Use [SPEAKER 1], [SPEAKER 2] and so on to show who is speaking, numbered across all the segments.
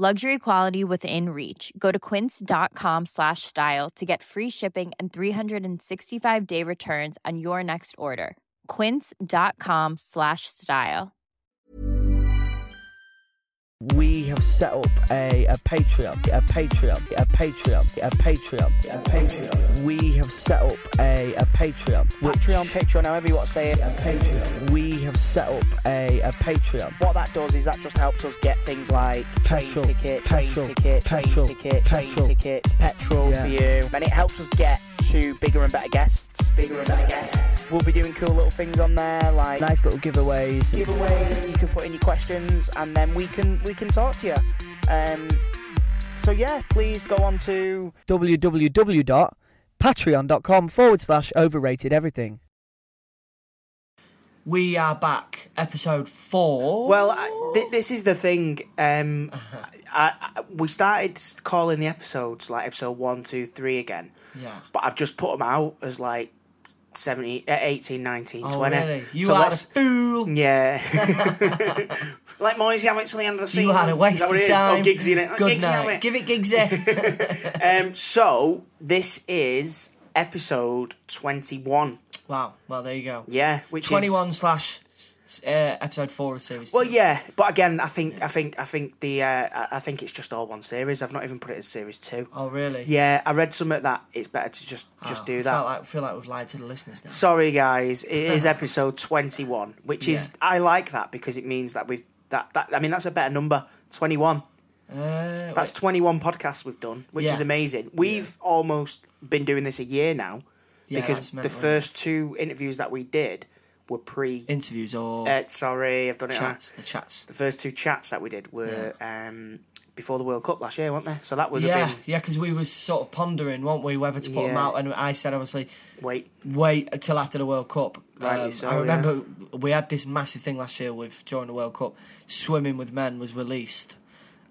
[SPEAKER 1] Luxury quality within reach. Go to quince.com slash style to get free shipping and 365 day returns on your next order. Quince.com slash style.
[SPEAKER 2] We have set up a, a Patreon, a Patreon, a Patreon, a Patreon, a Patreon. We have set up a, a Patreon.
[SPEAKER 3] Patreon, Patreon, however you want to say it.
[SPEAKER 2] A Patreon. We have set up a, a Patreon.
[SPEAKER 3] What that does is that just helps us get things like train
[SPEAKER 2] Petrol,
[SPEAKER 3] ticket, train
[SPEAKER 2] petrol,
[SPEAKER 3] ticket, train
[SPEAKER 2] petrol,
[SPEAKER 3] ticket, train
[SPEAKER 2] petrol.
[SPEAKER 3] tickets, petrol
[SPEAKER 2] Yeah.
[SPEAKER 3] for you, and it helps us get to bigger and better guests. Bigger and better guests. We'll be doing cool little things on there, like
[SPEAKER 2] Nice little giveaways. and-
[SPEAKER 3] giveaways. You can put in your questions, and then we can we can talk to you. Um, so yeah, please go on to
[SPEAKER 2] www.patreon.com forward slash overrated everything.
[SPEAKER 4] We are back, episode four.
[SPEAKER 3] Well, I, th- this is the thing. Um, I, I, we started calling the episodes like episode one, two, three again,
[SPEAKER 4] yeah.
[SPEAKER 3] but I've just put them out as like 17, uh, 18, 19,
[SPEAKER 4] Oh,
[SPEAKER 3] 20.
[SPEAKER 4] really? You
[SPEAKER 3] So
[SPEAKER 4] are a
[SPEAKER 3] let's-
[SPEAKER 4] fool.
[SPEAKER 3] Yeah. like Moyes, you have it till the end of the season.
[SPEAKER 4] You had a
[SPEAKER 3] Is
[SPEAKER 4] waste
[SPEAKER 3] that
[SPEAKER 4] of
[SPEAKER 3] what it is?
[SPEAKER 4] time.
[SPEAKER 3] Oh, Giggsy in it. Oh,
[SPEAKER 4] Good
[SPEAKER 3] Giggsy, have
[SPEAKER 4] night.
[SPEAKER 3] it.
[SPEAKER 4] Give it eh? Giggsy.
[SPEAKER 3] Um, so, this is episode 21.
[SPEAKER 4] wow. Well, there you go.
[SPEAKER 3] Yeah. Which is-
[SPEAKER 4] 21 slash uh, episode four of series
[SPEAKER 3] Well,
[SPEAKER 4] two.
[SPEAKER 3] yeah, but again, I think, I think, I think the, uh, I- I think it's just all one series. I've not even put it as series two.
[SPEAKER 4] Oh, really?
[SPEAKER 3] Yeah, I read some at that. It's better to just just
[SPEAKER 4] Oh,
[SPEAKER 3] do
[SPEAKER 4] I
[SPEAKER 3] that.
[SPEAKER 4] Felt like, feel like we've lied to the listeners now.
[SPEAKER 3] Sorry, guys. It is episode twenty-one, which is
[SPEAKER 4] Yeah.
[SPEAKER 3] I like that because it means that we've that, that I mean that's a better number. Twenty-one.
[SPEAKER 4] Uh,
[SPEAKER 3] That's twenty-one podcasts we've done, which
[SPEAKER 4] Yeah.
[SPEAKER 3] is amazing. We've almost been doing this a year now
[SPEAKER 4] Yeah,
[SPEAKER 3] because
[SPEAKER 4] that's
[SPEAKER 3] the
[SPEAKER 4] mental, isn't
[SPEAKER 3] first two interviews that we did were pre.
[SPEAKER 4] interviews or
[SPEAKER 3] uh, sorry, I've done it. wrong.
[SPEAKER 4] chats, the chats.
[SPEAKER 3] The first two chats that we did were um, before the World Cup last year, weren't they? So that would
[SPEAKER 4] Yeah,
[SPEAKER 3] have
[SPEAKER 4] yeah, because we was sort of pondering, weren't we, whether to put them
[SPEAKER 3] Yeah.
[SPEAKER 4] out? And I said, obviously,
[SPEAKER 3] been wait.
[SPEAKER 4] wait until after the World Cup. Um,
[SPEAKER 3] Rightly so,
[SPEAKER 4] I remember we had this massive thing last year with during the World Cup, Swimming with Men was released,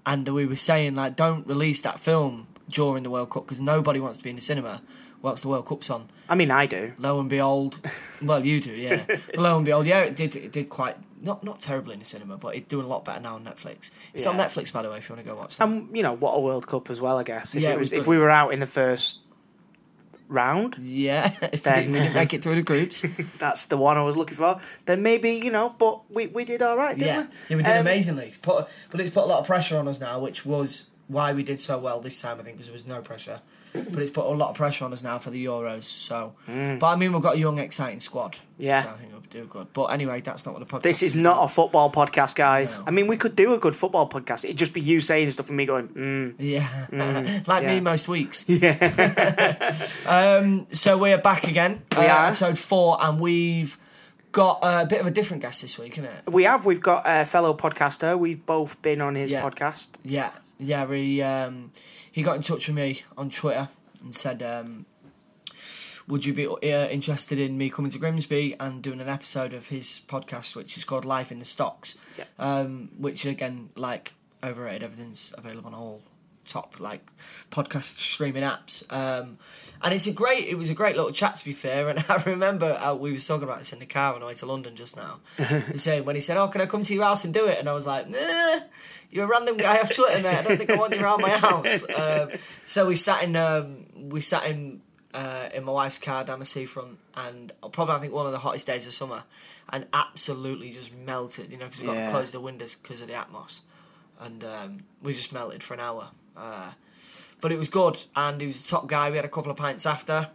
[SPEAKER 4] and we were saying like, don't release that film during the World Cup because nobody wants to be in the cinema whilst the World Cup's on.
[SPEAKER 3] I mean, I do.
[SPEAKER 4] Lo and behold, well, you do, yeah. But lo and behold, yeah, it did it did quite not not terribly in the cinema, but it's doing a lot better now on Netflix. It's on
[SPEAKER 3] Yeah. Um,
[SPEAKER 4] Netflix, by the way, if you want to go watch that.
[SPEAKER 3] And you know what a World Cup as well. I guess if
[SPEAKER 4] Yeah,
[SPEAKER 3] it
[SPEAKER 4] it
[SPEAKER 3] was,
[SPEAKER 4] was
[SPEAKER 3] if
[SPEAKER 4] good.
[SPEAKER 3] we were out in the first round,
[SPEAKER 4] yeah, if we
[SPEAKER 3] Then-
[SPEAKER 4] didn't make it through the groups.
[SPEAKER 3] that's the one I was looking for. Then maybe you know, but we, we did all right, didn't
[SPEAKER 4] Yeah,
[SPEAKER 3] we?
[SPEAKER 4] yeah, we did
[SPEAKER 3] Um,
[SPEAKER 4] amazingly. Put, but it's put a lot of pressure on us now, which was why we did so well this time. I think because there was no pressure, but it's put a lot of pressure on us now for the Euros. So, but I mean, we've got a young, exciting squad.
[SPEAKER 3] Mm. Yeah.
[SPEAKER 4] so I think we'll do good. But anyway, that's not what the podcast.
[SPEAKER 3] This is not a football podcast, guys.
[SPEAKER 4] No.
[SPEAKER 3] I mean, we could do a good football podcast. It'd just be you saying stuff and me going, mm.
[SPEAKER 4] Yeah, like
[SPEAKER 3] yeah.
[SPEAKER 4] me most weeks. Yeah. um, so we're back again. We
[SPEAKER 3] are.
[SPEAKER 4] episode four, and we've got a bit of a different guest this week, isn't it?
[SPEAKER 3] We have. We've got a fellow podcaster. We've both been on his
[SPEAKER 4] Yeah.
[SPEAKER 3] podcast.
[SPEAKER 4] Yeah, yeah. He um, he got in touch with me on Twitter and said, um, "Would you be uh, interested in me coming to Grimsby and doing an episode of his podcast, which is called Life in the Stocks?"
[SPEAKER 3] Yeah.
[SPEAKER 4] Um, which again, like overrated, everything's available on all top like podcast streaming apps. Um, and it's a great. It was a great little chat to be fair. And I remember uh, we was talking about this in the car on the way to London just now. saying when he said, "Oh, can I come to your house and do it?" and I was like, nah, "You're a random guy off Twitter, mate. I don't think I want you around my house." Um, so we sat in. Um, we sat in. Uh, in my wife's car down the seafront, and probably I think one of the hottest days of summer, and absolutely just melted, you know, because we got
[SPEAKER 3] Yeah.
[SPEAKER 4] to close the windows because of the atmos and um, we just melted for an hour. Uh, But it was good, and he was a top guy. We had a couple of pints after,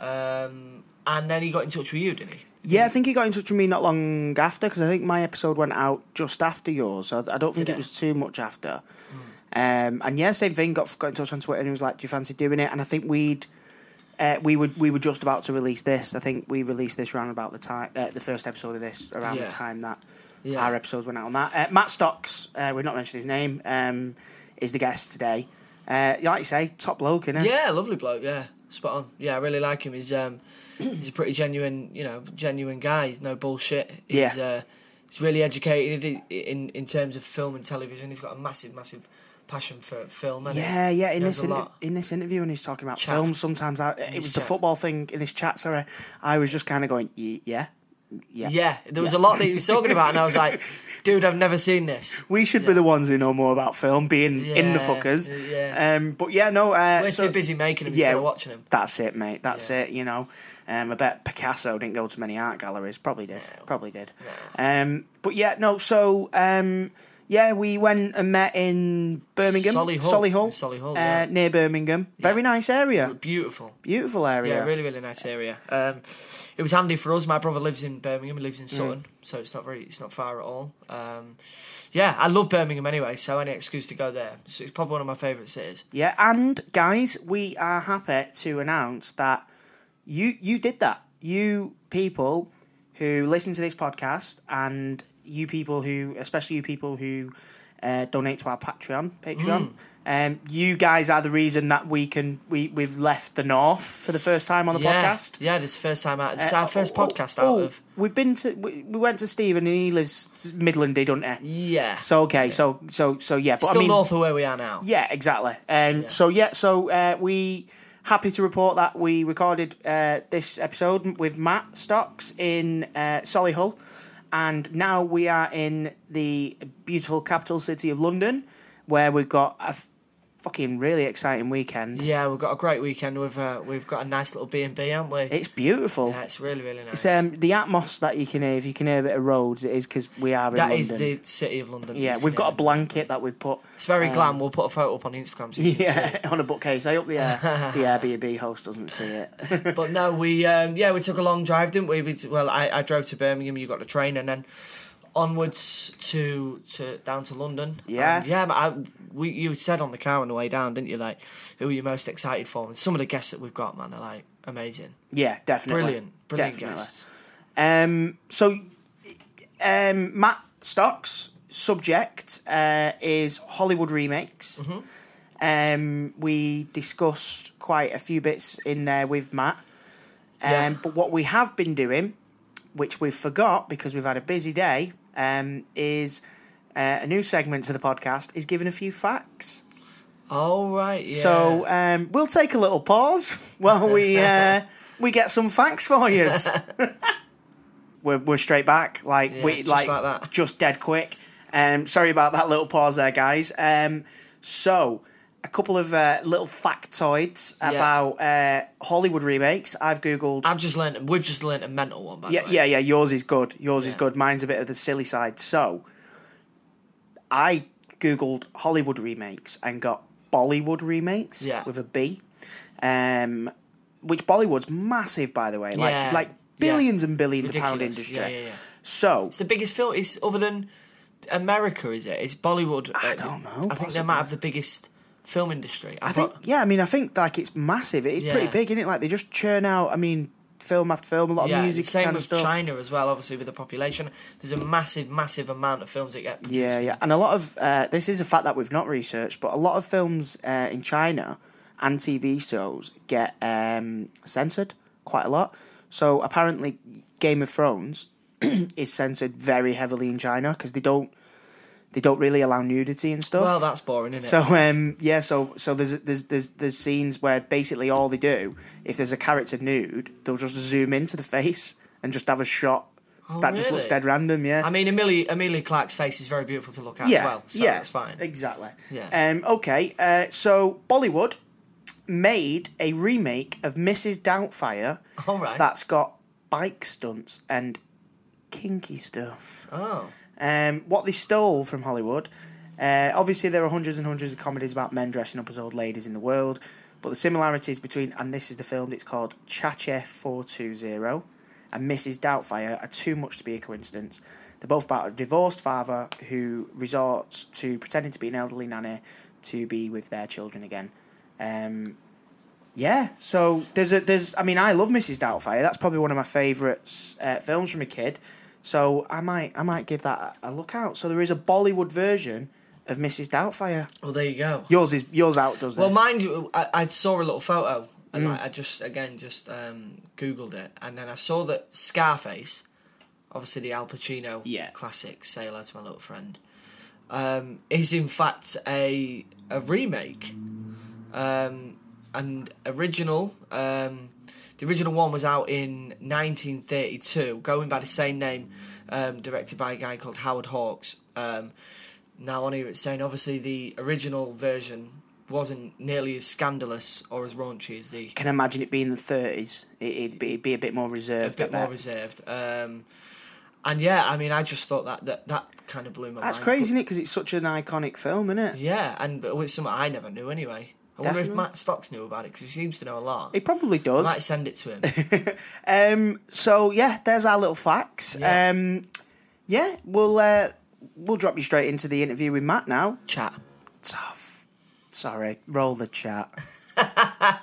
[SPEAKER 4] um, and then he got in touch with you, didn't he?
[SPEAKER 3] Yeah, I think he got in touch with me not long after because I think my episode went out just after yours. I, I don't think
[SPEAKER 4] Did
[SPEAKER 3] it
[SPEAKER 4] it? Hmm.
[SPEAKER 3] was too much after. Um, and yeah, same thing. Got got in touch on Twitter and he was like, "Do you fancy doing it?" And I think we'd uh, we would we were just about to release this. I think we released this around about the time uh, the first episode of this around
[SPEAKER 4] Yeah.
[SPEAKER 3] the time that
[SPEAKER 4] Yeah.
[SPEAKER 3] our episodes went out on that. Uh, Matt Stocks, uh, we've not mentioned his name, um, is the guest today. Uh, like you say, top bloke, innit?
[SPEAKER 4] Yeah, lovely bloke. Yeah, spot on. Yeah, I really like him. He's um, he's a pretty genuine, you know, genuine guy. He's no bullshit. He's,
[SPEAKER 3] Yeah.
[SPEAKER 4] uh, he's really educated i- in in terms of film and television. He's got a massive, massive passion for film. hasn't he?
[SPEAKER 3] Yeah, yeah. In
[SPEAKER 4] Knows
[SPEAKER 3] this
[SPEAKER 4] a
[SPEAKER 3] inter-
[SPEAKER 4] lot.
[SPEAKER 3] in this interview, when he's talking about
[SPEAKER 4] Chat.
[SPEAKER 3] films, sometimes I, it
[SPEAKER 4] this
[SPEAKER 3] was the
[SPEAKER 4] chat.
[SPEAKER 3] football thing in his chat. Sorry, I was just kind of going, "Ye- yeah, yeah,
[SPEAKER 4] Yeah, there was a lot that he was talking about, and I was like, dude, I've never seen this.
[SPEAKER 3] We should be the ones who know more about film, being in the
[SPEAKER 4] Yeah,
[SPEAKER 3] fuckers.
[SPEAKER 4] yeah.
[SPEAKER 3] Um, but yeah, no. Uh,
[SPEAKER 4] We're
[SPEAKER 3] so-
[SPEAKER 4] too busy making him
[SPEAKER 3] yeah,
[SPEAKER 4] instead of watching him.
[SPEAKER 3] That's it, mate. That's
[SPEAKER 4] Yeah.
[SPEAKER 3] it. You know, um, I bet Picasso didn't go to many art galleries. Probably did. Probably did. Um, but yeah, no. So um, yeah, we went and met in Birmingham,
[SPEAKER 4] Solihull.
[SPEAKER 3] Solihull,
[SPEAKER 4] In Solihull,
[SPEAKER 3] uh,
[SPEAKER 4] yeah.
[SPEAKER 3] near Birmingham. Very nice area.
[SPEAKER 4] Beautiful.
[SPEAKER 3] Beautiful area.
[SPEAKER 4] Yeah, really, really nice area. Um, it was handy for us. My brother lives in Birmingham. He lives
[SPEAKER 3] Mm.
[SPEAKER 4] in Sutton, so it's not very, it's not far at all. Um, yeah, I love Birmingham anyway, so any excuse to go there. So it's probably one of my favourite cities.
[SPEAKER 3] Yeah, and guys, we are happy to announce that you you did that. You people who listen to this podcast, and you people who, especially you people who uh, donate to our Patreon, Patreon.
[SPEAKER 4] Mm.
[SPEAKER 3] Um, you guys are the reason that we can we we've left the north for the first time on the
[SPEAKER 4] yeah,
[SPEAKER 3] podcast.
[SPEAKER 4] yeah, this is the first time out. It's our first
[SPEAKER 3] Oh, oh,
[SPEAKER 4] podcast
[SPEAKER 3] oh,
[SPEAKER 4] out of.
[SPEAKER 3] We've been to we, we went to Stephen and he lives Midlandy, doesn't he?
[SPEAKER 4] Yeah,
[SPEAKER 3] So okay, so so so yeah, but
[SPEAKER 4] still
[SPEAKER 3] I mean,
[SPEAKER 4] north of where we are now.
[SPEAKER 3] yeah, exactly. Um, So yeah, so uh, we happy to report that we recorded uh, this episode with Matt Stocks in uh, Solihull, and now we are in the beautiful capital city of London, where we've got a f- fucking really exciting weekend.
[SPEAKER 4] Yeah, we've got a great weekend. We've uh, we've got a nice little B and B, haven't we?
[SPEAKER 3] It's beautiful.
[SPEAKER 4] yeah, it's really really nice.
[SPEAKER 3] It's, um, the atmos that you can hear, if you can hear a bit of roads, it is because we are in
[SPEAKER 4] that
[SPEAKER 3] London.
[SPEAKER 4] is the city of London.
[SPEAKER 3] yeah, we've got a
[SPEAKER 4] Yeah.
[SPEAKER 3] blanket that we've put.
[SPEAKER 4] It's very glam. We'll put a photo up on Instagram. So you can see it.
[SPEAKER 3] Yeah, on a bookcase. I hope the, uh, the Airbnb host doesn't see it.
[SPEAKER 4] But no, we um, yeah we took a long drive, didn't we? we t- well, I, I drove to Birmingham. You got the train, and then onwards to to down to London.
[SPEAKER 3] Yeah.
[SPEAKER 4] And, yeah. But I, we you said on the car on the way down, didn't you? Like, who are you most excited for? And some of the guests that we've got, man, are like amazing,
[SPEAKER 3] Yeah, definitely.
[SPEAKER 4] brilliant, brilliant
[SPEAKER 3] Definitely.
[SPEAKER 4] guests.
[SPEAKER 3] Um, so, um, Matt Stocks' subject uh, is Hollywood remakes.
[SPEAKER 4] Mm-hmm.
[SPEAKER 3] Um, we discussed quite a few bits in there with Matt. Um,
[SPEAKER 4] Yeah.
[SPEAKER 3] But what we have been doing, which we've forgot because we've had a busy day, um, is uh, a new segment to the podcast is giving a few facts.
[SPEAKER 4] All right. Yeah.
[SPEAKER 3] So um, we'll take a little pause while we uh, we get some facts for you. we're, we're straight back, like we
[SPEAKER 4] Yeah, just
[SPEAKER 3] like,
[SPEAKER 4] like that.
[SPEAKER 3] just dead quick. Um, sorry about that little pause there, guys. Um, so a couple of uh, little factoids about uh, Hollywood remakes. I've googled.
[SPEAKER 4] I've just learned. We've just learned a mental one. By
[SPEAKER 3] yeah,
[SPEAKER 4] the way.
[SPEAKER 3] yeah, yeah. Yours is good. Yours is
[SPEAKER 4] Yeah.
[SPEAKER 3] good. Mine's a bit of the silly side. So I googled Hollywood remakes and got Bollywood remakes
[SPEAKER 4] Yeah.
[SPEAKER 3] with a B. Um, which Bollywood's massive, by the way. Like
[SPEAKER 4] Yeah.
[SPEAKER 3] like
[SPEAKER 4] Yeah.
[SPEAKER 3] billions and billions of pound
[SPEAKER 4] Ridiculous.
[SPEAKER 3] industry.
[SPEAKER 4] Yeah, yeah, yeah.
[SPEAKER 3] So
[SPEAKER 4] It's the biggest film. It's other than America, is it? It's Bollywood. I
[SPEAKER 3] don't know,
[SPEAKER 4] I think they might have the biggest film industry.
[SPEAKER 3] I think yeah, I mean I think like it's massive. It's pretty
[SPEAKER 4] Yeah.
[SPEAKER 3] big, isn't it? Like they just churn out. I mean, film after film, a lot
[SPEAKER 4] Yeah,
[SPEAKER 3] of music
[SPEAKER 4] same
[SPEAKER 3] kind
[SPEAKER 4] with
[SPEAKER 3] of stuff.
[SPEAKER 4] China as well. Obviously, with the population, there's a massive, massive amount of films that get produced.
[SPEAKER 3] Yeah, yeah, and a lot of uh, this is a fact that we've not researched, but a lot of films uh, in China and TV shows get um, censored quite a lot. So apparently, Game of Thrones is censored very heavily in China because they don't they don't really allow nudity and stuff.
[SPEAKER 4] Well, that's boring, isn't it?
[SPEAKER 3] So um yeah, so so there's there's there's there's scenes where basically all they do if there's a character nude, they'll just zoom into the face and just have a shot that just looks
[SPEAKER 4] Oh, really?
[SPEAKER 3] dead random. Yeah,
[SPEAKER 4] I mean, Amelia Amelia Clark's face is very beautiful to look at as well. So that's fine.
[SPEAKER 3] Exactly.
[SPEAKER 4] Yeah.
[SPEAKER 3] Um, okay, uh, so Bollywood made a remake of Mrs. Doubtfire
[SPEAKER 4] All right.
[SPEAKER 3] that's got bike stunts and kinky stuff.
[SPEAKER 4] oh,
[SPEAKER 3] Um, what they stole from Hollywood Uh, obviously, there are hundreds and hundreds of comedies about men dressing up as old ladies in the world, but the similarities between, and this is the film, it's called Chache 420 and Mrs. Doubtfire are too much to be a coincidence. They're both about a divorced father who resorts to pretending to be an elderly nanny to be with their children again. Um, yeah, so there's a there's I mean I love Mrs. Doubtfire. That's probably one of my favourites uh, films from a kid. So I might I might give that a a look out. So there is a Bollywood version of Mrs. Doubtfire.
[SPEAKER 4] Well, there you go.
[SPEAKER 3] Yours is yours outdoes
[SPEAKER 4] Well,
[SPEAKER 3] this.
[SPEAKER 4] mind you, I, I saw a little photo, and
[SPEAKER 3] Mm.
[SPEAKER 4] like, I just again just um, googled it, and then I saw that Scarface, obviously the Al Pacino
[SPEAKER 3] Yeah.
[SPEAKER 4] classic, "Say Hello to My Little Friend," um, is in fact a a remake, um, and original. Um, the original one was out in 1932, going by the same name, um, directed by a guy called Howard Hawks. Um, now on here it's saying obviously the original version wasn't nearly as scandalous or as raunchy as the
[SPEAKER 3] Can imagine it being the 30s. It, it'd, be, it'd be a bit more reserved.
[SPEAKER 4] a bit
[SPEAKER 3] I
[SPEAKER 4] more
[SPEAKER 3] bet.
[SPEAKER 4] reserved. Um, and yeah, I mean, I just thought that that, that kind of blew my
[SPEAKER 3] That's
[SPEAKER 4] mind.
[SPEAKER 3] crazy, isn't it? Because it's such an iconic film, isn't it?
[SPEAKER 4] But- yeah, and but it's something I never knew anyway. I wonder
[SPEAKER 3] Definitely.
[SPEAKER 4] if Matt Stocks knew about it because he seems to know a lot.
[SPEAKER 3] It probably
[SPEAKER 4] I
[SPEAKER 3] does.
[SPEAKER 4] might send it to him.
[SPEAKER 3] Um, so yeah, there's our little facts.
[SPEAKER 4] Yeah.
[SPEAKER 3] Um, yeah, we'll uh, we'll drop you straight into the interview with Matt now.
[SPEAKER 4] Chat.
[SPEAKER 3] Tough. Sorry, roll the chat.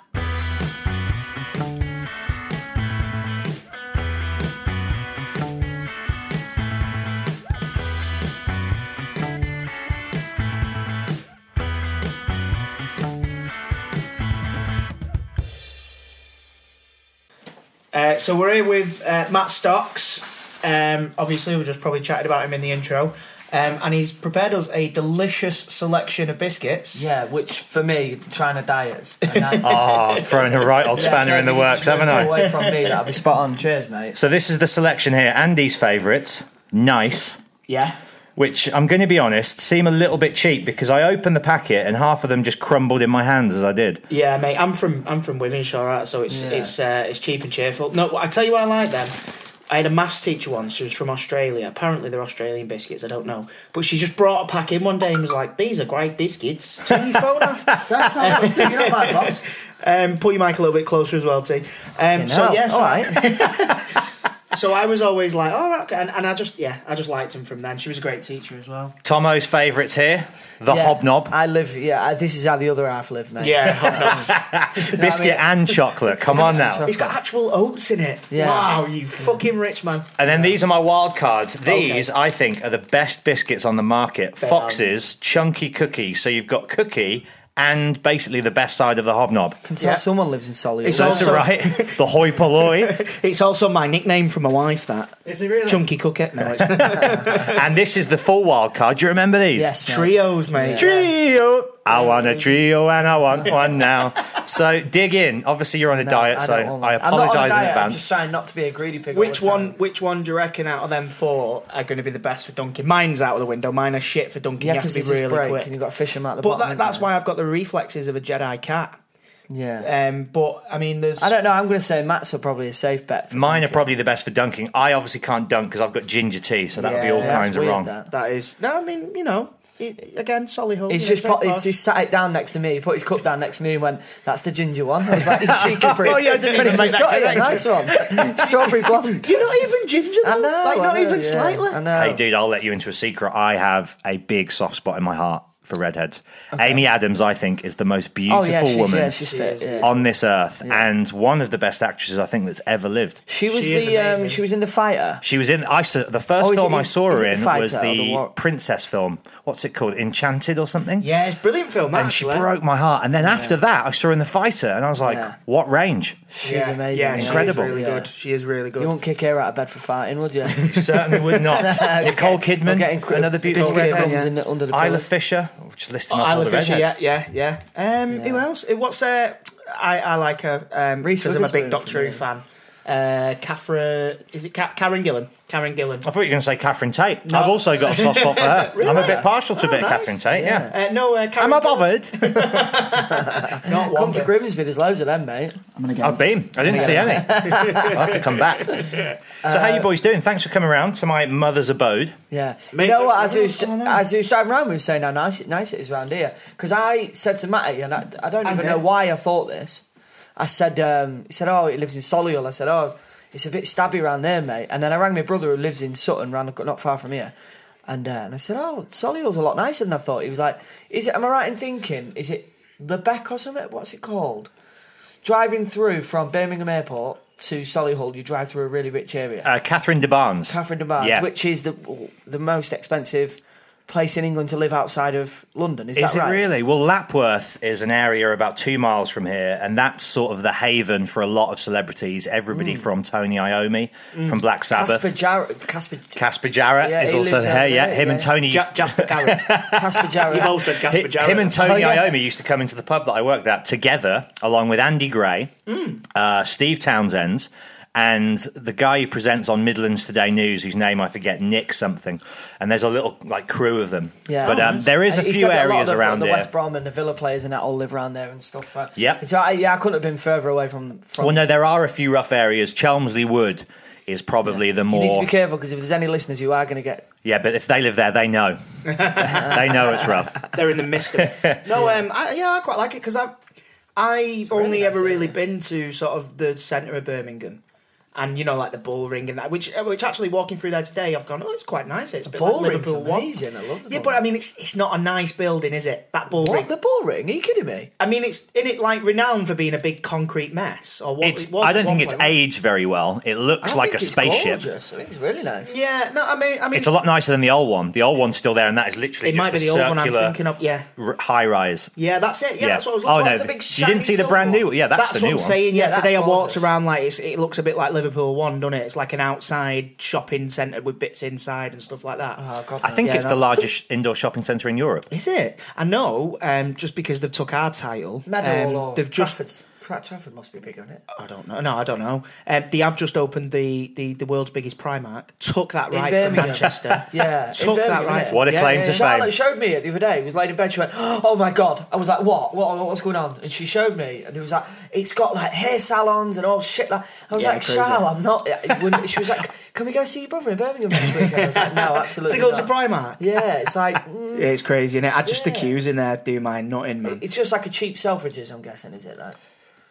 [SPEAKER 3] Uh, so we're here with uh, Matt Stocks. Um, obviously, we just probably chatted about him in the intro, um, and he's prepared us a delicious selection of biscuits.
[SPEAKER 4] Yeah, which for me, trying to diet.
[SPEAKER 5] Ah, throwing a right old spanner in the works, haven't I?
[SPEAKER 4] Away from me, that'll be spot on. Cheers, mate.
[SPEAKER 5] So this is the selection here. Andy's favourite, nice,
[SPEAKER 3] Yeah.
[SPEAKER 5] which I'm going to be honest, seem a little bit cheap because I opened the packet and half of them just crumbled in my hands as I did.
[SPEAKER 3] Yeah, mate. I'm from I'm from Wivenshaw, right? So it's
[SPEAKER 4] Yeah.
[SPEAKER 3] it's uh, it's cheap and cheerful. No, I tell you what I like them. I had a maths teacher once who was from Australia. Apparently, they're Australian biscuits. I don't know, but she just brought a pack in one day and was like, "These are great biscuits." Turn your phone off.
[SPEAKER 4] That's how I was thinking of that, boss.
[SPEAKER 3] Um, put your mic a little bit closer as well, T. Um, so yeah, so,
[SPEAKER 4] all right.
[SPEAKER 3] so I was always like, "Oh, okay," and, and I just yeah, I just liked them from then. She was a great teacher as well.
[SPEAKER 5] Tomo's favourites here, the
[SPEAKER 4] Yeah,
[SPEAKER 5] hobnob,
[SPEAKER 4] I live. Yeah, I- this is how the other half live, mate.
[SPEAKER 5] biscuit and chocolate. Come on now.
[SPEAKER 3] it's got actual oats in it.
[SPEAKER 4] Yeah.
[SPEAKER 3] Wow, you fucking rich man.
[SPEAKER 5] And then these are my wild cards. These, I think, are the best biscuits on the market.
[SPEAKER 3] are.
[SPEAKER 5] Fox's chunky cookie. So you've got cookie and basically the best side of the hobnob.
[SPEAKER 4] Can tell
[SPEAKER 3] Yeah.
[SPEAKER 4] someone lives in Solihull.
[SPEAKER 3] It's
[SPEAKER 5] That's
[SPEAKER 3] also-
[SPEAKER 5] right. The hoi polloi.
[SPEAKER 3] It's also my nickname for my wife. That
[SPEAKER 4] Is it really?
[SPEAKER 3] chunky cookie. No, it's
[SPEAKER 5] And this is the full wild card. Do you remember these?
[SPEAKER 4] Yes, mate.
[SPEAKER 3] trios, mate.
[SPEAKER 5] Trio. I want a trio and I want one now. So dig in. Obviously, you're on a
[SPEAKER 4] No,
[SPEAKER 5] diet,
[SPEAKER 4] I
[SPEAKER 5] so
[SPEAKER 4] don't want one.
[SPEAKER 5] I
[SPEAKER 4] I'm not on a
[SPEAKER 5] apologise in
[SPEAKER 4] diet, I'm
[SPEAKER 5] advance.
[SPEAKER 4] just trying not to be a greedy pig. all
[SPEAKER 3] Which
[SPEAKER 4] the time.
[SPEAKER 3] one? Which one do you reckon out of them four are going to be the best for dunking? Mine's out of the window. Mine are shit for dunking.
[SPEAKER 4] Yeah,
[SPEAKER 3] you have to
[SPEAKER 4] because
[SPEAKER 3] be
[SPEAKER 4] it's really
[SPEAKER 3] really
[SPEAKER 4] break,
[SPEAKER 3] quick.
[SPEAKER 4] and you've got to fish 'em out the
[SPEAKER 3] but
[SPEAKER 4] bottom.
[SPEAKER 3] that, that's
[SPEAKER 4] innit?
[SPEAKER 3] why I've got the reflexes of a Jedi cat.
[SPEAKER 4] Yeah.
[SPEAKER 3] Um, but I mean, there's
[SPEAKER 4] I don't know. I'm going to say Matt's are probably a safe bet. For
[SPEAKER 5] Mine are probably the best for dunking. I obviously can't dunk because I've got ginger tea, so that would be
[SPEAKER 4] Yeah,
[SPEAKER 5] all
[SPEAKER 4] that's
[SPEAKER 5] kinds of
[SPEAKER 4] weird,
[SPEAKER 5] wrong.
[SPEAKER 4] that.
[SPEAKER 3] that is no. I mean, you know, it, again, Solihull.
[SPEAKER 4] He's
[SPEAKER 3] you
[SPEAKER 4] just
[SPEAKER 3] know, very
[SPEAKER 4] put, he's,
[SPEAKER 3] posh.
[SPEAKER 4] he sat it down next to me. He put his cup down next to me and went, "That's the ginger one." I was like, "You cheeky prick!"
[SPEAKER 5] Oh, yeah, I didn't
[SPEAKER 4] And
[SPEAKER 5] even
[SPEAKER 4] he's
[SPEAKER 5] make
[SPEAKER 4] just got
[SPEAKER 5] that
[SPEAKER 4] it. Nice one, strawberry blonde.
[SPEAKER 3] You're not even ginger. Though.
[SPEAKER 4] I know,
[SPEAKER 3] like not
[SPEAKER 4] I know,
[SPEAKER 3] even
[SPEAKER 4] yeah,
[SPEAKER 3] slightly.
[SPEAKER 4] I know.
[SPEAKER 5] Hey, dude, I'll let you into a secret. I have a big soft spot in my heart for redheads. Amy Adams, I think, is the most beautiful
[SPEAKER 4] Oh yeah, she's,
[SPEAKER 5] woman
[SPEAKER 4] yeah, she's fit. yeah.
[SPEAKER 5] on this earth and one of the best actresses I think that's ever lived.
[SPEAKER 4] She was
[SPEAKER 3] She is
[SPEAKER 4] the um,
[SPEAKER 3] amazing.
[SPEAKER 4] she was in the fighter.
[SPEAKER 5] She was in. I saw, the first
[SPEAKER 4] Oh, is it-
[SPEAKER 5] film I
[SPEAKER 4] is-
[SPEAKER 5] saw
[SPEAKER 4] is
[SPEAKER 5] her
[SPEAKER 4] it
[SPEAKER 5] in
[SPEAKER 4] The Fighter
[SPEAKER 5] was
[SPEAKER 4] or The
[SPEAKER 5] the
[SPEAKER 4] War-
[SPEAKER 5] princess film. What's it called? Enchanted or something?
[SPEAKER 3] yeah, it's a brilliant film.
[SPEAKER 5] And
[SPEAKER 3] actually.
[SPEAKER 5] she broke my heart. And then after that, I saw her in The Fighter, and I was like,
[SPEAKER 4] Yeah.
[SPEAKER 5] "What range?
[SPEAKER 4] She's
[SPEAKER 3] Yeah,
[SPEAKER 4] amazing.
[SPEAKER 3] Yeah, she
[SPEAKER 5] Incredible.
[SPEAKER 3] Is really
[SPEAKER 4] Yeah.
[SPEAKER 3] good. She is really good.
[SPEAKER 4] You won't kick her out of bed for farting, would you?
[SPEAKER 5] Certainly would not." Nicole Kidman,
[SPEAKER 4] I'm getting cri-
[SPEAKER 5] another beautiful
[SPEAKER 4] biscuit
[SPEAKER 5] redhead.
[SPEAKER 4] crumbs in the- Oh, under the
[SPEAKER 5] Isla
[SPEAKER 4] pillows.
[SPEAKER 5] Fisher, just listing off all
[SPEAKER 3] Isla
[SPEAKER 5] the
[SPEAKER 3] Fisher, yeah,
[SPEAKER 5] redheads.
[SPEAKER 3] yeah, yeah. Um, Who else? What's uh, I, I like her um,
[SPEAKER 4] Reese
[SPEAKER 3] because I'm a big
[SPEAKER 4] Witherspoon
[SPEAKER 3] Doctor Who
[SPEAKER 4] for
[SPEAKER 3] fan.
[SPEAKER 6] uh, Catherine. Is it Ca- Karen Gillan? Karen Gillan.
[SPEAKER 5] I thought you were going to say Catherine Tate. I've also got a soft spot for her. I'm a bit
[SPEAKER 4] Oh,
[SPEAKER 5] partial to a bit of Catherine Tate. Yeah.
[SPEAKER 6] Uh, no, uh, Karen
[SPEAKER 5] Am I
[SPEAKER 6] Gillan.
[SPEAKER 5] bothered?
[SPEAKER 4] Oh
[SPEAKER 6] Not one
[SPEAKER 4] Come to
[SPEAKER 6] bit.
[SPEAKER 4] Grimsby, there's loads of them, mate.
[SPEAKER 7] I'm gonna go.
[SPEAKER 5] I've been. I
[SPEAKER 4] Oh
[SPEAKER 5] didn't see any. I have to come back. So
[SPEAKER 4] Uh,
[SPEAKER 5] how you boys doing? Thanks for coming around to my mother's abode.
[SPEAKER 4] Yeah,
[SPEAKER 6] Mate,
[SPEAKER 4] you know
[SPEAKER 6] but-
[SPEAKER 4] what? As we, was,
[SPEAKER 7] I know.
[SPEAKER 4] as we was driving around, we were saying how nice, nice it is around here. Because I said to Matty, and I, I don't even know why I thought this. I said, um, he said, oh, he lives in Solihull. I said, oh, it's a bit stabby around there, mate. And then I rang my brother who lives in Sutton, round the- not far from here. And, uh, and I said, oh, Solihull's a lot nicer than I thought. He was like, is it? Am I right in thinking? Is it the Beck or something? What's it called? Driving through from Birmingham Airport to Solihull, you drive through a really rich area.
[SPEAKER 5] Uh, Catherine de Barnes.
[SPEAKER 4] Catherine de Barnes,
[SPEAKER 5] Yeah.
[SPEAKER 4] which is the the most expensive place in England to live outside of London. Is,
[SPEAKER 5] Is
[SPEAKER 4] that
[SPEAKER 5] it
[SPEAKER 4] right?
[SPEAKER 5] really? Well, Lapworth is an area about two miles from here, and that's sort of the haven for a lot of celebrities. Everybody from Tony Iommi, from Black Sabbath,
[SPEAKER 4] Hmm. Casper
[SPEAKER 5] Casper,
[SPEAKER 4] Jarrett. Casper.
[SPEAKER 5] Jarrett
[SPEAKER 4] Yeah,
[SPEAKER 5] is
[SPEAKER 4] he
[SPEAKER 5] also
[SPEAKER 4] lives
[SPEAKER 5] here.
[SPEAKER 4] out
[SPEAKER 5] Yeah,
[SPEAKER 4] there,
[SPEAKER 5] him and
[SPEAKER 4] yeah.
[SPEAKER 5] Tony. used-
[SPEAKER 3] Ja- Jasper Garrett.
[SPEAKER 4] Casper Jarrett.
[SPEAKER 6] You've all said
[SPEAKER 5] Hi-
[SPEAKER 6] Casper Jarrett.
[SPEAKER 5] him and Tony
[SPEAKER 4] Oh, yeah.
[SPEAKER 5] Iommi used to come into the pub that I worked at together, along with Andy Gray,
[SPEAKER 4] Mm.
[SPEAKER 5] uh, Steve Townsend, and the guy who presents on Midlands Today News, whose name I forget, Nick something. And there's a little like crew of them.
[SPEAKER 4] Yeah.
[SPEAKER 5] But um, there is a
[SPEAKER 4] He
[SPEAKER 5] few
[SPEAKER 4] said that lot of
[SPEAKER 5] areas
[SPEAKER 4] the,
[SPEAKER 5] around
[SPEAKER 4] the
[SPEAKER 5] here.
[SPEAKER 4] West Brom and the Villa players and that all live around there and stuff. Uh,
[SPEAKER 5] Yep.
[SPEAKER 4] So I, yeah, I couldn't have been further away from. from
[SPEAKER 5] Well, no, there are a few rough areas. Chelmsley Wood is probably the
[SPEAKER 4] You need to
[SPEAKER 5] more.
[SPEAKER 4] be careful because if there's any listeners, you are going to get.
[SPEAKER 5] Yeah, but if they live there, they know. they know it's rough.
[SPEAKER 3] they're in the midst of it. No, um, I, yeah, I quite like it because I've I've only
[SPEAKER 4] nice
[SPEAKER 3] ever
[SPEAKER 4] area.
[SPEAKER 3] really been to sort of the centre of Birmingham, and you know, like the Bull Ring and that. Which uh, which actually walking through there today, I've gone, oh, it's quite nice. It's a bit like
[SPEAKER 4] Bull ring's
[SPEAKER 3] Liverpool one.
[SPEAKER 4] amazing. I love the
[SPEAKER 3] Yeah,
[SPEAKER 4] ball
[SPEAKER 3] but I
[SPEAKER 4] ring.
[SPEAKER 3] mean, it's it's not a nice building, is it? That Bull Ring.
[SPEAKER 4] What? The ball ring? Are you kidding me?
[SPEAKER 3] I mean, it's in it like renowned for being a big concrete mess, or what?
[SPEAKER 5] It's.
[SPEAKER 3] it was
[SPEAKER 5] I
[SPEAKER 3] at
[SPEAKER 5] don't
[SPEAKER 3] one
[SPEAKER 5] think it's
[SPEAKER 3] point, wasn't
[SPEAKER 5] aged very well. It looks
[SPEAKER 4] I
[SPEAKER 5] like
[SPEAKER 4] think
[SPEAKER 5] a
[SPEAKER 4] it's
[SPEAKER 5] spaceship.
[SPEAKER 4] gorgeous. I think it's really nice.
[SPEAKER 3] it? Yeah, no, I mean, I mean,
[SPEAKER 5] It's a lot nicer than the old one. The old one's still there, and that is literally
[SPEAKER 3] It
[SPEAKER 5] just
[SPEAKER 3] might be
[SPEAKER 5] a
[SPEAKER 3] the old one I'm
[SPEAKER 5] circular
[SPEAKER 3] thinking of. Yeah,
[SPEAKER 5] r- high rise.
[SPEAKER 3] yeah, that's it. Yeah, that's what I was
[SPEAKER 5] oh
[SPEAKER 3] looking.
[SPEAKER 5] no,
[SPEAKER 3] for.
[SPEAKER 4] the big
[SPEAKER 5] you
[SPEAKER 4] shiny
[SPEAKER 5] didn't see the
[SPEAKER 4] silver
[SPEAKER 5] brand new.
[SPEAKER 4] one?
[SPEAKER 5] Yeah, that's,
[SPEAKER 3] That's
[SPEAKER 5] the
[SPEAKER 3] what
[SPEAKER 5] new
[SPEAKER 3] I'm
[SPEAKER 5] one.
[SPEAKER 3] saying.
[SPEAKER 4] Yeah,
[SPEAKER 3] Yeah,
[SPEAKER 4] that's
[SPEAKER 3] today I walked
[SPEAKER 4] gorgeous.
[SPEAKER 3] around like it's, it looks a bit like Liverpool One, doesn't it? It's like an outside shopping centre with bits inside and stuff like that.
[SPEAKER 4] Oh, God,
[SPEAKER 5] I think
[SPEAKER 4] yeah,
[SPEAKER 5] it's
[SPEAKER 4] no.
[SPEAKER 5] the largest indoor shopping centre in Europe.
[SPEAKER 3] Is it? I know. Um, just because they've took our title,
[SPEAKER 4] Meadow
[SPEAKER 3] um,
[SPEAKER 4] or
[SPEAKER 3] they've just.
[SPEAKER 4] Trafford's, Tra- Trafford must be big on it.
[SPEAKER 3] I don't know. No, I don't know. Um, they have just opened the, the, the world's biggest Primark. Took that
[SPEAKER 4] In
[SPEAKER 3] right from
[SPEAKER 4] Birmingham.
[SPEAKER 3] Manchester.
[SPEAKER 4] Yeah, in
[SPEAKER 3] took that
[SPEAKER 4] Birmingham,
[SPEAKER 3] right.
[SPEAKER 4] innit?
[SPEAKER 3] from-
[SPEAKER 5] What a
[SPEAKER 3] yeah,
[SPEAKER 5] claim
[SPEAKER 3] yeah,
[SPEAKER 5] to
[SPEAKER 3] yeah.
[SPEAKER 4] Uh, Charlotte
[SPEAKER 5] fame.
[SPEAKER 4] showed me it the other day. It was laying in bed. She went, "Oh my god!" I was like, "What? What? what- What's going on?" And she showed me, and it was like, "It's got like hair salons and all shit." Like I was
[SPEAKER 3] Yeah,
[SPEAKER 4] like,
[SPEAKER 3] crazy.
[SPEAKER 4] "Shal, I'm not." it wouldn't- She was like, "Can we go see your brother in Birmingham next week?" I was like, "No, absolutely."
[SPEAKER 3] To go to
[SPEAKER 4] not."
[SPEAKER 3] Primark.
[SPEAKER 4] Yeah, it's like mm,
[SPEAKER 3] It's crazy, innit? I just
[SPEAKER 4] Yeah.
[SPEAKER 3] the queues in there do my nutting, man.
[SPEAKER 4] it's just like a cheap Selfridges. I'm guessing, is it? Like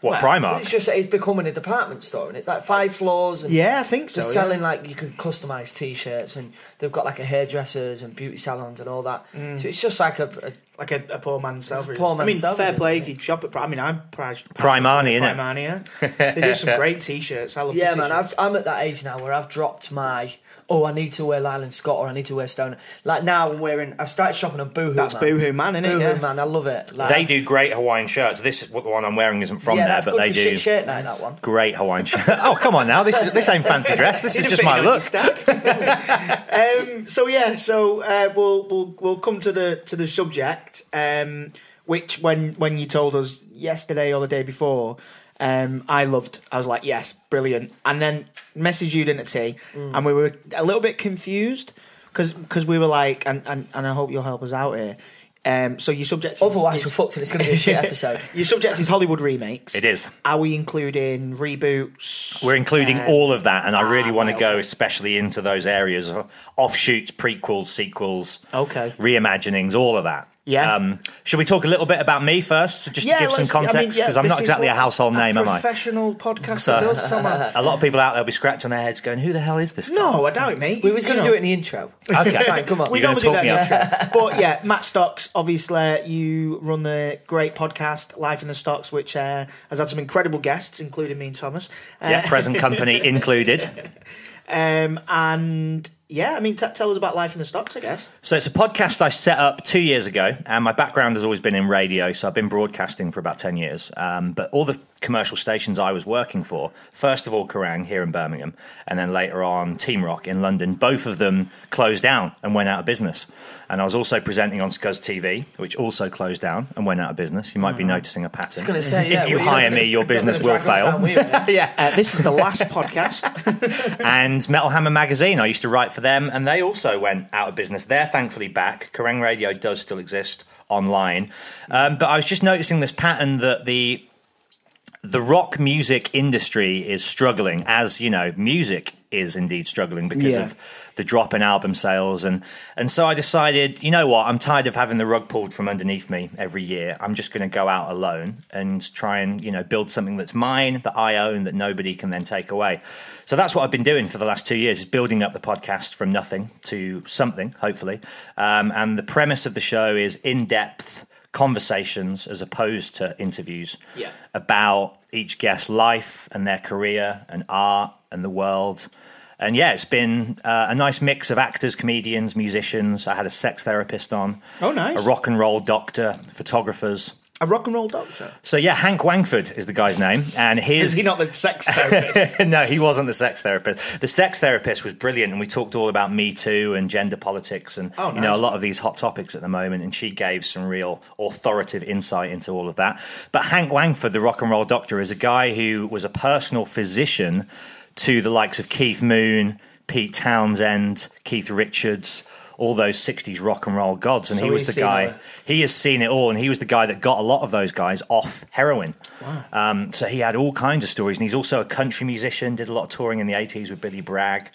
[SPEAKER 5] What
[SPEAKER 4] it's
[SPEAKER 5] Primark?
[SPEAKER 4] just it's becoming a department store, and it's like five floors. And
[SPEAKER 3] Yeah, I think so.
[SPEAKER 4] They're
[SPEAKER 3] yeah.
[SPEAKER 4] selling like you can customize T-shirts, and they've got like a hairdressers and beauty salons and all that. So it's just like a, a
[SPEAKER 3] like a, a poor man's Selfridges.
[SPEAKER 4] poor
[SPEAKER 3] I mean,
[SPEAKER 4] man's
[SPEAKER 3] fair
[SPEAKER 4] Selfridges,
[SPEAKER 3] play
[SPEAKER 4] isn't
[SPEAKER 3] if you shop at. Pri- I mean, I'm pri-
[SPEAKER 5] Primani, innit?
[SPEAKER 3] Primani, yeah. They do some great t-shirts. I love.
[SPEAKER 4] Yeah,
[SPEAKER 3] the
[SPEAKER 4] man,
[SPEAKER 3] t-shirts.
[SPEAKER 4] I've, I'm at that age now where I've dropped my. Oh, I need to wear Lyland Scott or I need to wear Stoner. Like now, I'm wearing. I've started shopping on Boohoo.
[SPEAKER 3] That's
[SPEAKER 4] man.
[SPEAKER 3] Boohoo Man, innit?
[SPEAKER 4] Boohoo
[SPEAKER 3] Yeah.
[SPEAKER 4] man, I love it. Like,
[SPEAKER 5] They
[SPEAKER 4] I've-
[SPEAKER 5] do great Hawaiian shirts. This is what the one I'm wearing isn't from
[SPEAKER 4] yeah,
[SPEAKER 5] there,
[SPEAKER 4] that's
[SPEAKER 5] but
[SPEAKER 4] good
[SPEAKER 5] they
[SPEAKER 4] for
[SPEAKER 5] do
[SPEAKER 4] shit shirt night. That one.
[SPEAKER 5] great Hawaiian shirt. oh come on now, this is, this ain't fancy dress. This is just my look.
[SPEAKER 3] um, so yeah, so uh, we'll we'll we'll come to the to the subject, um, which when when you told us yesterday or the day before. Um, I loved. I was like, "Yes, brilliant!" And then messaged you, didn't it, T? And we were a little bit confused because we were like, and, and and I hope you'll help us out here. Um, so your subject, is-
[SPEAKER 4] Otherwise,
[SPEAKER 3] is-
[SPEAKER 4] we're fucked and it's going to be a shit episode.
[SPEAKER 3] Your subject is Hollywood remakes.
[SPEAKER 5] It is.
[SPEAKER 3] Are we including reboots? Uh,
[SPEAKER 5] We're including all of that, and I really
[SPEAKER 3] ah,
[SPEAKER 5] want to
[SPEAKER 3] right,
[SPEAKER 5] go
[SPEAKER 3] okay.
[SPEAKER 5] especially into those areas of offshoots, prequels, sequels,
[SPEAKER 3] Okay.
[SPEAKER 5] reimaginings, all of that. Um,
[SPEAKER 3] Yeah.
[SPEAKER 5] should we talk a little bit about me first, so just to give some
[SPEAKER 3] let's- I mean,
[SPEAKER 5] context?
[SPEAKER 3] yeah,
[SPEAKER 5] Because I'm
[SPEAKER 3] this
[SPEAKER 5] not
[SPEAKER 3] is
[SPEAKER 5] exactly a
[SPEAKER 3] what
[SPEAKER 5] household name, am I?
[SPEAKER 3] Professional podcaster
[SPEAKER 5] So-
[SPEAKER 3] does, Tom.
[SPEAKER 5] A lot of people out there will be scratching their heads, going, "Who the hell is this?" guy?"
[SPEAKER 3] No, I doubt it, mate.
[SPEAKER 4] We was going to
[SPEAKER 3] You
[SPEAKER 4] do
[SPEAKER 3] know.
[SPEAKER 4] it in the intro.
[SPEAKER 5] Okay,
[SPEAKER 4] Fine, come on.
[SPEAKER 5] You're
[SPEAKER 4] We
[SPEAKER 5] going to talk me up.
[SPEAKER 3] that, but yeah, Matt Stocks. Obviously, you run the great podcast Life in the Stocks, which uh, has had some incredible guests, including me and Thomas. Uh,
[SPEAKER 5] Yeah, present company included.
[SPEAKER 3] um, and yeah, I mean, t- tell us about Life in the Stocks, I guess.
[SPEAKER 5] So it's a podcast I set up two years ago, and my background has always been in radio. So I've been broadcasting for about ten years. Um, but all the commercial stations I was working for. First of all, Kerrang here in Birmingham, and then later on, Team Rock in London. Both of them closed down and went out of business. And I was also presenting on Scuzz TV, which also closed down and went out of business. You might be noticing a pattern.
[SPEAKER 4] Mm. gonna say, yeah,
[SPEAKER 5] if you
[SPEAKER 4] well, you're
[SPEAKER 5] hire
[SPEAKER 4] gonna-
[SPEAKER 5] me, your
[SPEAKER 4] you're gonna
[SPEAKER 5] business will
[SPEAKER 4] drag us
[SPEAKER 5] fail.
[SPEAKER 4] down, won't you?
[SPEAKER 3] yeah.
[SPEAKER 8] Uh, this is the last podcast.
[SPEAKER 5] and Metal Hammer magazine. I used to write for them, and they also went out of business. They're thankfully back. Kerrang Radio does still exist online, um, but I was just noticing this pattern that the the rock music industry is struggling, as you know, music is indeed struggling because
[SPEAKER 8] Yeah.
[SPEAKER 5] of the drop in album sales and and so I decided, you know what, I'm tired of having the rug pulled from underneath me every year. I'm just going to go out alone and try and, you know, build something that's mine, that I own that nobody can then take away. So that's what I've been doing for the last 2 years is building up the podcast from nothing to something, hopefully. Um, and the premise of the show is in-depth conversations as opposed to interviews
[SPEAKER 4] Yeah.
[SPEAKER 5] about each guest's life and their career and art and the world. And yeah, it's been uh, a nice mix of actors, comedians, musicians. I had a sex therapist on.
[SPEAKER 8] Oh, nice.
[SPEAKER 5] A rock and roll doctor, photographers.
[SPEAKER 3] A rock and roll doctor.
[SPEAKER 5] So yeah, Hank Wangford is the guy's name, and
[SPEAKER 3] Is
[SPEAKER 5] his
[SPEAKER 3] he not the sex therapist?
[SPEAKER 5] no, he wasn't the sex therapist. The sex therapist was brilliant, and we talked all about Me Too and gender politics and
[SPEAKER 3] Oh,
[SPEAKER 5] you know
[SPEAKER 3] nice.
[SPEAKER 5] a lot of these hot topics at the moment. And she gave some real authoritative insight into all of that. But Hank Langford, the rock and roll doctor, is a guy who was a personal physician to the likes of Keith Moon, Pete Townsend, Keith Richards. All those '60s rock and roll gods, and
[SPEAKER 3] So
[SPEAKER 5] he was
[SPEAKER 3] he's
[SPEAKER 5] the
[SPEAKER 3] seen
[SPEAKER 5] guy.
[SPEAKER 3] all that.
[SPEAKER 5] He has seen it all, and he was the guy that got a lot of those guys off heroin. Um, so he had all kinds of stories, and he's also a country musician. Did a lot of touring in the eighties with Billy Bragg.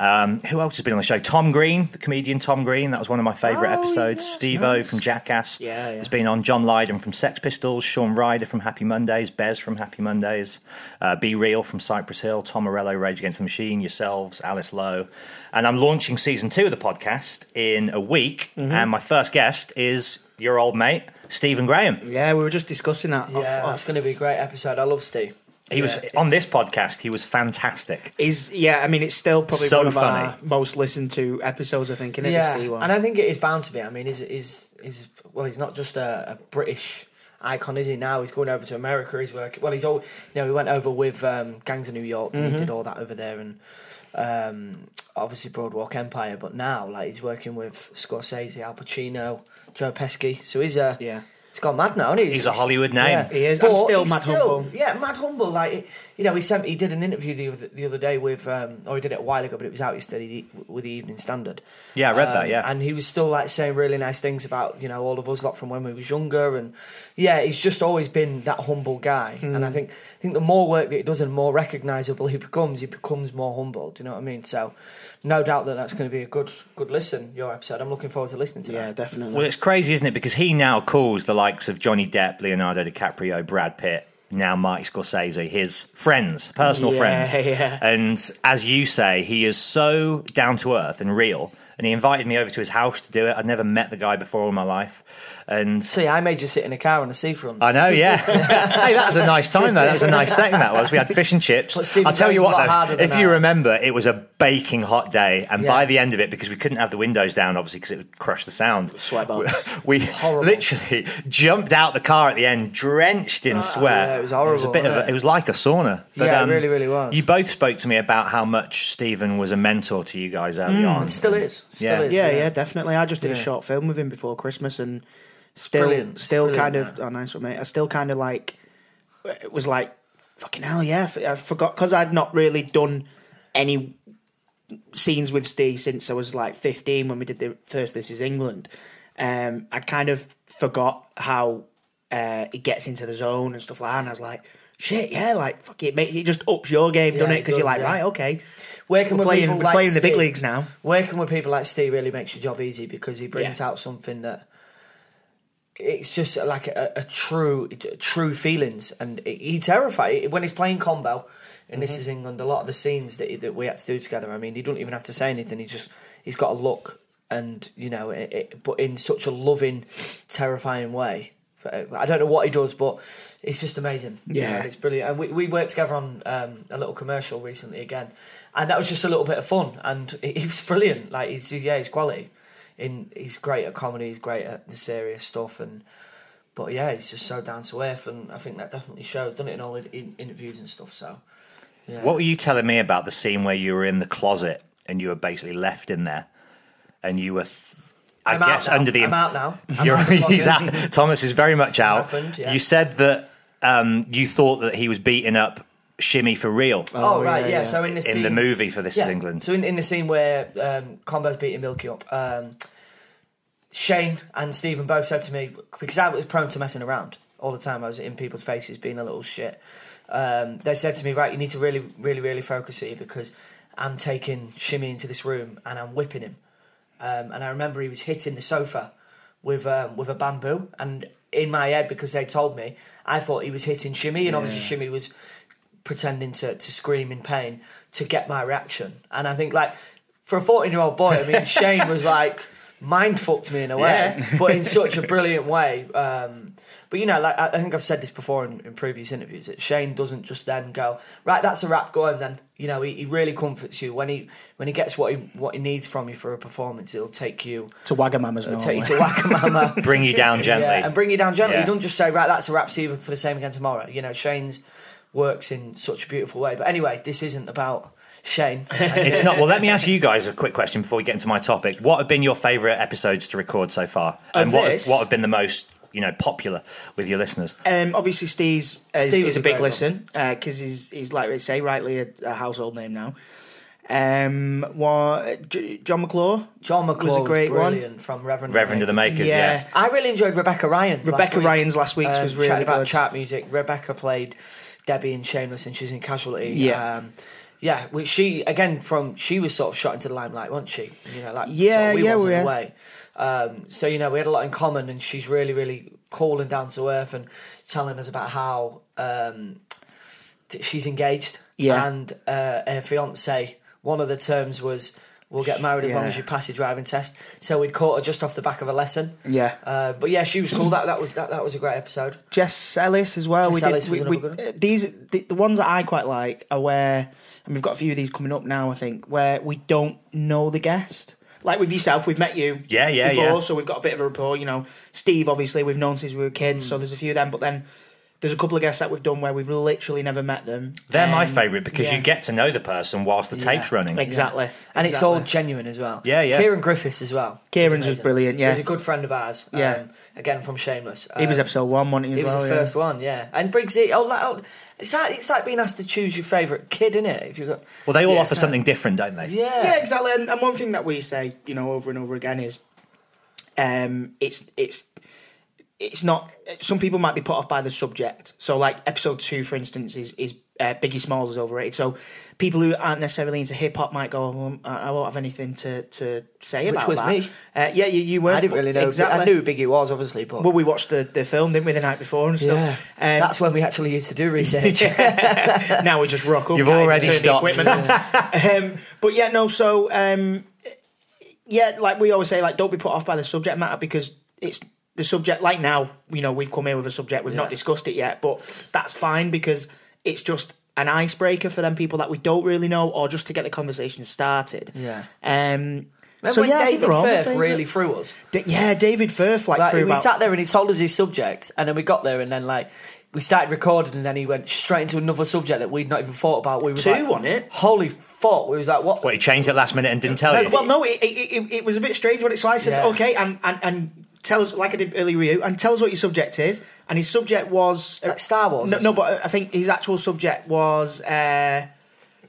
[SPEAKER 5] Um, who else has been on the show? Tom Green, the comedian Tom Green. That was one of my favourite episodes. Steve O from Jackass
[SPEAKER 3] Oh, Yeah, yeah.
[SPEAKER 5] has been on. John Lydon from Sex Pistols. Sean Ryder from Happy Mondays. Bez from Happy Mondays. Uh, Be Real from Cypress Hill. Tom Morello, Rage Against the Machine. Yourselves, Alice Lowe. And I'm launching season two of the podcast in a week. And my first guest is your old mate, Stephen Graham.
[SPEAKER 3] yeah, we were just discussing that. off-
[SPEAKER 4] Yeah,
[SPEAKER 3] off.
[SPEAKER 4] it's going to be a great episode. I love Steve.
[SPEAKER 5] He was on this podcast. He was fantastic.
[SPEAKER 3] Is yeah, I mean, it's still probably
[SPEAKER 5] So
[SPEAKER 3] one of our
[SPEAKER 5] funny.
[SPEAKER 3] most listened to episodes. I think, isn't it?
[SPEAKER 4] Yeah,
[SPEAKER 3] the Steve one?
[SPEAKER 4] and I think it is bound to be. I mean, is is is well, he's not just a, a British icon, is he? Now he's going over to America. He's working. Well, he's all. You know, he went over with um, Gangs of New York. and He
[SPEAKER 5] Mm-hmm.
[SPEAKER 4] did all that over there, and um, obviously Broadwalk Empire. But now, like, he's working with Scorsese, Al Pacino, Joe Pesci. So he's a
[SPEAKER 3] Yeah.
[SPEAKER 4] He's gone mad now, isn't he?
[SPEAKER 5] He's a Hollywood name.
[SPEAKER 3] He is. I'm
[SPEAKER 4] But
[SPEAKER 3] still
[SPEAKER 4] he's
[SPEAKER 3] mad humble.
[SPEAKER 4] Yeah, mad humble. Like you know, he sent. He did an interview the other, the other day with, um, or he did it a while ago, but it was out yesterday with the Evening Standard.
[SPEAKER 5] Yeah, I read that,
[SPEAKER 4] Um,
[SPEAKER 5] yeah.
[SPEAKER 4] and he was still like saying really nice things about you know all of us lot from when we was younger, and yeah, he's just always been that humble guy.
[SPEAKER 5] Hmm.
[SPEAKER 4] And I think I think the more work that he does, and the more recognisable he becomes, he becomes more humble. Do you know what I mean? So, no doubt that that's going to be a good good listen. Your episode, I'm looking forward to listening to
[SPEAKER 3] yeah,
[SPEAKER 4] that.
[SPEAKER 3] definitely.
[SPEAKER 5] Well, it's crazy, isn't it? Because he now calls the likes of Johnny Depp, Leonardo DiCaprio, Brad Pitt, now Marty Scorsese, his friends, personal
[SPEAKER 3] Yeah,
[SPEAKER 5] friends.
[SPEAKER 3] yeah.
[SPEAKER 5] And as you say, he is so down to earth and real. And he invited me over to his house to do it. I'd never met the guy before in my life. And
[SPEAKER 4] So yeah, I made you sit in a car on a seafront.
[SPEAKER 5] I know, yeah. hey, that was a nice time though. That was a nice setting. That was. We had fish and chips.
[SPEAKER 4] But Stephen
[SPEAKER 5] I'll tell you
[SPEAKER 4] Graham's a lot
[SPEAKER 5] what
[SPEAKER 4] harder
[SPEAKER 5] though,
[SPEAKER 4] than
[SPEAKER 5] if you
[SPEAKER 4] that.
[SPEAKER 5] remember, it was a baking hot day, and
[SPEAKER 4] Yeah.
[SPEAKER 5] by the end of it, because we couldn't have the windows down, obviously, because it would crush the sound.
[SPEAKER 3] Sweat bombs.
[SPEAKER 4] Oh.
[SPEAKER 5] We literally jumped out the car at the end, drenched in sweat.
[SPEAKER 4] Uh, yeah, it was
[SPEAKER 5] It was a
[SPEAKER 4] horrible,
[SPEAKER 5] bit of. A,
[SPEAKER 4] wasn't it?
[SPEAKER 5] it was like a sauna. um,
[SPEAKER 4] Yeah, it really, really was.
[SPEAKER 5] You both spoke to me about how much Stephen was a mentor to you guys early on.
[SPEAKER 4] Still is. Still
[SPEAKER 5] Yeah.
[SPEAKER 4] is.
[SPEAKER 5] It's,
[SPEAKER 3] yeah, yeah, definitely. I just did a
[SPEAKER 4] Yeah.
[SPEAKER 3] short film with him before Christmas, and still,
[SPEAKER 4] Brilliant.
[SPEAKER 3] still
[SPEAKER 4] Brilliant,
[SPEAKER 3] kind of. Oh, nice one, mate. I still kind of like. It was like fucking hell, yeah. f- I forgot because I'd not really done any scenes with Steve since I was like 15 when we did the first This Is England. Um, I kind of forgot how uh, it gets into the zone and stuff like that, and I was like. Shit, yeah, like fuck it, it makes it just ups your game, doesn't it?
[SPEAKER 4] it
[SPEAKER 3] Because you're
[SPEAKER 4] does,
[SPEAKER 3] like,
[SPEAKER 4] yeah.
[SPEAKER 3] right, okay,
[SPEAKER 4] Working
[SPEAKER 3] we're
[SPEAKER 4] with
[SPEAKER 3] playing,
[SPEAKER 4] people
[SPEAKER 3] we're
[SPEAKER 4] like
[SPEAKER 3] playing the big
[SPEAKER 4] Steve-
[SPEAKER 3] leagues now.
[SPEAKER 4] Working with people like Steve really makes your job easy because he brings
[SPEAKER 3] Yeah.
[SPEAKER 4] out something that it's just like a, a true, true feelings, and he terrified when he's playing combo. And
[SPEAKER 3] Mm-hmm.
[SPEAKER 4] this is England. A lot of the scenes that he, that we had to do together. I mean, he don't even have to say anything. He just he's got a look, and you know, it, it, but in such a loving, terrifying way. But uh, I don't know what he does, but it's just amazing. You know,
[SPEAKER 3] Yeah.
[SPEAKER 4] and it's brilliant. And we, we worked together on um, a little commercial recently again, and that was just a little bit of fun. And he he was brilliant. Like he's yeah, he's quality. In he's great at comedy. He's great at the serious stuff and But yeah, he's just so down to earth, and I think that definitely shows. Done it in all in, in interviews and stuff. So
[SPEAKER 5] What were you telling me about the scene where you were in the closet and you were basically left in there, and you were, th- I
[SPEAKER 4] I'm out
[SPEAKER 5] guess,
[SPEAKER 4] now.
[SPEAKER 5] under the
[SPEAKER 4] I'm out now. I'm
[SPEAKER 5] You're,
[SPEAKER 4] out of the
[SPEAKER 5] he's
[SPEAKER 4] pocket.
[SPEAKER 5] out. Thomas is very much out.
[SPEAKER 4] Happened, yeah.
[SPEAKER 5] You said that um, you thought that he was beating up Shimmy for real
[SPEAKER 4] Oh,
[SPEAKER 3] Oh,
[SPEAKER 4] right,
[SPEAKER 3] yeah,
[SPEAKER 4] yeah,
[SPEAKER 3] yeah.
[SPEAKER 4] So in the
[SPEAKER 5] in
[SPEAKER 4] scene,
[SPEAKER 5] the movie for This Is England.
[SPEAKER 4] So in, in the scene where um, Combo's beating Milky up, um, Shane and Stephen both said to me because I was prone to messing around all the time. I was in people's faces, being a little shit. Um, they said to me, "Right, you need to really, really, really focus here because I'm taking Shimmy into this room and I'm whipping him." Um, and I remember he was hitting the sofa with um, with a bamboo. And in my head, because they told me, I thought he was hitting Shimmy, and obviously Shimmy was pretending to, to scream in pain to get my reaction. And I think, like, for a 14 year old boy, I mean, Shane was like, mind fucked me in a way, but in such a brilliant way. Um, but you know, like I I think I've said this before in, in previous interviews, that Shane doesn't just then go, right, that's a wrap, go home then. You know, he, he really comforts you when he when he gets what he what he needs from you for a performance. He'll take you
[SPEAKER 3] To Wagamama's normal.
[SPEAKER 4] take you to Wagamama.
[SPEAKER 5] Bring you down gently.
[SPEAKER 4] Yeah, and bring you down gently.
[SPEAKER 5] Yeah.
[SPEAKER 4] You don't just say, right, that's a wrap, see you for the same again tomorrow. You know, Shane's works in such a beautiful way. But anyway, this isn't about Shane.
[SPEAKER 5] it's not. Well, let me ask you guys a quick question before we get into my topic. What have been your favourite episodes to record so far,
[SPEAKER 3] Of
[SPEAKER 5] and what
[SPEAKER 3] this?
[SPEAKER 5] what have been the most you know popular with your listeners?
[SPEAKER 3] Um, obviously, Steve's uh,
[SPEAKER 4] Steve
[SPEAKER 3] is
[SPEAKER 4] was
[SPEAKER 3] a
[SPEAKER 4] a
[SPEAKER 3] big
[SPEAKER 4] great
[SPEAKER 3] listen because he's he's like we say rightly a, a household name now. Um, what J- John McClure?
[SPEAKER 4] John
[SPEAKER 3] was a
[SPEAKER 4] McClure was,
[SPEAKER 3] great one.
[SPEAKER 4] brilliant from Reverend
[SPEAKER 5] Reverend of the Makers. Yeah.
[SPEAKER 3] Yeah.
[SPEAKER 4] I really enjoyed Rebecca Ryan's. last
[SPEAKER 3] Rebecca
[SPEAKER 4] week.
[SPEAKER 3] Ryan's last week's was really
[SPEAKER 4] chatting about
[SPEAKER 3] good.
[SPEAKER 4] chat music. Rebecca played Debbie in Shameless, and she's in Casualty.
[SPEAKER 3] Yeah.
[SPEAKER 4] Um, yeah, which she again from she was sort of shot into the limelight, wasn't she? You know, like
[SPEAKER 3] Yeah,
[SPEAKER 4] sort of we
[SPEAKER 3] yeah,
[SPEAKER 4] was
[SPEAKER 3] we
[SPEAKER 4] in a
[SPEAKER 3] were.
[SPEAKER 4] way. Um, so you know, we had a lot in common, and she's really, really cool and down to earth, and telling us about how um, t- she's engaged.
[SPEAKER 3] Yeah.
[SPEAKER 4] and uh, her fiance. One of the terms was. We'll get married as long
[SPEAKER 3] Yeah.
[SPEAKER 4] as you pass your driving test. So we'd caught her just off the back of a lesson.
[SPEAKER 3] Yeah.
[SPEAKER 4] Uh, but yeah, she was cool. That that was that, that was a great episode.
[SPEAKER 3] Jess Ellis as well.
[SPEAKER 4] Jess
[SPEAKER 3] we did,
[SPEAKER 4] Ellis was
[SPEAKER 3] we,
[SPEAKER 4] another
[SPEAKER 3] we-
[SPEAKER 4] good
[SPEAKER 3] uh, These the, the ones that I quite like are where, and we've got a few of these coming up now. I think where we don't know the guest. Like with yourself, we've met you.
[SPEAKER 5] Yeah, yeah,
[SPEAKER 3] before,
[SPEAKER 5] yeah.
[SPEAKER 3] So we've got a bit of a rapport. You know, Steve obviously we've known since we were kids. So there's a few of them, but then there's a couple of guests that we've done where we've literally never met them.
[SPEAKER 5] They're my
[SPEAKER 3] Um,
[SPEAKER 5] favourite because
[SPEAKER 3] yeah.
[SPEAKER 5] you get to know the person whilst the tape's running.
[SPEAKER 3] Exactly.
[SPEAKER 4] And it's all
[SPEAKER 3] Exactly.
[SPEAKER 4] genuine as well.
[SPEAKER 5] Yeah, yeah.
[SPEAKER 4] Kieran Griffiths as well.
[SPEAKER 3] Kieran's was
[SPEAKER 4] amazing.
[SPEAKER 3] brilliant, yeah.
[SPEAKER 4] He's a good friend of ours. um,
[SPEAKER 3] Yeah.
[SPEAKER 4] again from Shameless.
[SPEAKER 3] He was
[SPEAKER 4] Um,
[SPEAKER 3] episode one, wasn't he? As
[SPEAKER 4] He was
[SPEAKER 3] well,
[SPEAKER 4] the
[SPEAKER 3] yeah.
[SPEAKER 4] first one, yeah. And Briggsy, oh, like, oh, it's like it's like being asked to choose your favourite kid, isn't it? If you got,
[SPEAKER 5] Well, they all
[SPEAKER 4] Yeah.
[SPEAKER 5] offer something different, don't they?
[SPEAKER 4] yeah,
[SPEAKER 3] Yeah, exactly. And, and one thing that we say, you know, over and over again is, um, it's it's it's not. Some people might be put off by the subject. So, like episode two, for instance, is is uh, Biggie Smalls is overrated. So, people who aren't necessarily into hip hop might go, well, I I won't have anything to to say
[SPEAKER 4] Which
[SPEAKER 3] about
[SPEAKER 4] was
[SPEAKER 3] that.
[SPEAKER 4] me.
[SPEAKER 3] Uh, yeah, you, you were.
[SPEAKER 4] I didn't really know.
[SPEAKER 3] exactly.
[SPEAKER 4] I knew who Biggie was obviously, but
[SPEAKER 3] Well, we watched the, the film, didn't we, the night before and stuff?
[SPEAKER 4] yeah,
[SPEAKER 3] Um,
[SPEAKER 4] that's when we actually used to do research.
[SPEAKER 3] now we just rock up.
[SPEAKER 5] You've
[SPEAKER 3] can't even
[SPEAKER 5] already
[SPEAKER 3] turn the
[SPEAKER 5] stopped.
[SPEAKER 3] equipment on. um, but yeah, no. So um, yeah, like we always say, like don't be put off by the subject matter because it's the subject. Like now, you know, we've come here with a subject we've
[SPEAKER 4] Yeah.
[SPEAKER 3] not discussed it yet, but that's fine because it's just an icebreaker for them people that we don't really know, or just to get the conversation started.
[SPEAKER 4] Yeah.
[SPEAKER 3] Um.
[SPEAKER 4] Remember
[SPEAKER 3] so
[SPEAKER 4] when
[SPEAKER 3] yeah, I think
[SPEAKER 4] David
[SPEAKER 3] they're all my
[SPEAKER 4] Firth
[SPEAKER 3] favourite.
[SPEAKER 4] really threw us?
[SPEAKER 3] Da- yeah, David Firth like,
[SPEAKER 4] Like,
[SPEAKER 3] threw
[SPEAKER 4] we
[SPEAKER 3] about
[SPEAKER 4] sat there and he told us his subject, and then we got there, and then like we started recording, and then he went straight into another subject that we'd not even thought about. We were
[SPEAKER 3] two
[SPEAKER 4] like,
[SPEAKER 3] on it.
[SPEAKER 4] Holy fuck! We was like, what?
[SPEAKER 5] Well, he changed it last minute and didn't tell
[SPEAKER 3] No,
[SPEAKER 5] you.
[SPEAKER 3] well, no, it, it, it, it was a bit strange when it. So I said,
[SPEAKER 4] Yeah.
[SPEAKER 3] okay, and, and and tell us like I did earlier with you, and tell us what your subject is. And his subject was uh,
[SPEAKER 4] Like Star Wars
[SPEAKER 3] No,
[SPEAKER 4] or
[SPEAKER 3] no,
[SPEAKER 4] something.
[SPEAKER 3] but I think his actual subject was. Uh,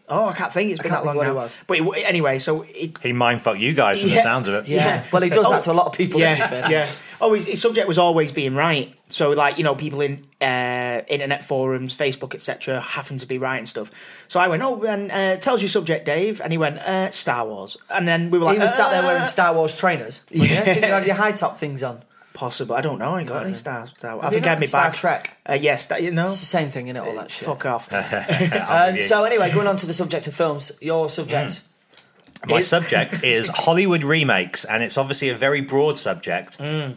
[SPEAKER 3] oh, I can't think. It's been
[SPEAKER 4] can't
[SPEAKER 3] that long
[SPEAKER 4] think what
[SPEAKER 3] now.
[SPEAKER 4] it was.
[SPEAKER 3] But it, anyway, so it,
[SPEAKER 5] he mindfucked you guys from the
[SPEAKER 3] Yeah.
[SPEAKER 5] sounds of it.
[SPEAKER 4] yeah. Well, he does
[SPEAKER 3] Oh.
[SPEAKER 4] that to a lot of people. to be
[SPEAKER 3] yeah,
[SPEAKER 4] fair.
[SPEAKER 3] yeah. Oh, his, his subject was always being right. So, like you know, people in uh, internet forums, Facebook, etc., happen to be right and stuff. So I went, oh, and uh, tells your subject, Dave, and he went, uh, Star Wars, and then we were like,
[SPEAKER 4] He was sat there
[SPEAKER 3] uh,
[SPEAKER 4] wearing Star Wars trainers. Yeah. You? Didn't you have your high top things on?
[SPEAKER 3] Possible. I don't know. I ain't got any Star Star. I
[SPEAKER 4] Have
[SPEAKER 3] think
[SPEAKER 4] you
[SPEAKER 3] I had
[SPEAKER 4] not?
[SPEAKER 3] my
[SPEAKER 4] Star
[SPEAKER 3] bag.
[SPEAKER 4] Trek.
[SPEAKER 3] Uh, yes, that you know.
[SPEAKER 4] It's the same thing, innit? All that shit.
[SPEAKER 3] Fuck off.
[SPEAKER 4] Um, so anyway, going on to the subject of films. Your
[SPEAKER 3] Mm.
[SPEAKER 4] subject.
[SPEAKER 5] My subject is Hollywood remakes, and it's obviously a very broad subject.
[SPEAKER 3] Mm.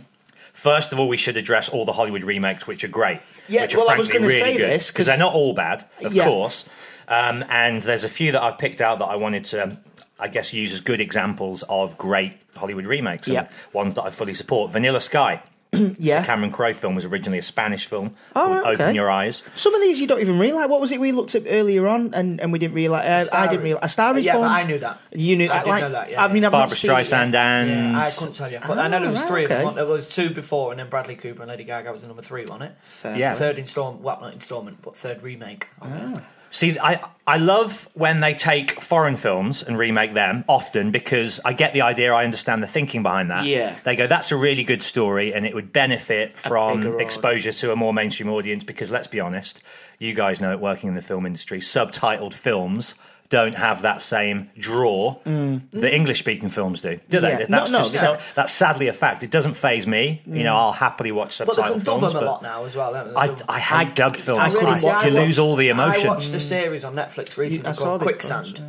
[SPEAKER 5] First of all, we should address all the Hollywood remakes, which are great.
[SPEAKER 3] Yeah,
[SPEAKER 5] which
[SPEAKER 3] well, I was
[SPEAKER 5] frankly
[SPEAKER 3] gonna say this, 'cause-
[SPEAKER 5] because they're not all bad, of
[SPEAKER 3] Yeah.
[SPEAKER 5] course. Um, and there's a few that I've picked out that I wanted to, um, I guess, use as good examples of great Hollywood remakes and
[SPEAKER 3] Yeah.
[SPEAKER 5] ones that I fully support. Vanilla Sky
[SPEAKER 3] Yeah.
[SPEAKER 5] The Cameron Crowe film was originally a Spanish film
[SPEAKER 3] Oh,
[SPEAKER 5] called
[SPEAKER 3] okay.
[SPEAKER 5] Open Your Eyes.
[SPEAKER 3] Some of these you don't even realise. What was it we looked at earlier on and, and we didn't realise? Uh, I didn't realise. A Star is
[SPEAKER 4] Yeah,
[SPEAKER 3] Born.
[SPEAKER 4] but I knew that.
[SPEAKER 3] You knew
[SPEAKER 4] I
[SPEAKER 3] I,
[SPEAKER 4] did
[SPEAKER 3] like,
[SPEAKER 4] know that. Yeah,
[SPEAKER 3] I mean, I've not
[SPEAKER 5] Barbara
[SPEAKER 3] seen it yet.
[SPEAKER 5] Streisand and
[SPEAKER 4] Yeah, I couldn't tell you, but I know there was
[SPEAKER 3] Ah,
[SPEAKER 4] three of
[SPEAKER 3] okay.
[SPEAKER 4] them. There was two before, and then Bradley Cooper and Lady Gaga was the number three on it.
[SPEAKER 5] Yeah.
[SPEAKER 4] Third installment, well, not installment, but third remake. of it.
[SPEAKER 5] See, I I love when they take foreign films and remake them often because I get the idea, I understand the thinking behind that.
[SPEAKER 3] Yeah.
[SPEAKER 5] They go, that's a really good story and it would benefit from
[SPEAKER 3] bigger
[SPEAKER 5] exposure to a more mainstream audience because let's be honest, you guys know it working in the film industry, subtitled films don't have that same draw that English speaking films do, do they?
[SPEAKER 3] Yeah.
[SPEAKER 5] That's
[SPEAKER 3] No, no,
[SPEAKER 5] just
[SPEAKER 3] no.
[SPEAKER 5] that's sadly a fact. It doesn't phase me. You know, I'll happily watch
[SPEAKER 4] But they can
[SPEAKER 5] subtitled
[SPEAKER 4] dub
[SPEAKER 5] films.
[SPEAKER 4] them a
[SPEAKER 5] but
[SPEAKER 4] lot now as well. don't they?
[SPEAKER 5] I,
[SPEAKER 4] Dub-
[SPEAKER 5] I had dubbed
[SPEAKER 3] I
[SPEAKER 5] films.
[SPEAKER 3] really
[SPEAKER 5] Like,
[SPEAKER 3] see, I
[SPEAKER 5] you
[SPEAKER 4] watched-
[SPEAKER 5] lose all the emotion.
[SPEAKER 4] I watched a series on Netflix recently
[SPEAKER 3] I saw
[SPEAKER 4] called
[SPEAKER 3] this
[SPEAKER 4] Quicksand,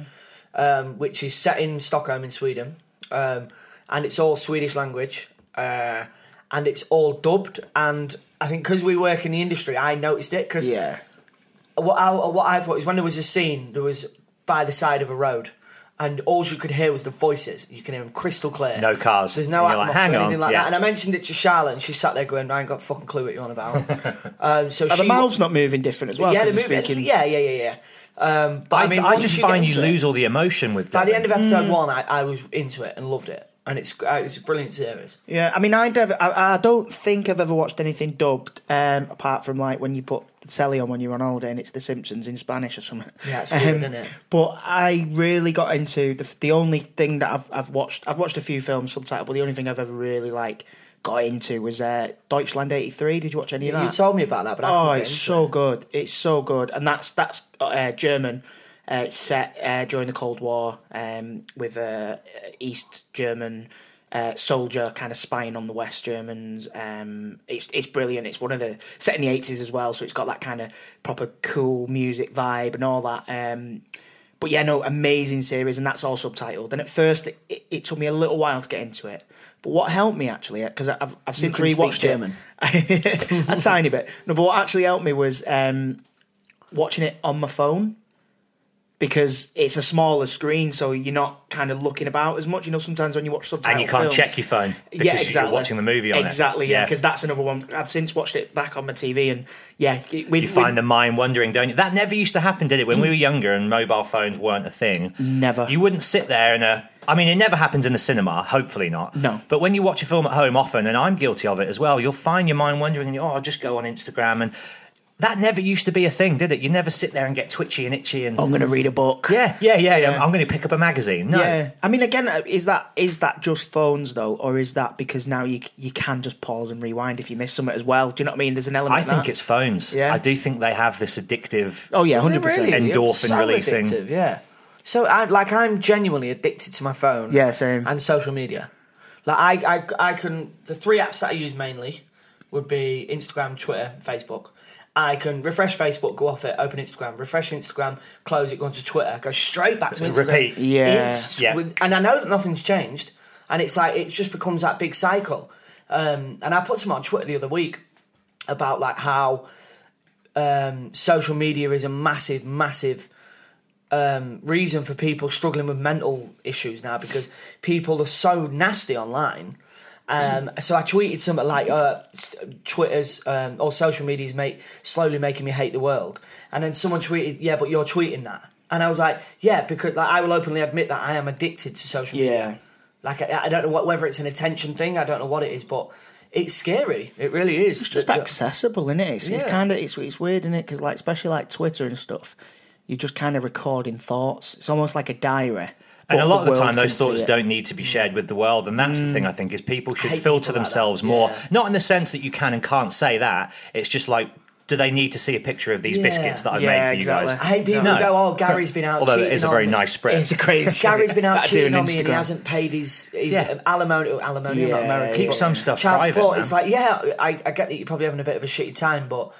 [SPEAKER 4] um, which is set in Stockholm in Sweden, um, and it's all Swedish language, uh, and it's all dubbed. And I think because we work in the industry, I noticed it because
[SPEAKER 3] Yeah.
[SPEAKER 4] what I, what I thought is when there was a scene, there was by the side of a road, and all you could hear was the voices. You can hear them crystal clear.
[SPEAKER 5] No cars.
[SPEAKER 4] There's no
[SPEAKER 5] And you're like,
[SPEAKER 4] atmosphere
[SPEAKER 5] "Hang
[SPEAKER 4] or
[SPEAKER 5] on,"
[SPEAKER 4] anything like
[SPEAKER 5] yeah.
[SPEAKER 4] that. And I mentioned it to Charlotte, and she sat there going, "I ain't got a fucking clue what you're on about." um, so
[SPEAKER 3] Are
[SPEAKER 4] she,
[SPEAKER 3] the mouths not moving different as well?
[SPEAKER 4] yeah,
[SPEAKER 3] 'cause
[SPEAKER 4] the
[SPEAKER 3] they're
[SPEAKER 4] movie-
[SPEAKER 3] speaking-
[SPEAKER 4] yeah, yeah, yeah, yeah. Um, but I,
[SPEAKER 5] I,
[SPEAKER 4] mean,
[SPEAKER 5] I
[SPEAKER 4] once
[SPEAKER 5] just
[SPEAKER 4] get
[SPEAKER 5] find you
[SPEAKER 4] into it-
[SPEAKER 5] lose all the emotion with
[SPEAKER 4] By
[SPEAKER 5] dubbing.
[SPEAKER 4] the end of episode
[SPEAKER 3] Mm.
[SPEAKER 4] one, I, I was into it and loved it, and it's uh, it's a brilliant series.
[SPEAKER 3] Yeah, I mean, I never, I, I don't think I've ever watched anything dubbed um, apart from like when you put the telly on when you're on holiday and it's The Simpsons in Spanish or something. Um,
[SPEAKER 4] Yeah, it's weird, isn't it?
[SPEAKER 3] But I really got into the, the only thing that I've I've watched. I've watched a few films subtitled, but the only thing I've ever really like got into was uh, Deutschland '83. Did you watch any of that?
[SPEAKER 4] You told me about that, but I
[SPEAKER 3] Oh,
[SPEAKER 4] couldn't get
[SPEAKER 3] it's
[SPEAKER 4] into
[SPEAKER 3] so good. It's so good, and that's that's uh, German. Uh, it's set uh, during the Cold War um, with a uh, East German uh, soldier kind of spying on the West Germans. Um, it's it's brilliant. It's one of the set in the eighties as well, so it's got that kind of proper cool music vibe and all that. Um, but yeah, no, amazing series, and that's all subtitled. And at first, it, it, it took me a little while to get into it. But what helped me actually, because I've I've since
[SPEAKER 4] couldn't speak
[SPEAKER 3] rewatched it
[SPEAKER 4] German.
[SPEAKER 3] a tiny bit. No, but what actually helped me was um, watching it on my phone because it's a smaller screen, so you're not kind of looking about as much. You know, sometimes when you watch subtitles,
[SPEAKER 5] and you can't check your phone because
[SPEAKER 3] yeah, exactly.
[SPEAKER 5] you're watching the movie on
[SPEAKER 3] exactly,
[SPEAKER 5] it.
[SPEAKER 3] yeah, because that's another one. I've since watched it back on my TV, and yeah, it- with,
[SPEAKER 5] you find
[SPEAKER 3] with,
[SPEAKER 5] the mind wandering, don't you? That never used to happen, did it? When we were younger and mobile phones weren't a thing.
[SPEAKER 3] Never.
[SPEAKER 5] You wouldn't sit there and a. I mean, it never happens in the cinema. Hopefully not.
[SPEAKER 3] No.
[SPEAKER 5] But when you watch a film at home often, and I'm guilty of it as well, you'll find your mind wandering, and you oh, I'll just go on Instagram, and that never used to be a thing, did it? You never sit there and get twitchy and itchy, and
[SPEAKER 3] I'm going to read a book.
[SPEAKER 5] yeah, yeah, yeah, yeah. I'm, going to pick up a magazine. No,
[SPEAKER 3] Yeah, I mean, again, uh, is that is that just phones though, or is that because now you c- you can just pause and rewind if you miss something as well? Do you know what I mean? There's an element.
[SPEAKER 5] I
[SPEAKER 3] of
[SPEAKER 5] think
[SPEAKER 3] that.
[SPEAKER 5] it's phones.
[SPEAKER 3] Yeah.
[SPEAKER 5] I do think they have this addictive.
[SPEAKER 3] Oh yeah, hundred
[SPEAKER 4] Really?
[SPEAKER 3] percent.
[SPEAKER 4] It's
[SPEAKER 5] Endorphin
[SPEAKER 4] so
[SPEAKER 5] releasing.
[SPEAKER 4] addictive, yeah. So I like I'm genuinely addicted to my phone.
[SPEAKER 3] Yeah, same.
[SPEAKER 4] And social media. Like I, I, I can the three apps that I use mainly would be Instagram, Twitter, Facebook. I can refresh Facebook, go off it, open Instagram, refresh Instagram, close it, go onto Twitter, go straight back to Instagram.
[SPEAKER 5] Repeat.
[SPEAKER 3] Yeah.
[SPEAKER 4] Inst-
[SPEAKER 5] Yeah.
[SPEAKER 4] with- and I know that nothing's changed, and it's like it just becomes that big cycle. Um, and I put some on Twitter the other week about like how um, social media is a massive, massive um, reason for people struggling with mental issues now because people are so nasty online. Um,
[SPEAKER 3] Mm.
[SPEAKER 4] so I tweeted something like uh, s- Twitter's um, or social media's make slowly making me hate the world, and then someone tweeted, "Yeah, but you're tweeting that," and I was like, "Yeah, because like, I will openly admit that I am addicted to social media.
[SPEAKER 3] Yeah.
[SPEAKER 4] Like I, I don't know what whether it's an attention thing, I don't know what it is, but it's scary. It really is.
[SPEAKER 3] It's just
[SPEAKER 4] That-
[SPEAKER 3] accessible, innit? It's, it's
[SPEAKER 4] Yeah.
[SPEAKER 3] kind of it's it's weird, innit? Because like especially like Twitter and stuff, you're just kind of recording thoughts. It's almost like a diary.
[SPEAKER 5] And
[SPEAKER 3] but
[SPEAKER 5] a lot of the
[SPEAKER 3] world
[SPEAKER 5] time, those
[SPEAKER 3] can see
[SPEAKER 5] thoughts
[SPEAKER 3] it.
[SPEAKER 5] don't need to be shared with the world, and that's the thing I think is people should
[SPEAKER 4] hate
[SPEAKER 5] filter
[SPEAKER 4] people like
[SPEAKER 5] themselves
[SPEAKER 4] that.
[SPEAKER 5] more.
[SPEAKER 4] Yeah.
[SPEAKER 5] Not in the sense that you can and can't say that. It's just like, do they need to see a picture of these
[SPEAKER 4] Yeah.
[SPEAKER 5] biscuits that I've
[SPEAKER 3] Yeah,
[SPEAKER 5] made for
[SPEAKER 3] exactly.
[SPEAKER 5] you
[SPEAKER 4] I
[SPEAKER 5] guys?
[SPEAKER 4] hate people
[SPEAKER 5] No.
[SPEAKER 4] who go, "Oh, Gary's been out."
[SPEAKER 5] Although it
[SPEAKER 4] cheating
[SPEAKER 5] is a
[SPEAKER 4] on
[SPEAKER 5] very
[SPEAKER 4] me."
[SPEAKER 5] nice spread.
[SPEAKER 3] It's a crazy.
[SPEAKER 4] Gary's been out
[SPEAKER 3] That'd do
[SPEAKER 4] cheating
[SPEAKER 3] an
[SPEAKER 4] on me and he
[SPEAKER 3] Instagram.
[SPEAKER 4] hasn't paid his, his
[SPEAKER 5] Yeah.
[SPEAKER 4] um, alimony. Alimony, I'm not
[SPEAKER 3] Yeah,
[SPEAKER 4] American.
[SPEAKER 5] Keep
[SPEAKER 4] but
[SPEAKER 5] some stuff
[SPEAKER 4] child
[SPEAKER 5] private,
[SPEAKER 4] support.
[SPEAKER 5] man.
[SPEAKER 4] It's like, yeah, I, I get that you're probably having a bit of a shitty time, but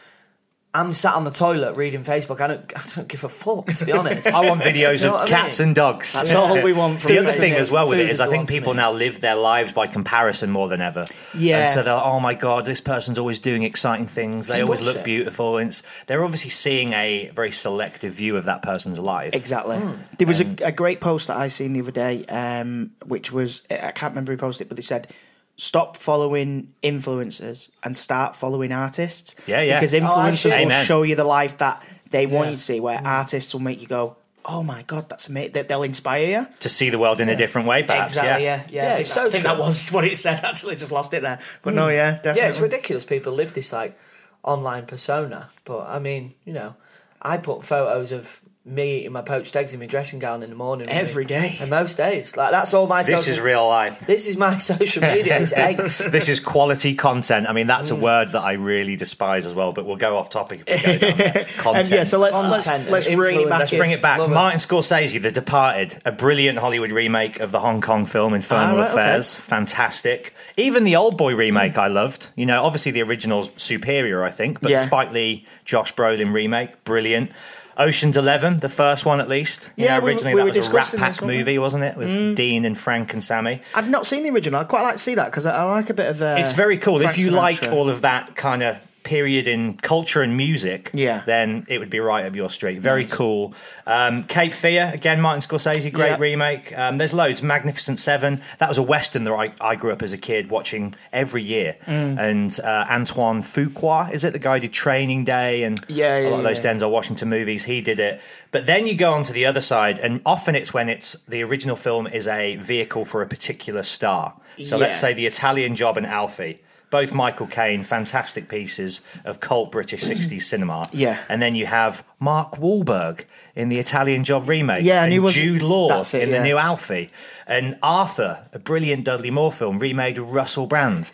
[SPEAKER 4] I'm sat on the toilet reading Facebook. I don't, I don't give a fuck to be honest.
[SPEAKER 5] I want videos
[SPEAKER 4] You know what I
[SPEAKER 5] of
[SPEAKER 4] mean?
[SPEAKER 5] cats and dogs.
[SPEAKER 3] That's all we want from
[SPEAKER 5] The other
[SPEAKER 3] food,
[SPEAKER 5] thing
[SPEAKER 3] isn't
[SPEAKER 5] as
[SPEAKER 3] it?
[SPEAKER 5] well with
[SPEAKER 4] Food
[SPEAKER 5] it is
[SPEAKER 4] is
[SPEAKER 5] I
[SPEAKER 4] the
[SPEAKER 5] think
[SPEAKER 4] one for
[SPEAKER 5] people
[SPEAKER 4] me.
[SPEAKER 5] now live their lives by comparison more than ever.
[SPEAKER 3] Yeah.
[SPEAKER 5] And so they're, oh my God, this person's always doing exciting things. They always look
[SPEAKER 4] bullshit.
[SPEAKER 5] beautiful. And it's, they're obviously seeing a very selective view of that person's life.
[SPEAKER 3] Exactly.
[SPEAKER 5] Hmm.
[SPEAKER 3] There was a, a great post that I seen the other day, um, which was I can't remember who posted it, but they said stop following influencers and start following artists.
[SPEAKER 5] Yeah, yeah.
[SPEAKER 3] Because
[SPEAKER 5] Oh,
[SPEAKER 3] influencers
[SPEAKER 5] absolutely.
[SPEAKER 3] will
[SPEAKER 5] Amen. Hmm.
[SPEAKER 3] show you the life that they want
[SPEAKER 4] Yeah.
[SPEAKER 3] you to see, where artists will make you go, "Oh my god, that's amazing!" That they'll inspire you.
[SPEAKER 5] to see the world in a different way, perhaps.
[SPEAKER 3] exactly.
[SPEAKER 5] yeah.
[SPEAKER 3] Yeah, yeah.
[SPEAKER 4] Yeah,
[SPEAKER 3] I, think
[SPEAKER 4] it's
[SPEAKER 3] that, I
[SPEAKER 4] so
[SPEAKER 3] think
[SPEAKER 4] true.
[SPEAKER 3] that was what it said. Actually, just lost it there. But
[SPEAKER 5] Hmm.
[SPEAKER 3] no, yeah, definitely.
[SPEAKER 4] Yeah, it's ridiculous. People live this like online persona, but I mean, you know, I put photos of me eating my poached eggs in my dressing gown in the morning
[SPEAKER 3] Every day.
[SPEAKER 4] and most days. Like that's all my.
[SPEAKER 5] This
[SPEAKER 4] social,
[SPEAKER 5] is real life.
[SPEAKER 4] This is my social media. It's eggs.
[SPEAKER 5] This is quality content. I mean, that's a word that I really despise as well, but we'll go off topic if we go down there.
[SPEAKER 3] Um,
[SPEAKER 5] Content.
[SPEAKER 3] yeah, so let's let's,
[SPEAKER 4] Content
[SPEAKER 3] let's
[SPEAKER 4] and
[SPEAKER 3] bring it back.
[SPEAKER 4] influence.
[SPEAKER 3] in.
[SPEAKER 5] Bring it back.
[SPEAKER 4] Love it.
[SPEAKER 5] Martin Scorsese, The Departed, a brilliant Hollywood remake of the Hong Kong film Infernal
[SPEAKER 3] Ah, right,
[SPEAKER 5] Affairs. Fantastic. Even the Old Boy remake, I loved. You know, obviously the original's superior, I think, but
[SPEAKER 3] Yeah.
[SPEAKER 5] Spike Lee, Josh Brolin remake, brilliant. Ocean's Eleven, the first one at least. You
[SPEAKER 3] Yeah,
[SPEAKER 5] know,
[SPEAKER 3] we were-
[SPEAKER 5] originally
[SPEAKER 3] we
[SPEAKER 5] that
[SPEAKER 3] were
[SPEAKER 5] was a Rat
[SPEAKER 3] discussing
[SPEAKER 5] Pack
[SPEAKER 3] this, weren't we? Mm.
[SPEAKER 5] movie, wasn't it? With Dean and Frank and Sammy.
[SPEAKER 3] I've not seen the original. I'd quite like to see that because I, I like a bit of. Uh,
[SPEAKER 5] It's very cool.
[SPEAKER 3] Frank
[SPEAKER 5] if you like
[SPEAKER 3] Sinatra.
[SPEAKER 5] all of that kind of period in culture and music,
[SPEAKER 3] Yeah.
[SPEAKER 5] then it would be right up your street. Very cool. Um, Cape Fear, again, Martin Scorsese, great
[SPEAKER 3] Yeah.
[SPEAKER 5] remake. Um, there's loads. Magnificent Seven. That was a Western that I, I grew up as a kid watching every year.
[SPEAKER 3] Mm.
[SPEAKER 5] And uh, Antoine Fuqua, is it? The guy who did Training Day and
[SPEAKER 3] Yeah,
[SPEAKER 5] a
[SPEAKER 3] yeah,
[SPEAKER 5] lot of those
[SPEAKER 3] yeah.
[SPEAKER 5] Denzel Washington movies. He did it. But then you go on to the other side, and often it's when it's the original film is a vehicle for a particular star. So let's
[SPEAKER 3] Yeah.
[SPEAKER 5] say The Italian Job and Alfie. Both Michael Caine, fantastic pieces of cult British 60s cinema.
[SPEAKER 3] Yeah.
[SPEAKER 5] And then you have Mark Wahlberg in the Italian Job remake.
[SPEAKER 3] Yeah, and
[SPEAKER 5] and
[SPEAKER 3] he was-
[SPEAKER 5] Jude Law
[SPEAKER 3] that's it,
[SPEAKER 5] in the
[SPEAKER 3] yeah.
[SPEAKER 5] new Alfie. And Arthur, a brilliant Dudley Moore film remade with Russell Brand.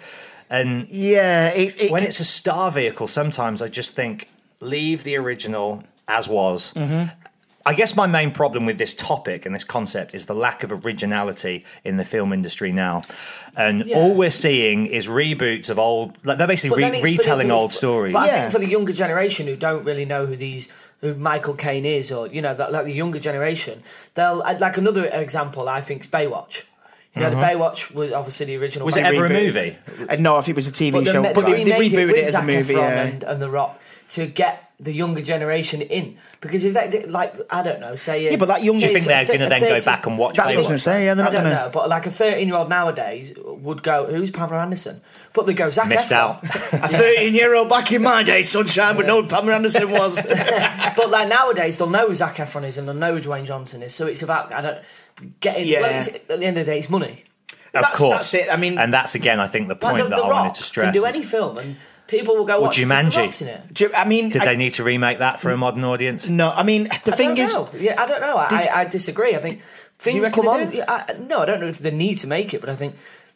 [SPEAKER 5] And
[SPEAKER 3] Yeah, it, it,
[SPEAKER 5] when it's a star vehicle, sometimes I just think leave the original as was.
[SPEAKER 4] Mm-hmm.
[SPEAKER 5] I guess my main problem with this topic and this concept is the lack of originality in the film industry now, and all we're seeing is reboots of old. Like they're
[SPEAKER 4] But
[SPEAKER 5] basically
[SPEAKER 4] then
[SPEAKER 5] re-
[SPEAKER 4] it's for the
[SPEAKER 5] retelling
[SPEAKER 4] people-
[SPEAKER 5] old stories.
[SPEAKER 4] But I
[SPEAKER 3] Yeah.
[SPEAKER 4] think for the younger generation who don't really know who these who Michael Caine is, or you know, that, like the younger generation, they'll like another example. I think is Baywatch. You know, the Baywatch was obviously the original.
[SPEAKER 5] Mm-hmm. Was it
[SPEAKER 4] Baywatch.
[SPEAKER 5] ever a
[SPEAKER 3] reboot.
[SPEAKER 5] movie?
[SPEAKER 3] Uh, no, I think it was a TV
[SPEAKER 4] But they,
[SPEAKER 3] show.
[SPEAKER 4] ma-
[SPEAKER 3] but
[SPEAKER 4] they
[SPEAKER 3] they, they
[SPEAKER 4] remade
[SPEAKER 3] rebooted
[SPEAKER 4] with
[SPEAKER 3] it, as a
[SPEAKER 4] Zac
[SPEAKER 3] movie.
[SPEAKER 4] Efron
[SPEAKER 3] yeah.
[SPEAKER 4] and, and The Rock to get the younger generation in because if they did- like I don't know say
[SPEAKER 3] Yeah, but that young-
[SPEAKER 5] Do you think they're going to then go back and watch?
[SPEAKER 3] That's what I was
[SPEAKER 5] Baywatch?
[SPEAKER 3] going to say. Yeah, they're
[SPEAKER 4] I
[SPEAKER 3] not
[SPEAKER 4] don't
[SPEAKER 3] going to.
[SPEAKER 4] know, but like a thirteen-year-old nowadays would go, "Who's Pamela Anderson?" But they go, "Zac
[SPEAKER 5] Missed
[SPEAKER 4] Efron."
[SPEAKER 5] out.
[SPEAKER 3] A 13 year old back in my day, sunshine, but no Pamela Anderson was.
[SPEAKER 4] But like nowadays, they'll know who Zac Efron is and they'll know who Dwayne Johnson is. So it's about I don't getting.
[SPEAKER 3] Yeah.
[SPEAKER 4] well, it's- at the end of the day, it's money.
[SPEAKER 5] of
[SPEAKER 3] That's-
[SPEAKER 5] course,
[SPEAKER 3] that's it. I mean-
[SPEAKER 5] and that's again, I think, the
[SPEAKER 4] Like,
[SPEAKER 5] point
[SPEAKER 4] The-
[SPEAKER 5] that
[SPEAKER 4] the
[SPEAKER 5] I
[SPEAKER 4] Rock
[SPEAKER 5] wanted to stress.
[SPEAKER 4] Can do
[SPEAKER 5] is-
[SPEAKER 4] any film and people will go watch it 'cause The
[SPEAKER 5] Jumanji.
[SPEAKER 4] Rock's in it.
[SPEAKER 3] Do you- I mean,
[SPEAKER 5] did
[SPEAKER 3] I,
[SPEAKER 5] they need to remake that for a modern audience?
[SPEAKER 3] no, I mean, the
[SPEAKER 4] I
[SPEAKER 3] thing
[SPEAKER 4] don't
[SPEAKER 3] is,
[SPEAKER 4] know. yeah, I don't know. I, I, I disagree. I think things
[SPEAKER 3] reckon
[SPEAKER 4] come
[SPEAKER 3] they
[SPEAKER 4] on.
[SPEAKER 3] do?
[SPEAKER 4] yeah, I, no, I don't know if they need to make it, but I think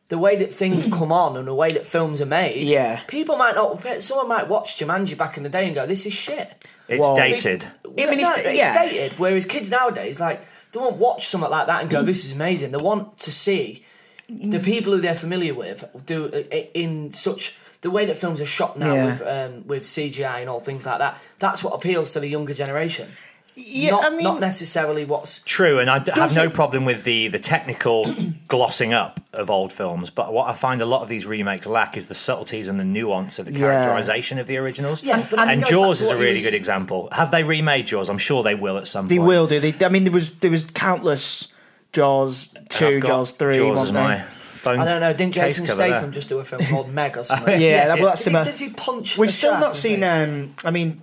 [SPEAKER 4] the way that things come on and the way that films are made,
[SPEAKER 3] Yeah.
[SPEAKER 4] people might not. Someone might watch Jumanji back in the day and go, "This is shit."
[SPEAKER 5] It's
[SPEAKER 3] Well-
[SPEAKER 5] dated.
[SPEAKER 4] I mean,
[SPEAKER 3] mean, it's-
[SPEAKER 4] it's,
[SPEAKER 3] yeah.
[SPEAKER 4] dated. Whereas kids nowadays, like, they won't watch something like that and go, "This is amazing." They want to see
[SPEAKER 3] Mm.
[SPEAKER 4] the people who they're familiar with do it in such the way that films are shot now
[SPEAKER 3] Yeah.
[SPEAKER 4] with um, with CGI and all things like that. That's what appeals to the younger generation.
[SPEAKER 3] yeah,
[SPEAKER 4] not,
[SPEAKER 3] I mean,
[SPEAKER 4] not necessarily what's
[SPEAKER 5] True, and I d- have
[SPEAKER 3] Does
[SPEAKER 5] no
[SPEAKER 3] it-
[SPEAKER 5] problem with the the technical glossing up of old films, but what I find a lot of these remakes lack is the subtleties and the nuance of the characterization of the originals.
[SPEAKER 4] Yeah, but I
[SPEAKER 5] and
[SPEAKER 4] think going back
[SPEAKER 5] Jaws
[SPEAKER 4] to
[SPEAKER 5] is a
[SPEAKER 4] what he
[SPEAKER 5] really
[SPEAKER 4] was-
[SPEAKER 5] good example. Have they remade Jaws? I'm sure they will at some
[SPEAKER 3] they
[SPEAKER 5] point.
[SPEAKER 3] will do. They, I mean, there was there was countless Jaws
[SPEAKER 5] And I've
[SPEAKER 3] two,
[SPEAKER 5] got
[SPEAKER 3] Jaws three.
[SPEAKER 5] Jaws
[SPEAKER 3] wasn't there?
[SPEAKER 5] is my phone.
[SPEAKER 4] I don't know. Didn't
[SPEAKER 5] case
[SPEAKER 4] Jason
[SPEAKER 5] cover there.
[SPEAKER 4] Statham just do a film called Meg or something?
[SPEAKER 3] Yeah, that- well, that's
[SPEAKER 4] Did he,
[SPEAKER 3] similar.
[SPEAKER 4] does he punch?
[SPEAKER 3] We've
[SPEAKER 4] a
[SPEAKER 3] still
[SPEAKER 4] shark in
[SPEAKER 3] not
[SPEAKER 4] the
[SPEAKER 3] seen.
[SPEAKER 4] face?
[SPEAKER 3] Um, I mean,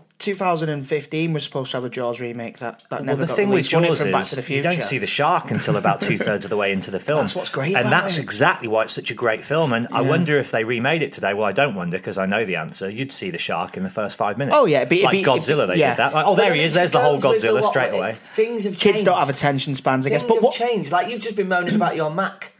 [SPEAKER 3] 2015 was supposed to have a Jaws remake that that never
[SPEAKER 5] well, the
[SPEAKER 3] got
[SPEAKER 5] thing with
[SPEAKER 3] released. wasn't it,
[SPEAKER 5] Jaws
[SPEAKER 3] from
[SPEAKER 5] is
[SPEAKER 3] Back to the
[SPEAKER 5] you
[SPEAKER 3] Future.
[SPEAKER 5] don't see the shark until about two thirds of the way into the film.
[SPEAKER 3] That's what's great
[SPEAKER 5] and
[SPEAKER 3] about
[SPEAKER 5] that's
[SPEAKER 3] it.
[SPEAKER 5] exactly why it's such a great film. And I wonder if they remade it today. Well, I don't wonder because I know the answer. You'd see the shark in the first five minutes.
[SPEAKER 3] Oh, yeah, it'd be- it'd
[SPEAKER 5] like
[SPEAKER 3] be- it'd be-
[SPEAKER 5] Godzilla, they
[SPEAKER 3] yeah.
[SPEAKER 5] did that. Like, oh,
[SPEAKER 4] But
[SPEAKER 5] there
[SPEAKER 4] I
[SPEAKER 5] he
[SPEAKER 4] think
[SPEAKER 5] is. There's
[SPEAKER 4] it
[SPEAKER 5] the whole
[SPEAKER 4] goes with the
[SPEAKER 5] Godzilla
[SPEAKER 4] lot-
[SPEAKER 5] straight
[SPEAKER 4] it-
[SPEAKER 5] away.
[SPEAKER 4] Things have changed.
[SPEAKER 3] kids don't have attention spans, I guess.
[SPEAKER 4] Things
[SPEAKER 3] But
[SPEAKER 4] have
[SPEAKER 3] what?
[SPEAKER 4] changed. Like you've just been moaning about your Mac,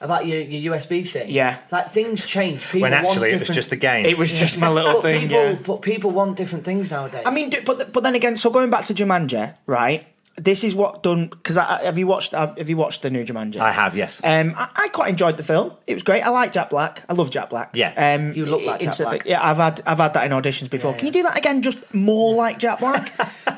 [SPEAKER 4] about your, your USB thing.
[SPEAKER 3] Yeah.
[SPEAKER 4] Like things change. People
[SPEAKER 5] When
[SPEAKER 4] want
[SPEAKER 5] actually it was
[SPEAKER 4] different-
[SPEAKER 5] just the game.
[SPEAKER 3] It was just my little
[SPEAKER 4] But
[SPEAKER 3] thing.
[SPEAKER 4] people,
[SPEAKER 3] yeah.
[SPEAKER 4] but people want different things nowadays.
[SPEAKER 3] I mean, do- but but then again, so going back to Jumanji, right? This is what done because I, I- have you watched have, have you watched the new Jumanji?
[SPEAKER 5] I have, yes.
[SPEAKER 3] Um, I, I quite enjoyed the film. It was great. I like Jack Black. I love Jack Black.
[SPEAKER 5] Yeah.
[SPEAKER 3] Um,
[SPEAKER 4] You look like
[SPEAKER 3] in
[SPEAKER 4] Jack
[SPEAKER 3] certain-
[SPEAKER 4] Black.
[SPEAKER 3] Yeah, I've had I've had that in auditions before. Can you do that again? Just more like Jack Black.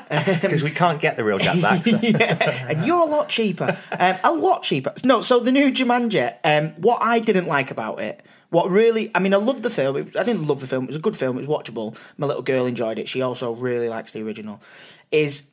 [SPEAKER 5] because we can't get the real Jack Black. so-
[SPEAKER 3] yeah, and you're a lot cheaper. Um, a lot cheaper. No, so the new Jumanji. Um, what I didn't like about it, what really, I mean, I loved the film. It was- I didn't love the film. It was a good film. It was watchable. My little girl enjoyed it. She also really likes the original. Is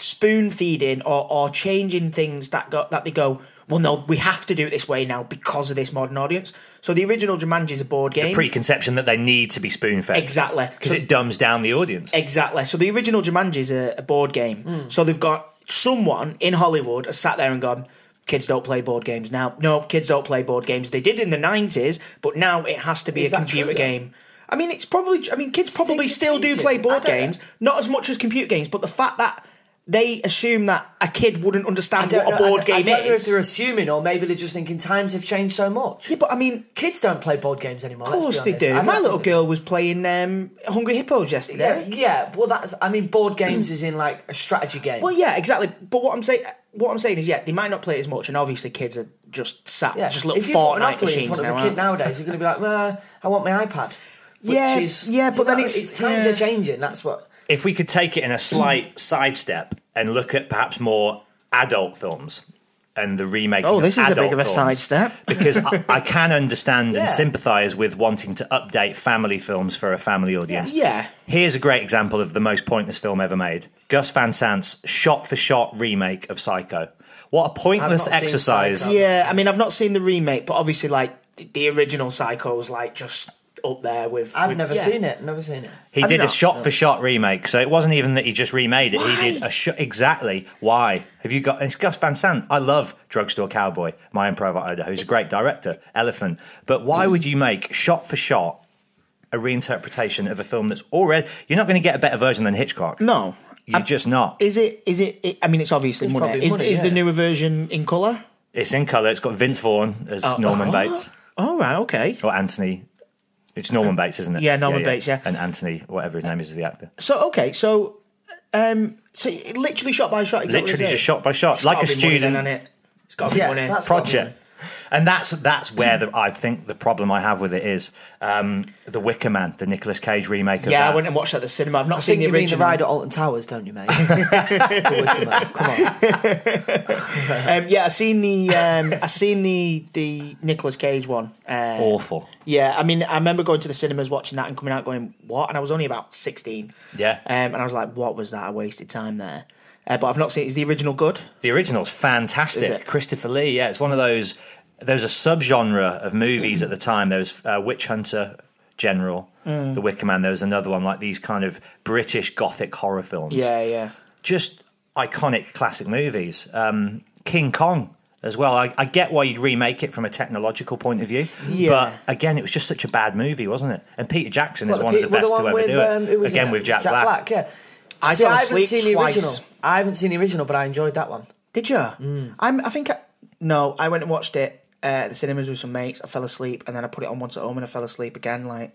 [SPEAKER 3] spoon feeding or, or changing things that go, that they go, well, no, we have to do it this way now because of this modern audience. So the original Jumanji is a board game.
[SPEAKER 5] Preconception that they need to be spoon fed.
[SPEAKER 3] Exactly.
[SPEAKER 5] Because
[SPEAKER 3] So-
[SPEAKER 5] it dumbs down the audience.
[SPEAKER 3] Exactly. So the original Jumanji is a, a board game.
[SPEAKER 4] Hmm.
[SPEAKER 3] So they've got someone in Hollywood has sat there and gone, kids don't play board games now. No, kids don't play board games. They did in the 90s, but now it has to be
[SPEAKER 4] Is
[SPEAKER 3] a
[SPEAKER 4] that true,
[SPEAKER 3] computer
[SPEAKER 4] though?
[SPEAKER 3] game. I mean, it's probably, I mean, kids probably
[SPEAKER 4] Things are
[SPEAKER 3] still do
[SPEAKER 4] changing.
[SPEAKER 3] play
[SPEAKER 4] I
[SPEAKER 3] board
[SPEAKER 4] don't know.
[SPEAKER 3] games, not as much as computer games, but the fact that they assume that a kid wouldn't
[SPEAKER 4] I
[SPEAKER 3] understand
[SPEAKER 4] don't
[SPEAKER 3] what
[SPEAKER 4] know,
[SPEAKER 3] a board
[SPEAKER 4] I,
[SPEAKER 3] game
[SPEAKER 4] I don't know if
[SPEAKER 3] is.
[SPEAKER 4] they're assuming or maybe they're just thinking times have changed so much.
[SPEAKER 3] yeah, but I mean,
[SPEAKER 4] Kids don't play board games anymore.
[SPEAKER 3] of course they do. My little girl was playing um, Hungry Hippos
[SPEAKER 4] Yeah,
[SPEAKER 3] yesterday.
[SPEAKER 4] yeah. Well, that's. I mean, board games is in like a strategy game.
[SPEAKER 3] Well, yeah, exactly. But what I'm saying, what I'm saying is, yeah, they might not play it as much, and obviously, kids are just sat,
[SPEAKER 4] yeah.
[SPEAKER 3] just little
[SPEAKER 4] if you put
[SPEAKER 3] Fortnite
[SPEAKER 4] Monopoly
[SPEAKER 3] machines
[SPEAKER 4] in front
[SPEAKER 3] now.
[SPEAKER 4] of a kid
[SPEAKER 3] aren't they?
[SPEAKER 4] nowadays, you're going to be like, well, I want my iPad. Which
[SPEAKER 3] Yeah,
[SPEAKER 4] is,
[SPEAKER 3] yeah,
[SPEAKER 4] you
[SPEAKER 3] but then
[SPEAKER 4] know,
[SPEAKER 3] it's-
[SPEAKER 4] times
[SPEAKER 3] yeah.
[SPEAKER 4] are changing. That's what.
[SPEAKER 5] If we could take it in a
[SPEAKER 3] Mm.
[SPEAKER 5] slight sidestep and look at perhaps more adult films and the remake.
[SPEAKER 3] Oh, this is a bit of a
[SPEAKER 5] films,
[SPEAKER 3] sidestep.
[SPEAKER 5] because I, I can understand
[SPEAKER 4] Yeah.
[SPEAKER 5] and sympathise with wanting to update family films for a family audience.
[SPEAKER 3] Yeah.
[SPEAKER 5] Here's a great example of the most pointless film ever made Gus Van Sant's shot for shot remake of Psycho. What a pointless
[SPEAKER 4] I've not seen
[SPEAKER 5] exercise.
[SPEAKER 4] Psycho.
[SPEAKER 3] Yeah, I mean, I've not seen the remake, but obviously, like the- the original Psycho's, like just up there with.
[SPEAKER 4] I've
[SPEAKER 3] with-
[SPEAKER 4] never
[SPEAKER 3] yeah.
[SPEAKER 4] seen it. Never seen it.
[SPEAKER 5] He
[SPEAKER 3] Have you
[SPEAKER 5] did a
[SPEAKER 3] not?
[SPEAKER 5] shot for shot remake, so it wasn't even that he just remade it.
[SPEAKER 3] Why?
[SPEAKER 5] He did a shot exactly. Why have you got? It's Gus Van Sant. I love Drugstore Cowboy, My Own Private Idaho. He's a great director, Elephant. But why would you make shot for shot a reinterpretation of a film that's already? You're not going to get a better version than Hitchcock.
[SPEAKER 3] No,
[SPEAKER 5] you're just not.
[SPEAKER 3] is it? Is it? it I mean, it's obviously money.
[SPEAKER 4] probably
[SPEAKER 3] Is,
[SPEAKER 4] money,
[SPEAKER 3] is the
[SPEAKER 4] yeah.
[SPEAKER 3] newer version in color?
[SPEAKER 5] It's in color. It's got Vince Vaughn as
[SPEAKER 3] Uh,
[SPEAKER 5] Norman Bates
[SPEAKER 3] Oh right, okay.
[SPEAKER 5] or Anthony. It's Norman Bates, isn't it?
[SPEAKER 3] Uh, Yeah, Norman Bates, yeah.
[SPEAKER 5] and Anthony, whatever his name is, is the actor.
[SPEAKER 3] So okay, so um, so literally shot by shot, exactly
[SPEAKER 5] Literally
[SPEAKER 3] the same.
[SPEAKER 5] just shot by shot,
[SPEAKER 3] It's
[SPEAKER 5] like
[SPEAKER 3] gotta
[SPEAKER 5] a
[SPEAKER 3] be money
[SPEAKER 5] student.
[SPEAKER 3] then, innit? It's got to be
[SPEAKER 4] Yeah,
[SPEAKER 3] money.
[SPEAKER 4] that's what-
[SPEAKER 5] project. And that's that's where the, I think the problem I have with it is um, the Wicker Man, the Nicolas Cage remake. Of
[SPEAKER 3] yeah, I
[SPEAKER 5] that.
[SPEAKER 3] went and watched that at the cinema. I've not
[SPEAKER 4] I
[SPEAKER 3] seen
[SPEAKER 4] think
[SPEAKER 3] the
[SPEAKER 4] you mean the
[SPEAKER 3] original.
[SPEAKER 4] ride at Alton Towers, don't you, mate? The Wicker Man, Come on.
[SPEAKER 3] Um, yeah, I seen the um, I seen the the Nicolas Cage one. Uh,
[SPEAKER 5] awful.
[SPEAKER 3] Yeah, I mean, I remember going to the cinemas watching that and coming out going, "What?" And I was only about sixteen.
[SPEAKER 5] Yeah.
[SPEAKER 3] um, and I was like, "What was that? I wasted time there." Uh, but I've not seen. Is the original good?
[SPEAKER 5] The original's fantastic.
[SPEAKER 3] Is it?
[SPEAKER 5] Christopher Lee. Yeah, it's one of those. There's a subgenre of movies at the time. There was uh, Witch Hunter, General,
[SPEAKER 3] Mm.
[SPEAKER 5] The Wicker Man. There was another one like these kind of British Gothic horror films.
[SPEAKER 3] Yeah, yeah.
[SPEAKER 5] just iconic classic movies. Um, King Kong as well. I, I get why you'd remake it from a technological point of view,
[SPEAKER 3] Yeah.
[SPEAKER 5] but again, it was just such a bad movie, wasn't it? And Peter Jackson
[SPEAKER 4] Well,
[SPEAKER 5] is one of the
[SPEAKER 4] pe- well,
[SPEAKER 5] best to ever
[SPEAKER 4] one
[SPEAKER 5] do
[SPEAKER 4] um,
[SPEAKER 5] it.
[SPEAKER 4] who was in
[SPEAKER 5] again
[SPEAKER 4] it?
[SPEAKER 5] with Jack,
[SPEAKER 4] Black. Yeah, I,
[SPEAKER 3] fell
[SPEAKER 4] I haven't
[SPEAKER 3] asleep
[SPEAKER 4] seen
[SPEAKER 3] twice.
[SPEAKER 4] the original. I haven't seen the original, but I enjoyed that one.
[SPEAKER 3] Did you? I'm. I think. I, no, I went and watched it uh, at the cinemas with some mates. I fell asleep, and then I put it on once at home, and I fell asleep again. Like,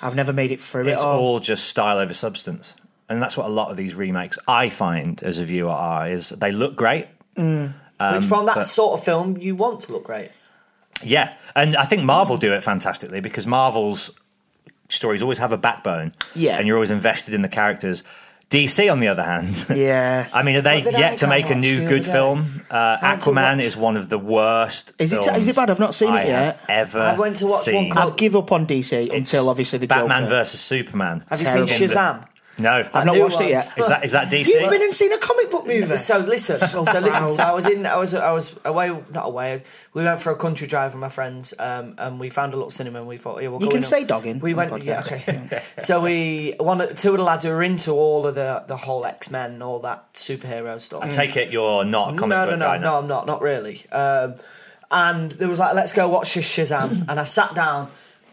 [SPEAKER 3] I've never made it through
[SPEAKER 5] It's
[SPEAKER 3] it
[SPEAKER 4] Oh.
[SPEAKER 3] all.
[SPEAKER 5] all just style over substance, and that's what a lot of these remakes I find as a viewer are is they look great.
[SPEAKER 4] Which from that
[SPEAKER 5] but-
[SPEAKER 4] sort of film, you want to look great.
[SPEAKER 5] Yeah, and I think Marvel do it fantastically because Marvel's stories always have a backbone.
[SPEAKER 3] Yeah.
[SPEAKER 5] and you're always invested in the characters. DC, on the other hand,
[SPEAKER 3] Yeah.
[SPEAKER 5] I mean, are they
[SPEAKER 4] What did I
[SPEAKER 5] yet to
[SPEAKER 4] go
[SPEAKER 5] make
[SPEAKER 4] watch
[SPEAKER 5] a
[SPEAKER 4] the
[SPEAKER 5] new
[SPEAKER 4] other
[SPEAKER 5] good
[SPEAKER 4] day?
[SPEAKER 5] film? Uh,
[SPEAKER 4] had to
[SPEAKER 5] Aquaman
[SPEAKER 4] watch-
[SPEAKER 5] is one of the worst.
[SPEAKER 3] Is it- is it
[SPEAKER 5] films
[SPEAKER 3] bad? I've not seen it
[SPEAKER 5] I
[SPEAKER 3] yet.
[SPEAKER 5] have ever
[SPEAKER 4] I went to watch one
[SPEAKER 5] seen.
[SPEAKER 4] called-
[SPEAKER 3] I've give up on DC
[SPEAKER 5] It's
[SPEAKER 3] until obviously the
[SPEAKER 5] Batman
[SPEAKER 3] Joker.
[SPEAKER 5] versus Superman.
[SPEAKER 4] Have you
[SPEAKER 3] Terrible.
[SPEAKER 4] seen Shazam?
[SPEAKER 5] No,
[SPEAKER 3] I've not
[SPEAKER 4] New
[SPEAKER 3] watched it
[SPEAKER 4] ones.
[SPEAKER 3] yet.
[SPEAKER 5] Is that is that DC?
[SPEAKER 3] You've been and seen a comic book movie.
[SPEAKER 4] So listen, so listen. So I was in, I was, I was away, not away. We went for a country drive with my friends, um, and we found a little cinema, and we thought, yeah, we'll
[SPEAKER 3] You
[SPEAKER 4] go
[SPEAKER 3] can
[SPEAKER 4] in
[SPEAKER 3] say
[SPEAKER 4] and-
[SPEAKER 3] dogging
[SPEAKER 4] We
[SPEAKER 3] on
[SPEAKER 4] went,
[SPEAKER 3] podcast.
[SPEAKER 4] yeah, okay. so we one, of- two of the lads who were into all of the the whole X Men and all that superhero stuff. Mm.
[SPEAKER 5] I take it you're not a comic
[SPEAKER 4] no,
[SPEAKER 5] book
[SPEAKER 4] no, no,
[SPEAKER 5] guy.
[SPEAKER 4] no, I'm not, not really. Um, and there was like, let's go watch this Shazam, and I sat down,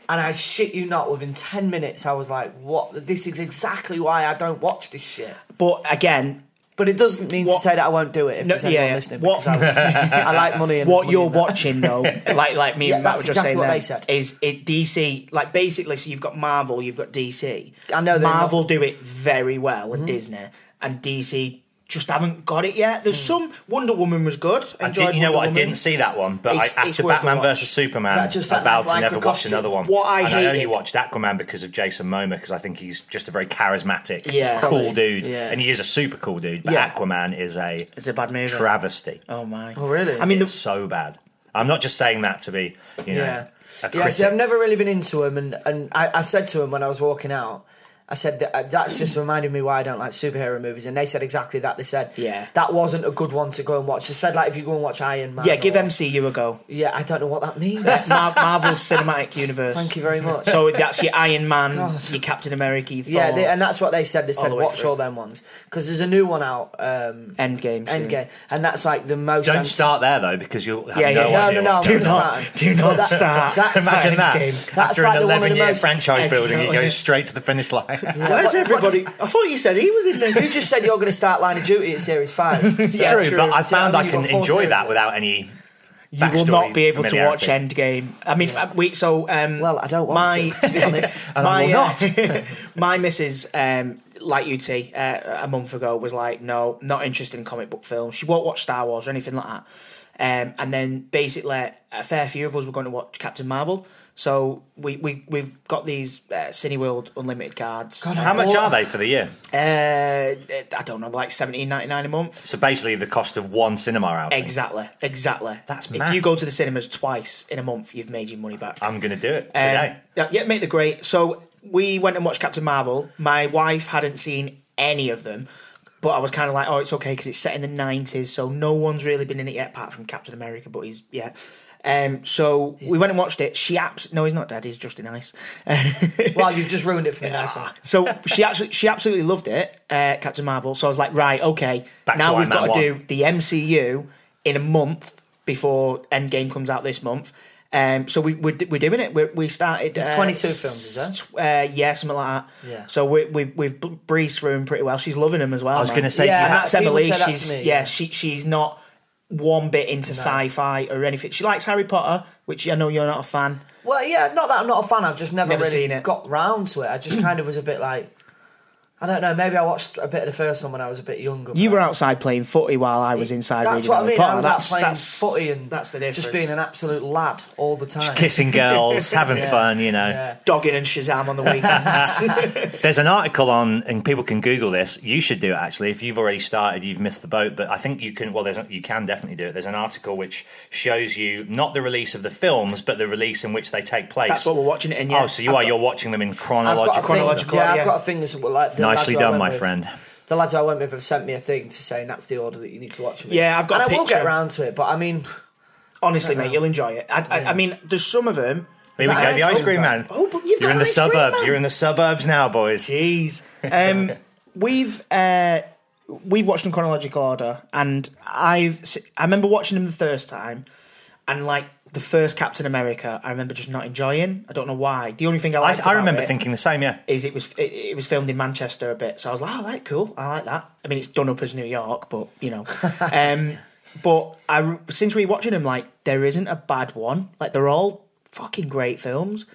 [SPEAKER 4] and I shit you not, within ten minutes, I was like, what? This is exactly why I don't watch this shit.
[SPEAKER 3] But again,
[SPEAKER 4] But it doesn't mean to
[SPEAKER 3] What-
[SPEAKER 4] say that I won't do it if
[SPEAKER 3] No,
[SPEAKER 4] there's anyone
[SPEAKER 3] yeah, yeah.
[SPEAKER 4] listening.
[SPEAKER 3] What-
[SPEAKER 4] Because I, I like money. And
[SPEAKER 3] what
[SPEAKER 4] there's money
[SPEAKER 3] you're
[SPEAKER 4] in that.
[SPEAKER 3] watching though, like like me
[SPEAKER 4] Yeah,
[SPEAKER 3] and Matt
[SPEAKER 4] that's
[SPEAKER 3] were just
[SPEAKER 4] exactly
[SPEAKER 3] saying
[SPEAKER 4] what
[SPEAKER 3] then,
[SPEAKER 4] they said.
[SPEAKER 3] is it DC like basically so you've got Marvel, you've got DC.
[SPEAKER 4] I know they're Mm-hmm.
[SPEAKER 3] Marvel do it very well and Disney and DC just haven't got it yet.
[SPEAKER 4] Mm.
[SPEAKER 3] There's some Wonder Woman was good.
[SPEAKER 5] I
[SPEAKER 3] Enjoyed
[SPEAKER 5] did, you
[SPEAKER 3] Wonder
[SPEAKER 5] know what? I
[SPEAKER 3] Woman.
[SPEAKER 5] didn't see that one, but
[SPEAKER 3] It's-
[SPEAKER 5] I,
[SPEAKER 3] it's
[SPEAKER 5] after
[SPEAKER 3] worth a
[SPEAKER 5] Batman
[SPEAKER 3] watch.
[SPEAKER 5] versus Superman,
[SPEAKER 4] Is that just
[SPEAKER 5] I
[SPEAKER 4] that-
[SPEAKER 5] vowed
[SPEAKER 4] that's
[SPEAKER 5] to
[SPEAKER 4] like
[SPEAKER 5] never
[SPEAKER 4] a
[SPEAKER 5] watch
[SPEAKER 4] costume?
[SPEAKER 5] another one.
[SPEAKER 3] What I
[SPEAKER 5] and I only
[SPEAKER 3] hated-
[SPEAKER 5] watched Aquaman because of Jason Momoa because I think he's just a very charismatic,
[SPEAKER 3] Yeah.
[SPEAKER 5] cool
[SPEAKER 3] Probably.
[SPEAKER 5] dude,
[SPEAKER 4] Yeah.
[SPEAKER 5] and he is a super cool dude. But
[SPEAKER 3] Yeah.
[SPEAKER 5] Aquaman is a
[SPEAKER 3] It's a bad movie.
[SPEAKER 5] travesty.
[SPEAKER 3] oh my.
[SPEAKER 4] Oh, really?
[SPEAKER 3] I mean
[SPEAKER 5] It's
[SPEAKER 3] the,
[SPEAKER 5] so bad. I'm not just saying that to be, you know,
[SPEAKER 4] yeah.
[SPEAKER 5] a
[SPEAKER 4] Yeah, see,
[SPEAKER 5] critic.
[SPEAKER 4] I've never really been into him, and, and I, I said to him when I was walking out, I said that, uh, that's just reminded me why I don't like superhero movies, and they said exactly that. They said,
[SPEAKER 3] Yeah.
[SPEAKER 4] that wasn't a good one to go and watch." They said, like, if you go and watch Iron Man,
[SPEAKER 3] Yeah, give
[SPEAKER 4] or-
[SPEAKER 3] MCU a go.
[SPEAKER 4] Yeah, I don't know what that means.
[SPEAKER 3] Mar- Marvel's Cinematic Universe.
[SPEAKER 4] Thank you very much.
[SPEAKER 3] So that's your Iron Man,
[SPEAKER 4] God.
[SPEAKER 3] your Captain America, your Thor,
[SPEAKER 4] yeah, they, and that's what they said. They
[SPEAKER 3] All
[SPEAKER 4] said,
[SPEAKER 3] the way
[SPEAKER 4] "Watch
[SPEAKER 3] through.
[SPEAKER 4] all them ones," because there's a new one out, um,
[SPEAKER 3] Endgame. soon.
[SPEAKER 4] Endgame, and that's like the most.
[SPEAKER 5] Don't
[SPEAKER 4] anti-
[SPEAKER 5] start there though, because you'll have
[SPEAKER 3] Yeah, yeah,
[SPEAKER 5] no
[SPEAKER 3] yeah.
[SPEAKER 4] No,
[SPEAKER 5] idea.
[SPEAKER 4] no,
[SPEAKER 5] what's
[SPEAKER 4] no,
[SPEAKER 3] Do
[SPEAKER 5] going
[SPEAKER 4] I'm
[SPEAKER 5] on.
[SPEAKER 4] not
[SPEAKER 3] not, do not
[SPEAKER 4] But that-
[SPEAKER 3] start.
[SPEAKER 4] that's-
[SPEAKER 5] Imagine that.
[SPEAKER 3] Endgame.
[SPEAKER 4] That's
[SPEAKER 5] After
[SPEAKER 4] like
[SPEAKER 5] an
[SPEAKER 4] the one of the
[SPEAKER 5] 11 year
[SPEAKER 4] most-
[SPEAKER 5] franchise building, it
[SPEAKER 3] Exactly.
[SPEAKER 5] goes straight to the finish line.
[SPEAKER 3] Where's
[SPEAKER 4] What-
[SPEAKER 3] everybody? I thought you said he was in
[SPEAKER 4] You
[SPEAKER 3] this.
[SPEAKER 4] just said you're going to start Line of Duty at Series Five.
[SPEAKER 5] It's
[SPEAKER 4] So- Do
[SPEAKER 5] true, but I
[SPEAKER 4] you know
[SPEAKER 5] found
[SPEAKER 4] what
[SPEAKER 5] I
[SPEAKER 4] mean?
[SPEAKER 5] can
[SPEAKER 4] You've got four
[SPEAKER 5] enjoy
[SPEAKER 4] series.
[SPEAKER 5] that without any.
[SPEAKER 3] You will not be able to watch
[SPEAKER 5] familiarity.
[SPEAKER 3] Endgame. I mean, uh, we so um,
[SPEAKER 4] Well, I don't want
[SPEAKER 3] my,
[SPEAKER 4] to, to be honest.
[SPEAKER 5] And I will
[SPEAKER 3] not. my missus, um, like you, T, uh, a month ago was like, no, not interested in comic book films. She won't watch Star Wars or anything like that. Um, and then basically, a fair few of us were going to watch Captain Marvel. So we we we've got these uh, Cineworld Unlimited cards.
[SPEAKER 4] God,
[SPEAKER 5] How much
[SPEAKER 4] Or-
[SPEAKER 5] are they for the year?
[SPEAKER 3] Uh, I don't know, like seventeen ninety nine a month.
[SPEAKER 5] So basically, the cost of one cinema outing.
[SPEAKER 3] Exactly, exactly.
[SPEAKER 5] That's
[SPEAKER 3] if
[SPEAKER 5] mad.
[SPEAKER 3] you go to the cinemas twice in a month, you've made your money back.
[SPEAKER 5] I'm going to do
[SPEAKER 4] Eh.
[SPEAKER 5] it
[SPEAKER 3] Um,
[SPEAKER 5] today.
[SPEAKER 3] yeah, yeah, make the great. So we went and watched Captain Marvel. My wife hadn't seen any of them, but I was kind of like, oh, it's okay because it's set in the nineties, so no one's really been in it yet, apart from Captain America. But he's yeah. Um, so we went and watched it. She abs- no, he's not dead. He's just in ice.
[SPEAKER 4] Well, you've just ruined it for me. Nice one.
[SPEAKER 3] So she actually she absolutely loved it, uh, Captain Marvel. So I was like, right, okay,
[SPEAKER 5] Back to
[SPEAKER 3] now
[SPEAKER 5] Iron
[SPEAKER 3] we've got
[SPEAKER 5] Man
[SPEAKER 3] to do
[SPEAKER 5] one.
[SPEAKER 3] the MCU in a month before Endgame comes out this month. Um, so we, we're, we're doing it. We're, we started.
[SPEAKER 4] There's 22 films, is there?
[SPEAKER 3] tw- Uh, yeah, something like that.
[SPEAKER 4] Yeah.
[SPEAKER 3] So we, we've we've br- breezed through them pretty well. She's loving them as well. I
[SPEAKER 5] was gonna say,
[SPEAKER 3] yeah,
[SPEAKER 5] Yeah,
[SPEAKER 3] and that's
[SPEAKER 4] people
[SPEAKER 3] Emily.
[SPEAKER 4] say that to
[SPEAKER 3] she's
[SPEAKER 4] me,
[SPEAKER 3] yeah,
[SPEAKER 4] yeah.
[SPEAKER 3] she she's not one bit into sci-fi or anything. She likes Harry Potter, which I know you're not a fan.
[SPEAKER 4] Well, yeah, not that I'm not a fan. I've just never,
[SPEAKER 3] Never
[SPEAKER 4] really
[SPEAKER 3] seen it.
[SPEAKER 4] got round to it. I just kind of was a bit like, I don't know. Maybe I watched a bit of the first one when I was a bit younger.
[SPEAKER 3] You
[SPEAKER 4] but
[SPEAKER 3] were outside playing footy while I was inside
[SPEAKER 4] That's
[SPEAKER 3] reading
[SPEAKER 4] what I
[SPEAKER 3] Harry
[SPEAKER 4] mean.
[SPEAKER 3] Potter.
[SPEAKER 4] I was
[SPEAKER 3] that's,
[SPEAKER 4] out playing
[SPEAKER 3] that's-
[SPEAKER 4] footy and
[SPEAKER 3] that's the difference.
[SPEAKER 4] just being an absolute lad all the time.
[SPEAKER 5] Kissing girls, having fun, you know.
[SPEAKER 4] Yeah.
[SPEAKER 3] dogging and Shazam on the weekends.
[SPEAKER 5] There's an article on, and people can Google this. You should do it actually. If you've already started, you've missed the boat. But I think you can. Well, there's you can definitely do it. There's an article which shows you not the release of the films, but the release in which they take place.
[SPEAKER 3] That's what we're watching it in. Yeah.
[SPEAKER 5] Oh, so you
[SPEAKER 3] I've
[SPEAKER 5] are
[SPEAKER 3] got-
[SPEAKER 5] you're watching them in
[SPEAKER 4] I've
[SPEAKER 5] chronological.
[SPEAKER 4] got a
[SPEAKER 3] chronological
[SPEAKER 4] thing. Yeah,
[SPEAKER 3] yeah.
[SPEAKER 4] I've got a thing. As, well, like, the
[SPEAKER 5] Nicely
[SPEAKER 4] lads who I went
[SPEAKER 5] done, my
[SPEAKER 4] with-
[SPEAKER 5] friend.
[SPEAKER 4] The lads who I went with have sent me a thing to say that's the order that you need to watch. 'em in."
[SPEAKER 3] Yeah, I've got
[SPEAKER 4] And
[SPEAKER 3] a
[SPEAKER 4] I will get
[SPEAKER 3] picture.
[SPEAKER 4] round to it, but I mean,
[SPEAKER 3] Honestly, mate, you'll enjoy it. I, I, I mean, there's some of them.
[SPEAKER 5] Here we
[SPEAKER 4] Is that
[SPEAKER 5] go.
[SPEAKER 4] ice
[SPEAKER 5] The ice
[SPEAKER 4] cream
[SPEAKER 5] cream man.
[SPEAKER 3] Oh, but you've
[SPEAKER 5] You're
[SPEAKER 3] got
[SPEAKER 5] in the
[SPEAKER 3] ice cream
[SPEAKER 5] suburbs.
[SPEAKER 3] man.
[SPEAKER 5] You're in the suburbs now, boys.
[SPEAKER 3] Jeez. Um, we've uh, we've watched in chronological order, and I've s- I remember watching them the first time, and like the first Captain America, I remember just not enjoying. I don't know why. The only thing I
[SPEAKER 5] I,
[SPEAKER 3] liked
[SPEAKER 5] I
[SPEAKER 3] about
[SPEAKER 5] remember
[SPEAKER 3] it-
[SPEAKER 5] thinking the same. Yeah.
[SPEAKER 3] is it was it, it was filmed in Manchester a bit, so I was like, all right, cool, I like that. I mean, it's done up as New York, but you know. Um, but I re- since rewatching them, like there isn't a bad one. Like they're all fucking great films.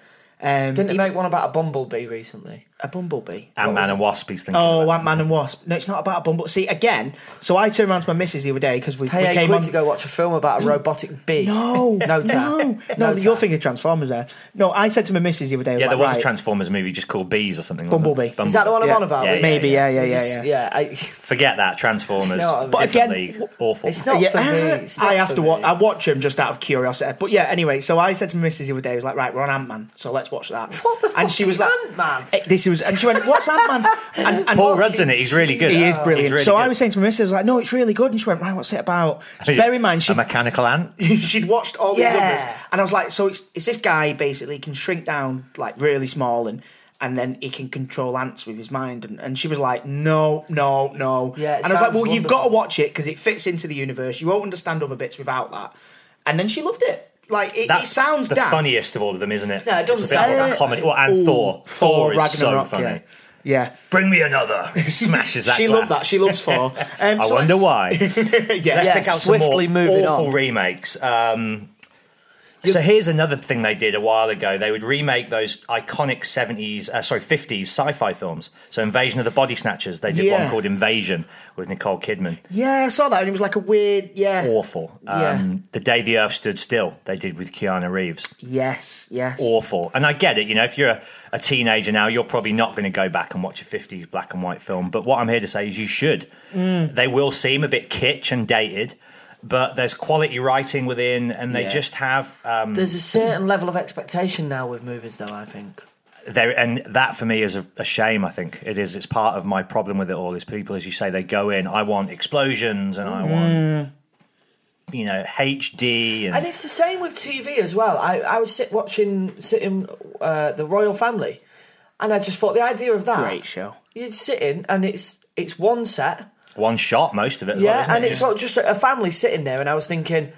[SPEAKER 4] didn't
[SPEAKER 3] Um,
[SPEAKER 4] they
[SPEAKER 3] even
[SPEAKER 4] make one about a bumblebee recently?
[SPEAKER 3] a Bumblebee?
[SPEAKER 5] Ant Man and Wasp. He's thinking.
[SPEAKER 3] Oh,
[SPEAKER 5] about.
[SPEAKER 3] Ant Man and Wasp. No, it's not about a bumblebee. See, again, so I turned around to my missus the other day because we,
[SPEAKER 4] Pay
[SPEAKER 3] we
[SPEAKER 4] eight
[SPEAKER 3] came
[SPEAKER 4] quid
[SPEAKER 3] on.
[SPEAKER 4] to go watch a film about a robotic bee.
[SPEAKER 3] No,
[SPEAKER 4] Mm. no, time.
[SPEAKER 3] no, no,
[SPEAKER 4] time.
[SPEAKER 3] You're thinking of Transformers there. No, I said to my missus the other day, I was
[SPEAKER 5] yeah. There
[SPEAKER 3] like,
[SPEAKER 5] was a
[SPEAKER 3] right,
[SPEAKER 5] Transformers movie just called Bees or something. wasn't
[SPEAKER 3] Bumblebee.
[SPEAKER 5] it?
[SPEAKER 3] Is
[SPEAKER 4] Is that the one I'm
[SPEAKER 3] Yeah.
[SPEAKER 4] on about?
[SPEAKER 5] Yeah, yeah,
[SPEAKER 3] Maybe, yeah, yeah, yeah, yeah.
[SPEAKER 4] This is- yeah. I,
[SPEAKER 5] Forget that Transformers.
[SPEAKER 4] No, I mean- But
[SPEAKER 5] different
[SPEAKER 3] again,
[SPEAKER 5] league, awful.
[SPEAKER 4] it's not
[SPEAKER 3] yeah,
[SPEAKER 4] for me. It's not
[SPEAKER 3] I have
[SPEAKER 4] for
[SPEAKER 3] to watch.
[SPEAKER 4] me.
[SPEAKER 3] I watch him just out of curiosity. But yeah, anyway, so I said to my missus the other day, I was like, right, we're on Ant Man, so let's watch that.
[SPEAKER 4] What the
[SPEAKER 3] and she
[SPEAKER 4] fuck
[SPEAKER 3] was
[SPEAKER 4] is
[SPEAKER 3] like,
[SPEAKER 4] Ant-Man?
[SPEAKER 3] eh, This was, and she went, what's Ant Man? And, and
[SPEAKER 5] Paul Rudd's in it. He's really good.
[SPEAKER 3] He is brilliant.
[SPEAKER 5] He's really
[SPEAKER 3] so I
[SPEAKER 5] good.
[SPEAKER 3] was saying to my missus, I was like, no, it's really good. And she went, right, what's it about? So bear in mind, she
[SPEAKER 5] a mechanical ant.
[SPEAKER 3] she'd watched all these
[SPEAKER 4] Yeah.
[SPEAKER 3] others, and I was like, so it's it's this guy basically can shrink down like really small and. And then he can control ants with his mind, and, and she was like, "No, no, no."
[SPEAKER 4] Yeah, it
[SPEAKER 3] and I was like,
[SPEAKER 4] sounds
[SPEAKER 3] "Well, you've got to
[SPEAKER 4] wonderful.
[SPEAKER 3] watch it because it fits into the universe. You won't understand other bits without that." And then she loved it. Like it, it
[SPEAKER 5] That's
[SPEAKER 3] sounds
[SPEAKER 5] the
[SPEAKER 3] daft.
[SPEAKER 5] funniest of all of them, isn't it?
[SPEAKER 4] No, it doesn't
[SPEAKER 5] It's a bit
[SPEAKER 4] sound
[SPEAKER 5] like
[SPEAKER 4] that
[SPEAKER 5] comedy. Well, and
[SPEAKER 3] Ooh,
[SPEAKER 5] Thor. Thor, is so
[SPEAKER 3] Ragnarok,
[SPEAKER 5] funny.
[SPEAKER 3] Yeah, yeah.
[SPEAKER 5] Bring me another. He smashes that.
[SPEAKER 3] she
[SPEAKER 5] glass.
[SPEAKER 3] loved that. She loves Thor. Um,
[SPEAKER 5] I
[SPEAKER 3] so
[SPEAKER 5] wonder
[SPEAKER 3] let's-
[SPEAKER 5] why. Let's
[SPEAKER 3] Yeah,
[SPEAKER 4] Yeah.
[SPEAKER 5] pick out some
[SPEAKER 4] swiftly
[SPEAKER 5] more
[SPEAKER 4] moving
[SPEAKER 5] awful
[SPEAKER 4] on.
[SPEAKER 5] remakes. Um, so here's another thing they did a while ago. They would remake those iconic 70s, uh, sorry, 50s sci-fi films. So Invasion of the Body Snatchers. They did
[SPEAKER 3] Yeah.
[SPEAKER 5] one called Invasion with Nicole Kidman.
[SPEAKER 3] yeah. I saw that, and it was like a weird. Yeah.
[SPEAKER 5] Awful. Um, The Day the Earth Stood Still. They did with Keanu Reeves.
[SPEAKER 3] Yes. Yes.
[SPEAKER 5] awful. And I get it, you know, if you're a, a teenager now, you're probably not going to go back and watch a 50s black and white film. But what I'm here to say is you should.
[SPEAKER 4] Mm.
[SPEAKER 5] They will seem a bit kitsch and dated, but there's quality writing within, and they
[SPEAKER 3] Yeah.
[SPEAKER 5] just have. Um,
[SPEAKER 4] Hmm. There's a certain level of expectation now with movies, though. I think.
[SPEAKER 5] there and that for me is a, a shame i think it is it's part of my problem with it all is people as you say they go in i want explosions and i want you know hd and,
[SPEAKER 4] Mm. And it's the same with TV as well. I, I was sit watching sitting uh, the Royal Family, and I just thought the idea of that
[SPEAKER 3] Great show.
[SPEAKER 4] You're sitting and it's it's one set,
[SPEAKER 5] one shot most of it as well,
[SPEAKER 4] yeah,
[SPEAKER 5] isn't
[SPEAKER 4] and
[SPEAKER 5] it?
[SPEAKER 4] it's like just a family sitting there, and I was thinking,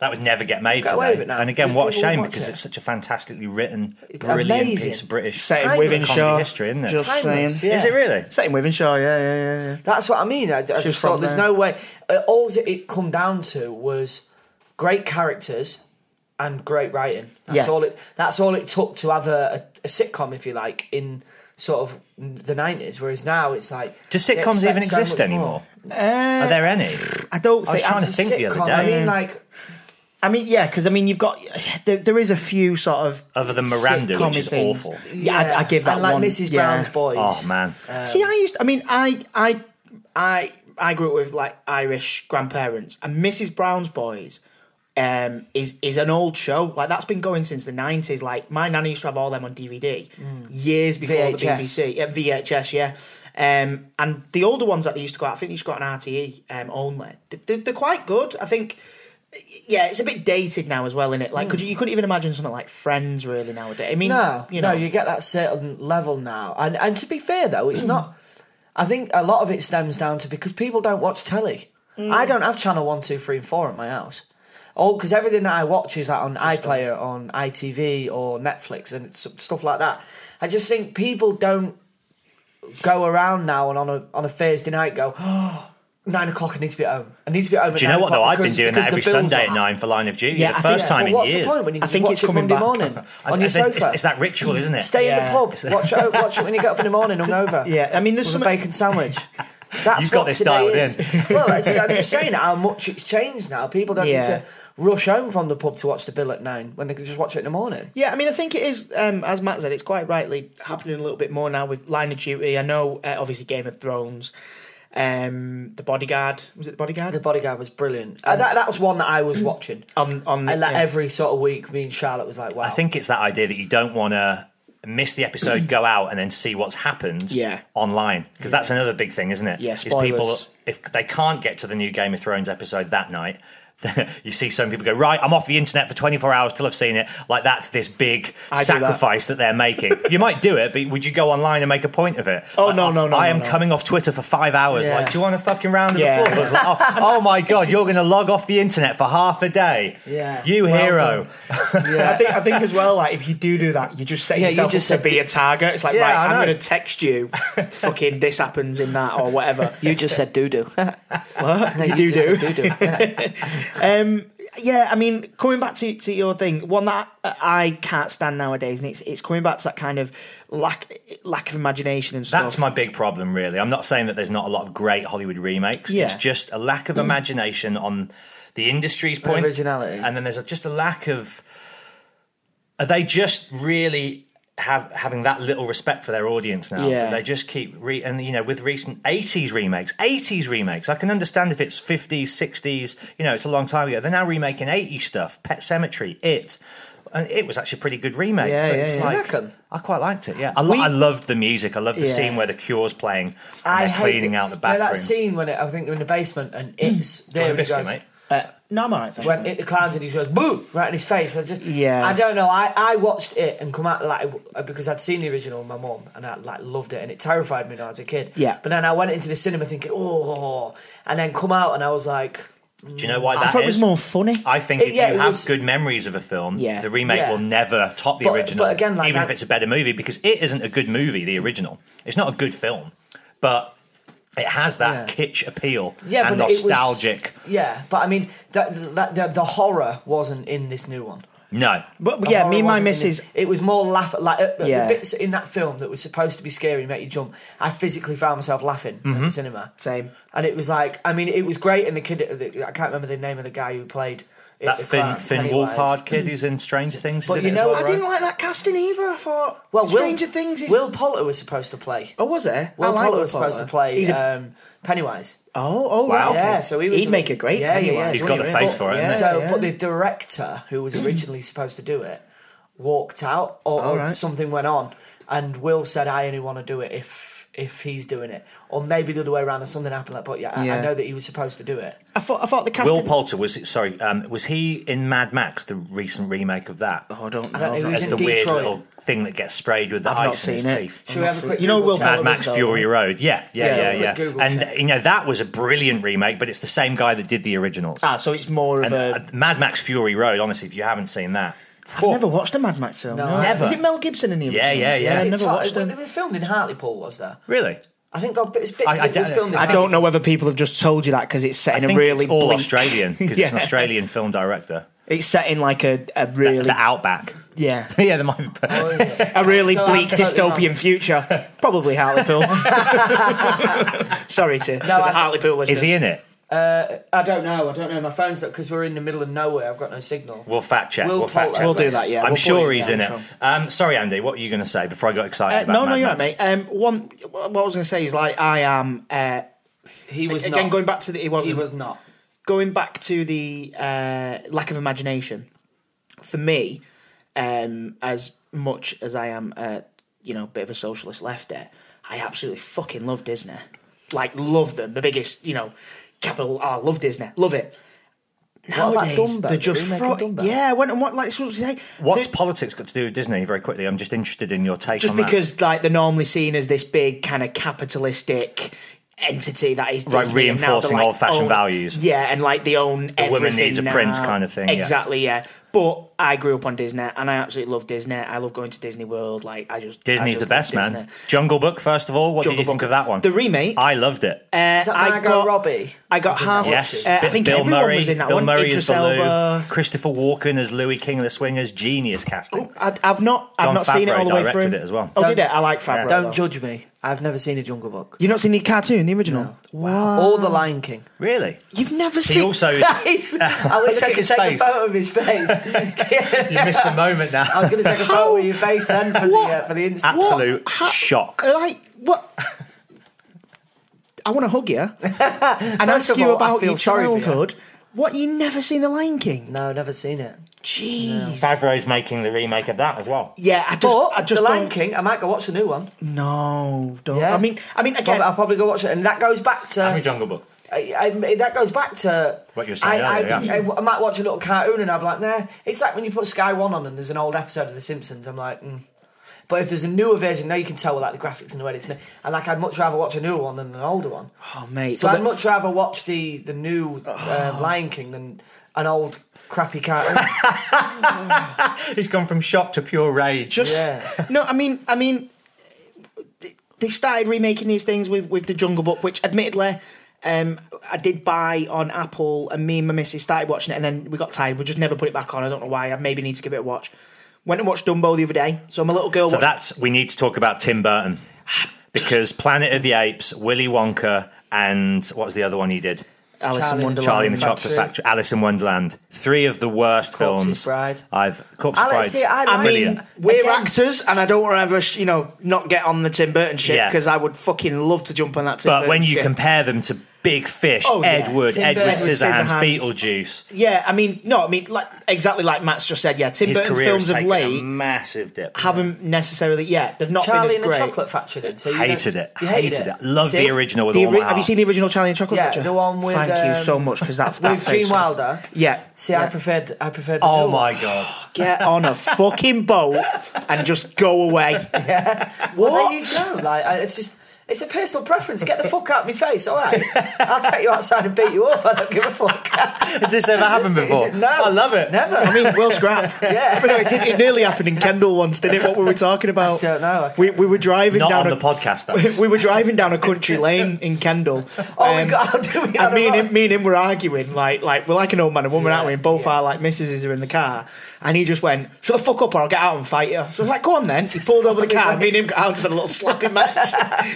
[SPEAKER 5] that would never get made
[SPEAKER 4] Get away
[SPEAKER 5] today
[SPEAKER 4] with it now.
[SPEAKER 5] and again what a
[SPEAKER 4] People
[SPEAKER 5] shame
[SPEAKER 4] watch
[SPEAKER 5] because
[SPEAKER 4] it.
[SPEAKER 5] it's such a fantastically written brilliant
[SPEAKER 4] amazing.
[SPEAKER 5] piece of british
[SPEAKER 3] Same
[SPEAKER 4] Timeless.
[SPEAKER 3] with Inshaw.
[SPEAKER 5] Comedy history, isn't it?
[SPEAKER 3] Just
[SPEAKER 4] Timeless,
[SPEAKER 3] saying.
[SPEAKER 4] yeah.
[SPEAKER 5] is it really
[SPEAKER 3] Same with Inshaw, yeah, yeah, yeah, yeah.
[SPEAKER 4] That's what I mean. I, I just thought
[SPEAKER 3] from
[SPEAKER 4] there's
[SPEAKER 3] there.
[SPEAKER 4] no way. Uh, all it, it come down to was great characters and great writing. That's
[SPEAKER 3] Yeah.
[SPEAKER 4] all it. That's all it took to have a, a, a sitcom, if you like, in sort of the nineties. Whereas now it's like,
[SPEAKER 5] do
[SPEAKER 4] they
[SPEAKER 5] sitcoms
[SPEAKER 4] expect
[SPEAKER 5] even
[SPEAKER 4] so
[SPEAKER 5] exist
[SPEAKER 4] much
[SPEAKER 5] anymore
[SPEAKER 3] Uh,
[SPEAKER 5] are there any
[SPEAKER 3] I don't
[SPEAKER 5] I was
[SPEAKER 3] think.
[SPEAKER 5] trying
[SPEAKER 3] I,
[SPEAKER 5] to think the other
[SPEAKER 4] Sitcom, I
[SPEAKER 5] day.
[SPEAKER 4] mean, like
[SPEAKER 3] mean, yeah, because I mean, you've got there, there is a few sort of
[SPEAKER 5] Other than Miranda, which
[SPEAKER 3] sitcom-y
[SPEAKER 5] is
[SPEAKER 3] things.
[SPEAKER 5] awful.
[SPEAKER 3] Yeah, I, I give that
[SPEAKER 4] and like
[SPEAKER 3] one.
[SPEAKER 4] Mrs.
[SPEAKER 3] yeah.
[SPEAKER 4] Brown's Boys.
[SPEAKER 5] oh man
[SPEAKER 4] uh, Um,
[SPEAKER 3] See, I used. I mean, I, I, I, I grew up with like Irish grandparents, and Mrs. Brown's Boys um, is is an old show. Like that's been going since the nineties. Like my nanny used to have all them on DVD
[SPEAKER 4] Mm.
[SPEAKER 3] years before the
[SPEAKER 4] VHS.
[SPEAKER 3] BBC. Yeah, VHS, yeah. Um, and the older ones that they used to go out, I think they used to go out on RTE um, only. They're, they're quite good. I think, yeah, it's a bit dated now as well, is it? Like, could you, you couldn't even imagine something like Friends really nowadays. I mean,
[SPEAKER 4] Mm. No,
[SPEAKER 3] you know,
[SPEAKER 4] no, you get that certain level now, and and to be fair though, it's not. I think a lot of it stems down to because people don't watch telly.
[SPEAKER 3] Mm.
[SPEAKER 4] I don't have channel one, two, three, and four at my house. All because everything that I watch is like on iPlayer, on ITV, or Netflix, and it's stuff like that. I just think people don't go around now and on a on a Thursday night go. Oh, Nine o'clock. I need to be at home. I need to be at home.
[SPEAKER 5] do you know what though? I've been doing that every Sunday at
[SPEAKER 4] night.
[SPEAKER 5] nine for Line of Duty.
[SPEAKER 3] Yeah,
[SPEAKER 5] the
[SPEAKER 3] I think-
[SPEAKER 5] first
[SPEAKER 3] yeah,
[SPEAKER 5] time
[SPEAKER 4] Well,
[SPEAKER 5] in
[SPEAKER 4] what's
[SPEAKER 5] years.
[SPEAKER 4] the point when you
[SPEAKER 3] I
[SPEAKER 4] can
[SPEAKER 3] think
[SPEAKER 4] watch
[SPEAKER 3] it's
[SPEAKER 4] it
[SPEAKER 3] coming
[SPEAKER 4] Monday
[SPEAKER 3] back.
[SPEAKER 4] morning
[SPEAKER 5] I-
[SPEAKER 4] on your
[SPEAKER 5] it's, it's-
[SPEAKER 4] sofa?
[SPEAKER 5] it's that ritual, isn't it?
[SPEAKER 4] Stay in the
[SPEAKER 3] Yeah.
[SPEAKER 4] pub. Watch it, watch it when you get up in the morning hungover.
[SPEAKER 3] Yeah, I mean, there's
[SPEAKER 4] with
[SPEAKER 3] some-
[SPEAKER 4] a bacon sandwich. That's
[SPEAKER 5] You've got
[SPEAKER 4] what
[SPEAKER 5] this
[SPEAKER 4] today
[SPEAKER 5] dialed
[SPEAKER 4] is.
[SPEAKER 5] in.
[SPEAKER 4] well, it's, I'm just saying how much it's changed now. People don't need
[SPEAKER 3] Yeah.
[SPEAKER 4] to rush home from the pub to watch the bill at nine when they can just watch it in the morning.
[SPEAKER 3] Yeah, I mean, I think it is, um, as Matt said, it's quite rightly happening a little bit more now with Line of Duty. I know, uh, obviously, Game of Thrones, um, The Bodyguard. Was it The Bodyguard?
[SPEAKER 4] The bodyguard was brilliant. Uh, that, that was one that I was watching.
[SPEAKER 3] on on
[SPEAKER 4] I, like,
[SPEAKER 3] yeah.
[SPEAKER 4] Every sort of week, me and Charlotte was like, wow.
[SPEAKER 5] Um, I think it's that idea that you don't want to miss the episode, go out and then see what's happened
[SPEAKER 3] Yeah.
[SPEAKER 5] online because that's another big thing, isn't it?
[SPEAKER 3] Yeah,
[SPEAKER 5] Is people
[SPEAKER 3] spoilers.
[SPEAKER 5] if they can't get to the new Game of Thrones episode that night. You see some people go right. I'm off the internet for 24 hours till I've seen it. Like that's this big
[SPEAKER 3] I do that.
[SPEAKER 5] sacrifice that. they're making. you might do it, but would you go online and make a point of it?
[SPEAKER 3] Oh,
[SPEAKER 5] Like,
[SPEAKER 3] no, no, no,
[SPEAKER 5] I
[SPEAKER 3] no,
[SPEAKER 5] am
[SPEAKER 3] no.
[SPEAKER 5] coming off Twitter for five hours.
[SPEAKER 4] Yeah.
[SPEAKER 5] Like, do you want a fucking round of
[SPEAKER 3] Yeah.
[SPEAKER 5] applause? Like, oh, oh my god, you're going to log off the internet for half a day.
[SPEAKER 4] Yeah.
[SPEAKER 5] you
[SPEAKER 4] Well
[SPEAKER 5] hero.
[SPEAKER 4] done.
[SPEAKER 3] I think I think as well, like if you do do that, you just set
[SPEAKER 4] Yeah, you
[SPEAKER 3] yourself
[SPEAKER 4] just
[SPEAKER 3] up
[SPEAKER 4] said
[SPEAKER 3] to be a target. It's like,
[SPEAKER 5] Yeah, I
[SPEAKER 3] right,
[SPEAKER 5] know.
[SPEAKER 3] I'm going to text you, fucking this happens in that or whatever.
[SPEAKER 4] You just said doo doo.
[SPEAKER 3] you do do. Um, yeah, I mean, coming back to, to your thing, one that I can't stand nowadays, and it's it's coming back to that kind of lack lack of imagination and stuff.
[SPEAKER 5] That's my big problem, really. I'm not saying that there's not a lot of great Hollywood remakes.
[SPEAKER 3] Yeah.
[SPEAKER 5] It's just a lack of imagination on the industry's point.
[SPEAKER 4] Originality.
[SPEAKER 5] And then there's a, just a lack of. Are they just really have having that little respect for their audience now?
[SPEAKER 3] Yeah.
[SPEAKER 5] They just keep re and you know with recent 80s remakes, 80s remakes. I can understand if it's 50s, 60s. You know, it's a long time ago. They're now remaking 80s stuff. Pet Cemetery, It. And it was actually a pretty good remake.
[SPEAKER 3] Yeah,
[SPEAKER 5] but
[SPEAKER 3] yeah,
[SPEAKER 5] it's
[SPEAKER 3] yeah.
[SPEAKER 5] like
[SPEAKER 4] You reckon?
[SPEAKER 5] I quite liked it. Yeah, I, lo- I loved the music. I loved the
[SPEAKER 3] Yeah.
[SPEAKER 5] scene where the Cure's playing and
[SPEAKER 4] I
[SPEAKER 5] they're
[SPEAKER 4] hate
[SPEAKER 5] cleaning
[SPEAKER 4] it.
[SPEAKER 5] out the
[SPEAKER 4] You know
[SPEAKER 5] bathroom.
[SPEAKER 4] that scene when it, I think they're in the basement and it's there
[SPEAKER 5] Johnny
[SPEAKER 4] and he
[SPEAKER 5] Biscuit,
[SPEAKER 4] goes,
[SPEAKER 5] mate.
[SPEAKER 3] Uh, no, I'm alright. thank you.
[SPEAKER 4] when it, the clowns and he goes boo right in his face. I just
[SPEAKER 3] Yeah.
[SPEAKER 4] I don't know. I, I watched it and come out like uh, because I'd seen the original with my mum and I like loved it and it terrified me when I was a kid.
[SPEAKER 3] Yeah.
[SPEAKER 4] But then I went into the cinema thinking oh, and then come out and I was like
[SPEAKER 5] Do you know why that
[SPEAKER 3] I
[SPEAKER 5] is?
[SPEAKER 3] thought it was more funny.
[SPEAKER 5] I think
[SPEAKER 4] It-
[SPEAKER 5] if
[SPEAKER 4] yeah,
[SPEAKER 5] you
[SPEAKER 4] it
[SPEAKER 5] have
[SPEAKER 4] was-
[SPEAKER 5] good memories of a film,
[SPEAKER 3] Yeah.
[SPEAKER 5] the remake
[SPEAKER 4] Yeah.
[SPEAKER 5] will never top the
[SPEAKER 4] But-
[SPEAKER 5] original.
[SPEAKER 4] but again, like
[SPEAKER 5] even
[SPEAKER 4] I-
[SPEAKER 5] if it's a better movie, because it isn't a good movie. The original, it's not a good film, but it has that
[SPEAKER 4] Yeah.
[SPEAKER 5] kitsch appeal
[SPEAKER 4] yeah,
[SPEAKER 5] and
[SPEAKER 4] but
[SPEAKER 5] nostalgic.
[SPEAKER 4] It was, yeah, but I mean that, that the, the horror wasn't in this new one.
[SPEAKER 5] No,
[SPEAKER 3] But, but
[SPEAKER 4] The
[SPEAKER 3] yeah,
[SPEAKER 4] horror
[SPEAKER 3] me and my
[SPEAKER 4] wasn't in
[SPEAKER 3] missus.
[SPEAKER 4] It, it was more laugh like uh,
[SPEAKER 3] Yeah.
[SPEAKER 4] the bits in that film that was supposed to be scary and make you jump. I physically found myself laughing at the cinema.
[SPEAKER 3] Mm-hmm. Same.
[SPEAKER 4] And it was like, I mean, it was great. And the kid, the, I can't remember the name of the guy who played it,
[SPEAKER 5] that
[SPEAKER 4] the
[SPEAKER 5] Finn,
[SPEAKER 4] clown,
[SPEAKER 5] Finn
[SPEAKER 4] Pennywise.
[SPEAKER 5] Wolfhard kid who's in Stranger Things.
[SPEAKER 4] But
[SPEAKER 5] isn't
[SPEAKER 4] you
[SPEAKER 5] it, as
[SPEAKER 4] know-
[SPEAKER 5] well?
[SPEAKER 3] I
[SPEAKER 4] right?
[SPEAKER 3] didn't like that casting either. I thought
[SPEAKER 4] Well, Will-
[SPEAKER 3] Stranger Things is.
[SPEAKER 4] Will Potter was supposed to play.
[SPEAKER 3] oh, was it?
[SPEAKER 4] Will
[SPEAKER 3] I like
[SPEAKER 4] Potter
[SPEAKER 3] Will
[SPEAKER 4] was supposed to
[SPEAKER 3] Potter.
[SPEAKER 4] play
[SPEAKER 3] He's a-
[SPEAKER 4] um, Pennywise.
[SPEAKER 3] oh, oh,
[SPEAKER 5] Wow.
[SPEAKER 3] wow.
[SPEAKER 4] Yeah, so he was.
[SPEAKER 3] He'd make a great
[SPEAKER 4] Yeah, yeah, yeah.
[SPEAKER 3] Pennywise.
[SPEAKER 5] He's got the
[SPEAKER 3] wouldn't he,
[SPEAKER 5] face
[SPEAKER 3] really?
[SPEAKER 5] for it,
[SPEAKER 3] Yeah,
[SPEAKER 5] hasn't
[SPEAKER 4] so,
[SPEAKER 3] yeah.
[SPEAKER 4] but the director who was originally supposed to do it walked out or, or
[SPEAKER 3] right.
[SPEAKER 4] something went on, and Will said, "I only want to do it if." If he's doing it, or maybe the other way around, or something happened like, but yeah, I, I
[SPEAKER 3] Yeah.
[SPEAKER 4] know that he was supposed to do it.
[SPEAKER 3] I thought I thought the casting.
[SPEAKER 5] Will Poulter was sorry. Um, was he in Mad Max, the recent remake of that?
[SPEAKER 3] oh, I don't know.
[SPEAKER 4] I don't know, he was
[SPEAKER 5] That's
[SPEAKER 4] in
[SPEAKER 5] the weird
[SPEAKER 4] Detroit.
[SPEAKER 5] little thing that gets sprayed with the
[SPEAKER 3] I've not
[SPEAKER 5] ice in his
[SPEAKER 3] seen it.
[SPEAKER 5] teeth.
[SPEAKER 4] Should we have a quick
[SPEAKER 3] You know
[SPEAKER 4] Google
[SPEAKER 3] Will
[SPEAKER 4] check?
[SPEAKER 5] Mad Max
[SPEAKER 3] though.
[SPEAKER 5] Fury Road, yeah,
[SPEAKER 4] Yeah,
[SPEAKER 5] yeah, yeah,
[SPEAKER 4] quick
[SPEAKER 5] yeah.
[SPEAKER 4] Google
[SPEAKER 5] And
[SPEAKER 4] check.
[SPEAKER 5] you know that was a brilliant remake, but it's the same guy that did the originals.
[SPEAKER 3] ah, so it's more of
[SPEAKER 5] and
[SPEAKER 3] a.
[SPEAKER 5] uh, Mad Max Fury Road. Honestly, if you haven't seen that,
[SPEAKER 3] I've never watched a Mad Max film.
[SPEAKER 4] No,
[SPEAKER 3] no.
[SPEAKER 5] never.
[SPEAKER 3] Is it Mel Gibson in the
[SPEAKER 5] Yeah,
[SPEAKER 3] original?
[SPEAKER 5] yeah, yeah.
[SPEAKER 3] I've
[SPEAKER 5] Is it
[SPEAKER 3] never
[SPEAKER 4] Tar-
[SPEAKER 3] watched
[SPEAKER 4] They
[SPEAKER 3] them.
[SPEAKER 4] were filmed in Hartlepool, was there?
[SPEAKER 5] really,
[SPEAKER 4] I think God, it's bits
[SPEAKER 5] I-
[SPEAKER 4] of
[SPEAKER 5] I
[SPEAKER 4] it was
[SPEAKER 5] don't-
[SPEAKER 4] filmed in
[SPEAKER 5] I
[SPEAKER 3] I don't know whether people have just told you that because it's set
[SPEAKER 5] I
[SPEAKER 3] in
[SPEAKER 5] think
[SPEAKER 3] a really
[SPEAKER 5] it's all
[SPEAKER 3] bleak-
[SPEAKER 5] Australian because it's an
[SPEAKER 3] Yeah.
[SPEAKER 5] Australian film director.
[SPEAKER 3] It's set in like a, a really
[SPEAKER 5] The Outback.
[SPEAKER 3] yeah
[SPEAKER 5] yeah, there might be.
[SPEAKER 3] Oh, a really
[SPEAKER 4] So I'm
[SPEAKER 3] bleak
[SPEAKER 4] totally
[SPEAKER 3] dystopian future. Probably Hartlepool. Sorry to, to the
[SPEAKER 4] I-
[SPEAKER 3] Hartlepool
[SPEAKER 5] Is
[SPEAKER 3] listeners.
[SPEAKER 5] he in it?
[SPEAKER 4] I don't know. I don't know. My phone's not because we're in the middle of nowhere. I've got no signal.
[SPEAKER 5] We'll fact check.
[SPEAKER 4] We'll
[SPEAKER 5] We'll, fact
[SPEAKER 4] pull-
[SPEAKER 5] check.
[SPEAKER 4] we'll
[SPEAKER 3] do that, yeah.
[SPEAKER 5] I'm
[SPEAKER 3] We'll put
[SPEAKER 5] sure
[SPEAKER 3] it
[SPEAKER 5] he's
[SPEAKER 3] down,
[SPEAKER 5] in it.
[SPEAKER 3] sure.
[SPEAKER 5] Um, sorry, Andy. What are you going to say before I got excited?
[SPEAKER 3] Uh,
[SPEAKER 5] about
[SPEAKER 3] no,
[SPEAKER 5] Mad
[SPEAKER 3] no, you're right,
[SPEAKER 5] Max?
[SPEAKER 3] mate. Um, one, what I was going to say is like I am. Uh,
[SPEAKER 4] He was
[SPEAKER 3] again,
[SPEAKER 4] not.
[SPEAKER 3] going back to the it wasn't
[SPEAKER 4] He was not.
[SPEAKER 3] going back to the uh, lack of imagination, for me, um, as much as I am, a, you know, bit of a socialist left there, I absolutely fucking love Disney. Like, love them. The biggest, you know, capital R, love Disney. Love it.
[SPEAKER 4] about
[SPEAKER 3] Nowadays,
[SPEAKER 4] Dumbo?
[SPEAKER 3] they're
[SPEAKER 4] The
[SPEAKER 3] just
[SPEAKER 4] remake
[SPEAKER 3] fro-
[SPEAKER 4] of Dumbo?
[SPEAKER 3] yeah. When and what like this was like,
[SPEAKER 5] What's
[SPEAKER 3] they-
[SPEAKER 5] politics got to do with Disney? Very quickly, I'm just interested in your take
[SPEAKER 3] just
[SPEAKER 5] on that.
[SPEAKER 3] because like they're normally seen as this big kind of capitalistic entity that is
[SPEAKER 5] Right,
[SPEAKER 3] Disney, and now they're,
[SPEAKER 5] reinforcing
[SPEAKER 3] like,
[SPEAKER 5] old-fashioned
[SPEAKER 3] own-
[SPEAKER 5] values.
[SPEAKER 3] Yeah, and like they own everything.
[SPEAKER 5] woman needs a print
[SPEAKER 3] now.
[SPEAKER 5] kind of thing, yeah.
[SPEAKER 3] Exactly. Yeah. But I grew up on Disney, and I absolutely love Disney. I love going to Disney World. Like I just I
[SPEAKER 5] Disney's
[SPEAKER 3] just
[SPEAKER 5] the
[SPEAKER 3] love
[SPEAKER 5] best, man.
[SPEAKER 3] Disney.
[SPEAKER 5] Jungle Book, first of all. What
[SPEAKER 3] Jungle
[SPEAKER 5] did you think
[SPEAKER 3] Book.
[SPEAKER 5] of that one?
[SPEAKER 3] The remake?
[SPEAKER 5] I loved it.
[SPEAKER 3] Uh,
[SPEAKER 4] Is that
[SPEAKER 3] I
[SPEAKER 4] Margot
[SPEAKER 3] got
[SPEAKER 4] Robbie?
[SPEAKER 3] I got
[SPEAKER 4] Was in
[SPEAKER 3] half.
[SPEAKER 4] that one?
[SPEAKER 5] yes,
[SPEAKER 3] uh, I think
[SPEAKER 5] Bill
[SPEAKER 3] everyone
[SPEAKER 5] Murray.
[SPEAKER 3] was in that
[SPEAKER 5] Bill
[SPEAKER 3] one.
[SPEAKER 5] Murray
[SPEAKER 3] Idris
[SPEAKER 5] as the Lou.
[SPEAKER 3] Elba.
[SPEAKER 5] Christopher Walken as Louis King of the Swingers. Genius casting.
[SPEAKER 3] I, I've not. I've
[SPEAKER 5] Jon
[SPEAKER 3] not seen it
[SPEAKER 5] Favreau
[SPEAKER 3] all the way
[SPEAKER 5] directed
[SPEAKER 3] through.
[SPEAKER 5] it as well.
[SPEAKER 3] Oh,
[SPEAKER 4] Don't-
[SPEAKER 3] did it? I like Favreau.
[SPEAKER 4] Don't
[SPEAKER 3] though.
[SPEAKER 4] judge me. I've never seen a Jungle Book.
[SPEAKER 3] You've not seen the cartoon, the original.
[SPEAKER 5] Ah.
[SPEAKER 3] Wow.
[SPEAKER 4] Or The Lion King.
[SPEAKER 5] Really?
[SPEAKER 3] You've never
[SPEAKER 5] He
[SPEAKER 3] seen.
[SPEAKER 5] also is,
[SPEAKER 4] He's- I wish
[SPEAKER 5] Look
[SPEAKER 4] I
[SPEAKER 5] at
[SPEAKER 4] could
[SPEAKER 5] his
[SPEAKER 4] take
[SPEAKER 5] face.
[SPEAKER 4] a photo of his face.
[SPEAKER 5] you missed the moment now.
[SPEAKER 4] I was going to take a photo of your face then for the uh, for the instant.
[SPEAKER 5] Absolute
[SPEAKER 3] What? How-
[SPEAKER 5] shock.
[SPEAKER 3] like what? I want to hug you and ask
[SPEAKER 4] of
[SPEAKER 3] you
[SPEAKER 4] all, I
[SPEAKER 3] about
[SPEAKER 4] feel
[SPEAKER 3] your
[SPEAKER 4] sorry for you.
[SPEAKER 3] childhood. What you never seen The Lion King?
[SPEAKER 4] No, never seen it.
[SPEAKER 3] Jeez.
[SPEAKER 5] Favreau's making the remake of that as well.
[SPEAKER 3] Yeah, I just,
[SPEAKER 4] But
[SPEAKER 3] I just
[SPEAKER 4] The Lion
[SPEAKER 3] don't-
[SPEAKER 4] King. I might go watch a new one.
[SPEAKER 3] No, don't.
[SPEAKER 4] Yeah.
[SPEAKER 3] I mean, I mean, again,
[SPEAKER 4] Probably- I'll probably go watch it, and that goes back to.
[SPEAKER 5] I mean, Jungle Book.
[SPEAKER 4] I, I, that goes back to
[SPEAKER 5] What you were saying
[SPEAKER 4] I,
[SPEAKER 5] earlier,
[SPEAKER 4] I,
[SPEAKER 5] yeah.
[SPEAKER 4] I, I might watch a little cartoon and I'll be like, nah. It's like when you put Sky One on and there's an old episode of The Simpsons. I'm like, mm. but if there's a newer version, now you can tell like the graphics and the way it's made. And like, I'd much rather watch a newer one than an older one.
[SPEAKER 3] oh mate,
[SPEAKER 4] So
[SPEAKER 3] but
[SPEAKER 4] I'd
[SPEAKER 3] the- Oh.
[SPEAKER 4] much rather watch the the new uh, Lion King than an old crappy cartoon.
[SPEAKER 5] He's gone from shock to pure rage.
[SPEAKER 3] just
[SPEAKER 4] yeah.
[SPEAKER 3] no. I mean, I mean, th- they started remaking these things with with the Jungle Book, which admittedly. Um, I did buy on Apple, and me and my missus started watching it, and then we got tired. We just never put it back on. I don't know why. I maybe need to give it a watch. Went and watched Dumbo the other day, so my little girl.
[SPEAKER 5] So
[SPEAKER 3] watched
[SPEAKER 5] that's we need to talk about Tim Burton
[SPEAKER 3] Ah,
[SPEAKER 5] because Planet of the Apes, Willy Wonka, and what was the other one he did?
[SPEAKER 3] Alice
[SPEAKER 4] Charlie
[SPEAKER 3] in
[SPEAKER 4] and
[SPEAKER 3] Wonderland.
[SPEAKER 5] Charlie and the
[SPEAKER 4] Factory.
[SPEAKER 5] Chocolate Factory, Alice in Wonderland. Three of the worst
[SPEAKER 4] Corpse's
[SPEAKER 5] films.
[SPEAKER 4] Bride.
[SPEAKER 5] I've Corpse
[SPEAKER 4] Alex,
[SPEAKER 5] Bride.
[SPEAKER 4] see, I like-
[SPEAKER 3] I
[SPEAKER 5] Brilliant.
[SPEAKER 3] mean, we're
[SPEAKER 4] Again-
[SPEAKER 3] actors, and I don't want to ever, sh- you know, not get on the Tim Burton shit
[SPEAKER 5] Yeah.
[SPEAKER 3] because I would fucking love to jump on that Tim
[SPEAKER 5] but
[SPEAKER 3] Burton
[SPEAKER 5] when you
[SPEAKER 3] shit.
[SPEAKER 5] compare them to Big Fish,
[SPEAKER 3] Oh, yeah.
[SPEAKER 5] Ed Wood,
[SPEAKER 4] Tim
[SPEAKER 5] Edward
[SPEAKER 4] Burton.
[SPEAKER 5] Scissorhands,
[SPEAKER 3] Scissorhands.
[SPEAKER 5] Beetlejuice,
[SPEAKER 3] yeah, I mean, no, I mean, like exactly like Matt's just said. Yeah, Tim
[SPEAKER 5] his
[SPEAKER 3] Burton's
[SPEAKER 5] career
[SPEAKER 3] films
[SPEAKER 5] has
[SPEAKER 3] of
[SPEAKER 5] taken
[SPEAKER 3] late
[SPEAKER 5] a massive dip.
[SPEAKER 3] haven't necessarily, yeah, they've not
[SPEAKER 4] Charlie
[SPEAKER 3] been
[SPEAKER 4] and
[SPEAKER 3] as
[SPEAKER 4] the
[SPEAKER 3] great.
[SPEAKER 4] Chocolate Factory. Did, so you
[SPEAKER 5] hated
[SPEAKER 4] know-
[SPEAKER 5] it.
[SPEAKER 4] You
[SPEAKER 5] hated, it. Love
[SPEAKER 4] See?
[SPEAKER 5] the original with
[SPEAKER 3] The
[SPEAKER 5] all
[SPEAKER 3] ori-
[SPEAKER 5] my
[SPEAKER 3] have you
[SPEAKER 5] heart.
[SPEAKER 3] seen the original Charlie and the Chocolate
[SPEAKER 4] Yeah,
[SPEAKER 3] Factory?
[SPEAKER 4] the one with
[SPEAKER 3] Thank you
[SPEAKER 4] um,
[SPEAKER 3] so much because that, that
[SPEAKER 4] with Gene
[SPEAKER 3] face-
[SPEAKER 4] Wilder.
[SPEAKER 3] Yeah,
[SPEAKER 4] See, I
[SPEAKER 3] yeah.
[SPEAKER 4] preferred I preferred. The
[SPEAKER 5] Oh
[SPEAKER 4] new one.
[SPEAKER 5] my god!
[SPEAKER 3] get on a fucking boat and just go away.
[SPEAKER 4] Well,
[SPEAKER 3] What?
[SPEAKER 4] there you go. Like, I- it's just. It's a personal preference. Get the fuck out of my face, all right? I'll take you outside and beat you up. I don't give a fuck.
[SPEAKER 5] Has this ever happened before?
[SPEAKER 4] No.
[SPEAKER 5] I love it.
[SPEAKER 4] Never.
[SPEAKER 3] I mean, Will Scrap.
[SPEAKER 4] Yeah.
[SPEAKER 3] But no, it, did, it nearly happened in Kendall once, didn't it? What were we talking about?
[SPEAKER 4] I don't know. I
[SPEAKER 3] We, we were driving
[SPEAKER 5] Not
[SPEAKER 3] down
[SPEAKER 5] on
[SPEAKER 3] a,
[SPEAKER 5] the podcast though.
[SPEAKER 3] we were driving down a country lane in Kendall.
[SPEAKER 4] oh,
[SPEAKER 3] um,
[SPEAKER 4] we got. How do we
[SPEAKER 3] and
[SPEAKER 4] have
[SPEAKER 3] me and,
[SPEAKER 4] a
[SPEAKER 3] him, me and him were arguing, like, like we're like an old man and woman, aren't we? And both
[SPEAKER 4] yeah.
[SPEAKER 3] our like missuses are in the car. And he just went, shut the fuck up or I'll get out and fight you. So I was like, go on then. So he pulled over the car. Me and him got out and just had a little slapping match.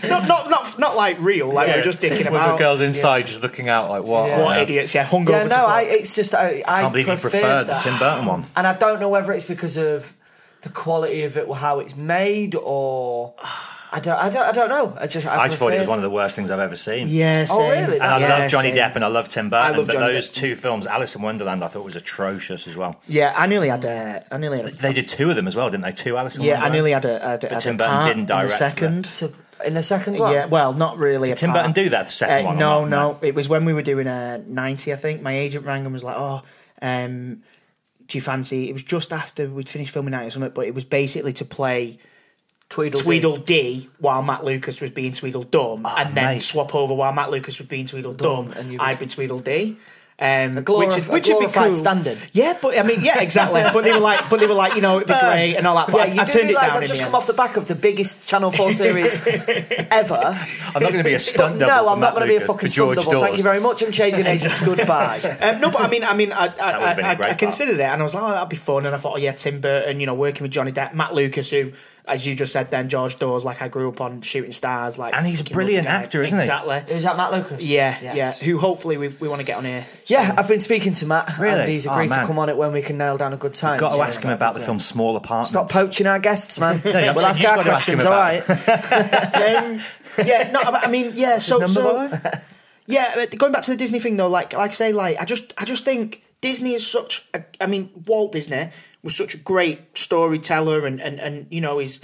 [SPEAKER 3] not, not, not, not like real, like we were just dicking
[SPEAKER 5] With the
[SPEAKER 3] about.
[SPEAKER 5] girls inside just looking out like what?
[SPEAKER 4] Yeah.
[SPEAKER 5] on
[SPEAKER 3] What
[SPEAKER 5] earth?
[SPEAKER 3] idiots, yeah, hungover.
[SPEAKER 4] Yeah,
[SPEAKER 3] to
[SPEAKER 4] no,
[SPEAKER 3] fuck.
[SPEAKER 4] I, it's just. I, I
[SPEAKER 5] I can't believe you preferred the
[SPEAKER 4] that.
[SPEAKER 5] Tim Burton one.
[SPEAKER 4] And I don't know whether it's because of the quality of it, or how it's made, or I don't, I don't, I don't know. I just, I,
[SPEAKER 5] I just thought it was
[SPEAKER 4] prefer-
[SPEAKER 5] one of the worst things I've ever seen.
[SPEAKER 3] Yeah.
[SPEAKER 4] Oh,
[SPEAKER 3] same.
[SPEAKER 4] really?
[SPEAKER 5] And I
[SPEAKER 3] Yeah,
[SPEAKER 5] love Johnny
[SPEAKER 3] same.
[SPEAKER 5] Depp and I love Tim Burton,
[SPEAKER 3] I love
[SPEAKER 5] but
[SPEAKER 3] Johnny
[SPEAKER 5] those
[SPEAKER 3] Depp.
[SPEAKER 5] two films, Alice in Wonderland, I thought was atrocious as well.
[SPEAKER 3] Yeah, I nearly had a. I nearly had. A,
[SPEAKER 5] They did two of them as well, didn't they? Two Alice in
[SPEAKER 3] yeah, I
[SPEAKER 5] Wonderland.
[SPEAKER 3] nearly had a. Had, a- had
[SPEAKER 5] Tim
[SPEAKER 3] a
[SPEAKER 5] Burton
[SPEAKER 3] part
[SPEAKER 5] didn't
[SPEAKER 3] in
[SPEAKER 5] direct
[SPEAKER 3] the
[SPEAKER 5] that.
[SPEAKER 3] second.
[SPEAKER 4] to, in the second one.
[SPEAKER 3] Yeah, well, not really. a
[SPEAKER 5] Tim
[SPEAKER 3] part.
[SPEAKER 5] Burton do that, the second
[SPEAKER 3] Uh,
[SPEAKER 5] one, or
[SPEAKER 3] No,
[SPEAKER 5] not?
[SPEAKER 3] no, It was when we were doing a ninety. I think my agent rang and was like, "Oh, um, do you fancy?" It was just after we'd finished filming ninety or something, but it was basically to play
[SPEAKER 4] Tweedledee.
[SPEAKER 3] Tweedledee while Matt Lucas was being Tweedledum, and then
[SPEAKER 5] mate.
[SPEAKER 3] swap over while Matt Lucas was being Tweedledum,
[SPEAKER 4] Dumb, Ah, and you-
[SPEAKER 3] I'd been Tweedledee. Um,
[SPEAKER 4] glorif-
[SPEAKER 3] which,
[SPEAKER 4] a
[SPEAKER 3] which would be
[SPEAKER 4] glorified
[SPEAKER 3] cool.
[SPEAKER 4] stand-in.
[SPEAKER 3] Yeah, but I mean, yeah, exactly. but they were like, but they were like, you know, it'd be great and all that. But
[SPEAKER 4] yeah,
[SPEAKER 3] I-
[SPEAKER 4] you
[SPEAKER 3] I,
[SPEAKER 4] do
[SPEAKER 3] turned it
[SPEAKER 4] realise
[SPEAKER 3] down.
[SPEAKER 4] I've
[SPEAKER 3] in
[SPEAKER 4] just
[SPEAKER 3] the
[SPEAKER 4] come
[SPEAKER 3] end.
[SPEAKER 4] off the back of the biggest Channel 4 series ever.
[SPEAKER 5] I'm not going to be a
[SPEAKER 4] But
[SPEAKER 5] stunt double.
[SPEAKER 4] no,
[SPEAKER 5] for
[SPEAKER 4] I'm not
[SPEAKER 5] Matt
[SPEAKER 4] going to be a
[SPEAKER 5] Lucas, for
[SPEAKER 4] fucking stunt
[SPEAKER 5] George
[SPEAKER 4] double. Thank you
[SPEAKER 5] Dawes.
[SPEAKER 4] very much. I'm changing agents. Goodbye.
[SPEAKER 3] Um, no, but I mean, I mean, I
[SPEAKER 5] would've
[SPEAKER 3] I,
[SPEAKER 5] been a
[SPEAKER 3] I, I,
[SPEAKER 5] great
[SPEAKER 3] I
[SPEAKER 5] part.
[SPEAKER 3] considered it, and I was like, oh, that'd be fun. And I thought, oh yeah, Tim Burton, you know, working with Johnny Depp, Matt Lucas, who, as you just said, then George Dawes, like I grew up on shooting stars, like,
[SPEAKER 5] And he's a
[SPEAKER 3] fucking love
[SPEAKER 5] brilliant
[SPEAKER 3] the guy.
[SPEAKER 5] actor, isn't he?
[SPEAKER 3] exactly.
[SPEAKER 4] Who's that, Matt Lucas?
[SPEAKER 3] Yeah,
[SPEAKER 4] Yes.
[SPEAKER 3] yeah. Who hopefully we, we want to get on here.
[SPEAKER 4] Yeah, I've been speaking to Matt, and
[SPEAKER 5] Really?
[SPEAKER 4] he's
[SPEAKER 5] Oh,
[SPEAKER 4] agreed to
[SPEAKER 5] man.
[SPEAKER 4] come on it when we can nail down a good time.
[SPEAKER 5] Got to
[SPEAKER 4] So-
[SPEAKER 5] ask him about the film Small Apartments.
[SPEAKER 4] Stop poaching our guests, man.
[SPEAKER 5] I'm
[SPEAKER 4] we'll
[SPEAKER 5] saying
[SPEAKER 4] ask
[SPEAKER 5] you've
[SPEAKER 4] our
[SPEAKER 5] got to ask him
[SPEAKER 4] questions, all
[SPEAKER 5] about
[SPEAKER 4] right?
[SPEAKER 3] um, yeah, no, but I mean, yeah. So,
[SPEAKER 5] number
[SPEAKER 3] so yeah, but going back to the Disney thing though, like, like I say, like I just, I just think Disney is such. A, I mean, Walt Disney was such a great storyteller, and and and you know, he's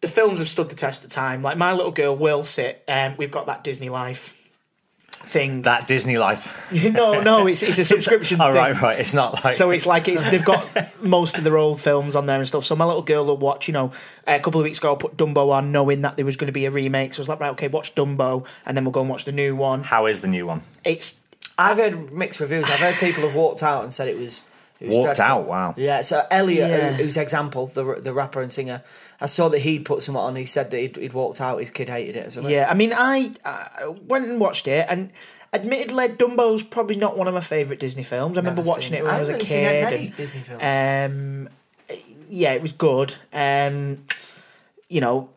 [SPEAKER 3] the films have stood the test of time. Like my little girl will sit, and um, we've got that Disney Life thing.
[SPEAKER 5] that Disney life.
[SPEAKER 3] no, no, it's it's a subscription.
[SPEAKER 5] All
[SPEAKER 3] thing.
[SPEAKER 5] right, right. It's not like
[SPEAKER 3] So it's like it's, they've got most of their old films on there and stuff. So my little girl will watch, you know, a couple of weeks ago I put Dumbo on knowing that there was going to be a remake. So I was like, right, okay, watch Dumbo and then we'll go and watch the new one.
[SPEAKER 5] how is the new one?
[SPEAKER 3] It's
[SPEAKER 4] I've heard mixed reviews. I've heard people have walked out and said it was. It was
[SPEAKER 5] Walked
[SPEAKER 4] dreadful.
[SPEAKER 5] out, wow.
[SPEAKER 4] Yeah, so Elliot, who-
[SPEAKER 3] Yeah.
[SPEAKER 4] whose example, the the rapper and singer, I saw that he'd put something on. He said that he'd, he'd walked out. His kid hated it or something.
[SPEAKER 3] yeah, I mean, I, I went and watched it and admittedly Dumbo's probably not one of my favorite Disney films. I remember
[SPEAKER 4] Never
[SPEAKER 3] watching
[SPEAKER 4] seen
[SPEAKER 3] it when
[SPEAKER 4] it.
[SPEAKER 3] I,
[SPEAKER 4] I
[SPEAKER 3] was a
[SPEAKER 4] haven't
[SPEAKER 3] kid.
[SPEAKER 4] seen that many
[SPEAKER 3] and,
[SPEAKER 4] Disney films.
[SPEAKER 3] Um, yeah, it was good. Um, you know,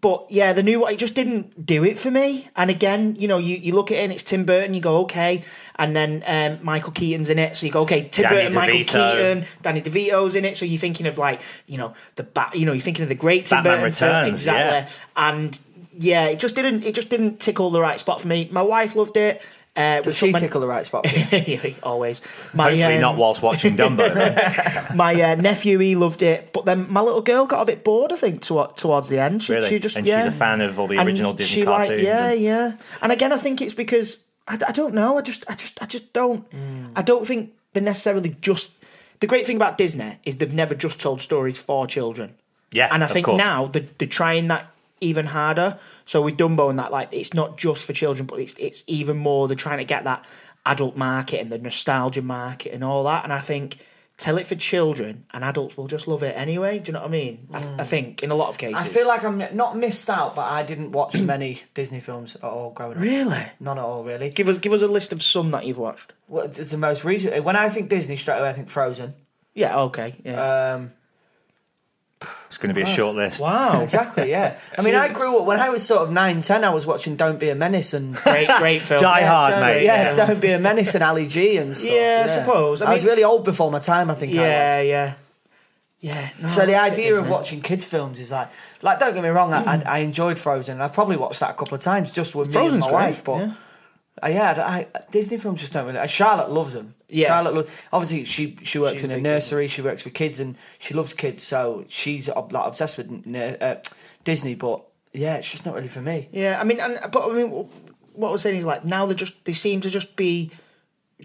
[SPEAKER 3] but yeah, the new one it just didn't do it for me. And again, you know, you, you look at it and it's Tim Burton, you go okay, and then um, Michael Keaton's in it, so you go okay, Tim
[SPEAKER 5] Danny
[SPEAKER 3] Burton, Michael
[SPEAKER 5] DeVito.
[SPEAKER 3] Keaton, Danny DeVito's in it, so you're thinking of like you know the bat, you know, you're thinking of the great Tim
[SPEAKER 5] Batman
[SPEAKER 3] Burton film.
[SPEAKER 5] Returns,
[SPEAKER 3] exactly, and yeah, it just didn't it just didn't tickle the right spot for me. My wife loved it. Uh,
[SPEAKER 4] Does
[SPEAKER 3] which
[SPEAKER 4] she
[SPEAKER 3] my-
[SPEAKER 4] tickle the right spot? for you?
[SPEAKER 3] always. My,
[SPEAKER 5] Hopefully
[SPEAKER 3] um,
[SPEAKER 5] not whilst watching Dumbo. though.
[SPEAKER 3] my uh, nephew he loved it, but then my little girl got a bit bored. I think to, towards the end, she,
[SPEAKER 5] Really?
[SPEAKER 3] she just
[SPEAKER 5] And she's
[SPEAKER 3] yeah.
[SPEAKER 5] a fan of all the
[SPEAKER 3] And
[SPEAKER 5] original Disney
[SPEAKER 3] she like-
[SPEAKER 5] cartoons
[SPEAKER 3] yeah,
[SPEAKER 5] and-
[SPEAKER 3] yeah. And again, I think it's because I, d- I don't know. I just I just I just don't.
[SPEAKER 5] Mm.
[SPEAKER 3] I don't think they necessarily just. The great thing about Disney is they've never just told stories for children.
[SPEAKER 5] Yeah,
[SPEAKER 3] and I
[SPEAKER 5] of
[SPEAKER 3] think
[SPEAKER 5] course.
[SPEAKER 3] now they're, they're trying that even harder. So with Dumbo and that, like, it's not just for children, but it's it's even more. They're trying to get that adult market and the nostalgia market and all that. And I think tell it for children, and adults will just love it anyway. Do you know what I mean? I,
[SPEAKER 5] Mm.
[SPEAKER 3] th- I think in a lot of cases.
[SPEAKER 4] I feel like I'm not missed out, but I didn't watch many Disney films at all growing up.
[SPEAKER 3] Really?
[SPEAKER 4] None at all, really.
[SPEAKER 3] Give us give us a list of some that you've watched.
[SPEAKER 4] Well, it's the most recent. uh, When I think Disney, straight away I think Frozen.
[SPEAKER 3] Yeah. Okay. Yeah.
[SPEAKER 4] Um,
[SPEAKER 5] it's going to be a short list.
[SPEAKER 3] wow.
[SPEAKER 4] exactly, yeah. I mean, I grew up when I was sort of nine, ten. I was watching Don't Be a Menace and
[SPEAKER 3] Great. Great film.
[SPEAKER 5] Die
[SPEAKER 3] Yeah,
[SPEAKER 5] Hard,
[SPEAKER 3] don't-
[SPEAKER 5] mate.
[SPEAKER 4] yeah, Don't Be a Menace and Ali G and stuff.
[SPEAKER 3] Yeah, I suppose. I
[SPEAKER 4] I, was
[SPEAKER 3] mean-
[SPEAKER 4] really old before my time. I think.
[SPEAKER 3] Yeah. Oh,
[SPEAKER 4] I was.
[SPEAKER 3] Yeah. Yeah. no,
[SPEAKER 4] So the
[SPEAKER 3] I like
[SPEAKER 4] idea of
[SPEAKER 3] Disney.
[SPEAKER 4] watching kids' films is like, like don't get me wrong, I, I, I enjoyed Frozen. and I've probably watched that a couple of times just with me and
[SPEAKER 3] Frozen's
[SPEAKER 4] my
[SPEAKER 3] great,
[SPEAKER 4] wife. But
[SPEAKER 3] yeah.
[SPEAKER 4] Uh, yeah, I, I- Disney films just don't really. uh, Charlotte loves them.
[SPEAKER 3] Yeah.
[SPEAKER 4] Charlotte. Lo- obviously, she she works
[SPEAKER 3] She's
[SPEAKER 4] in
[SPEAKER 3] a
[SPEAKER 4] a
[SPEAKER 3] big
[SPEAKER 4] nursery. She works with kids, and she loves kids. So she's ob- like, obsessed with ner- uh, Disney. But yeah, it's just not really for me.
[SPEAKER 3] Yeah, I mean, and but I mean, what I was saying is like now they just they seem to just be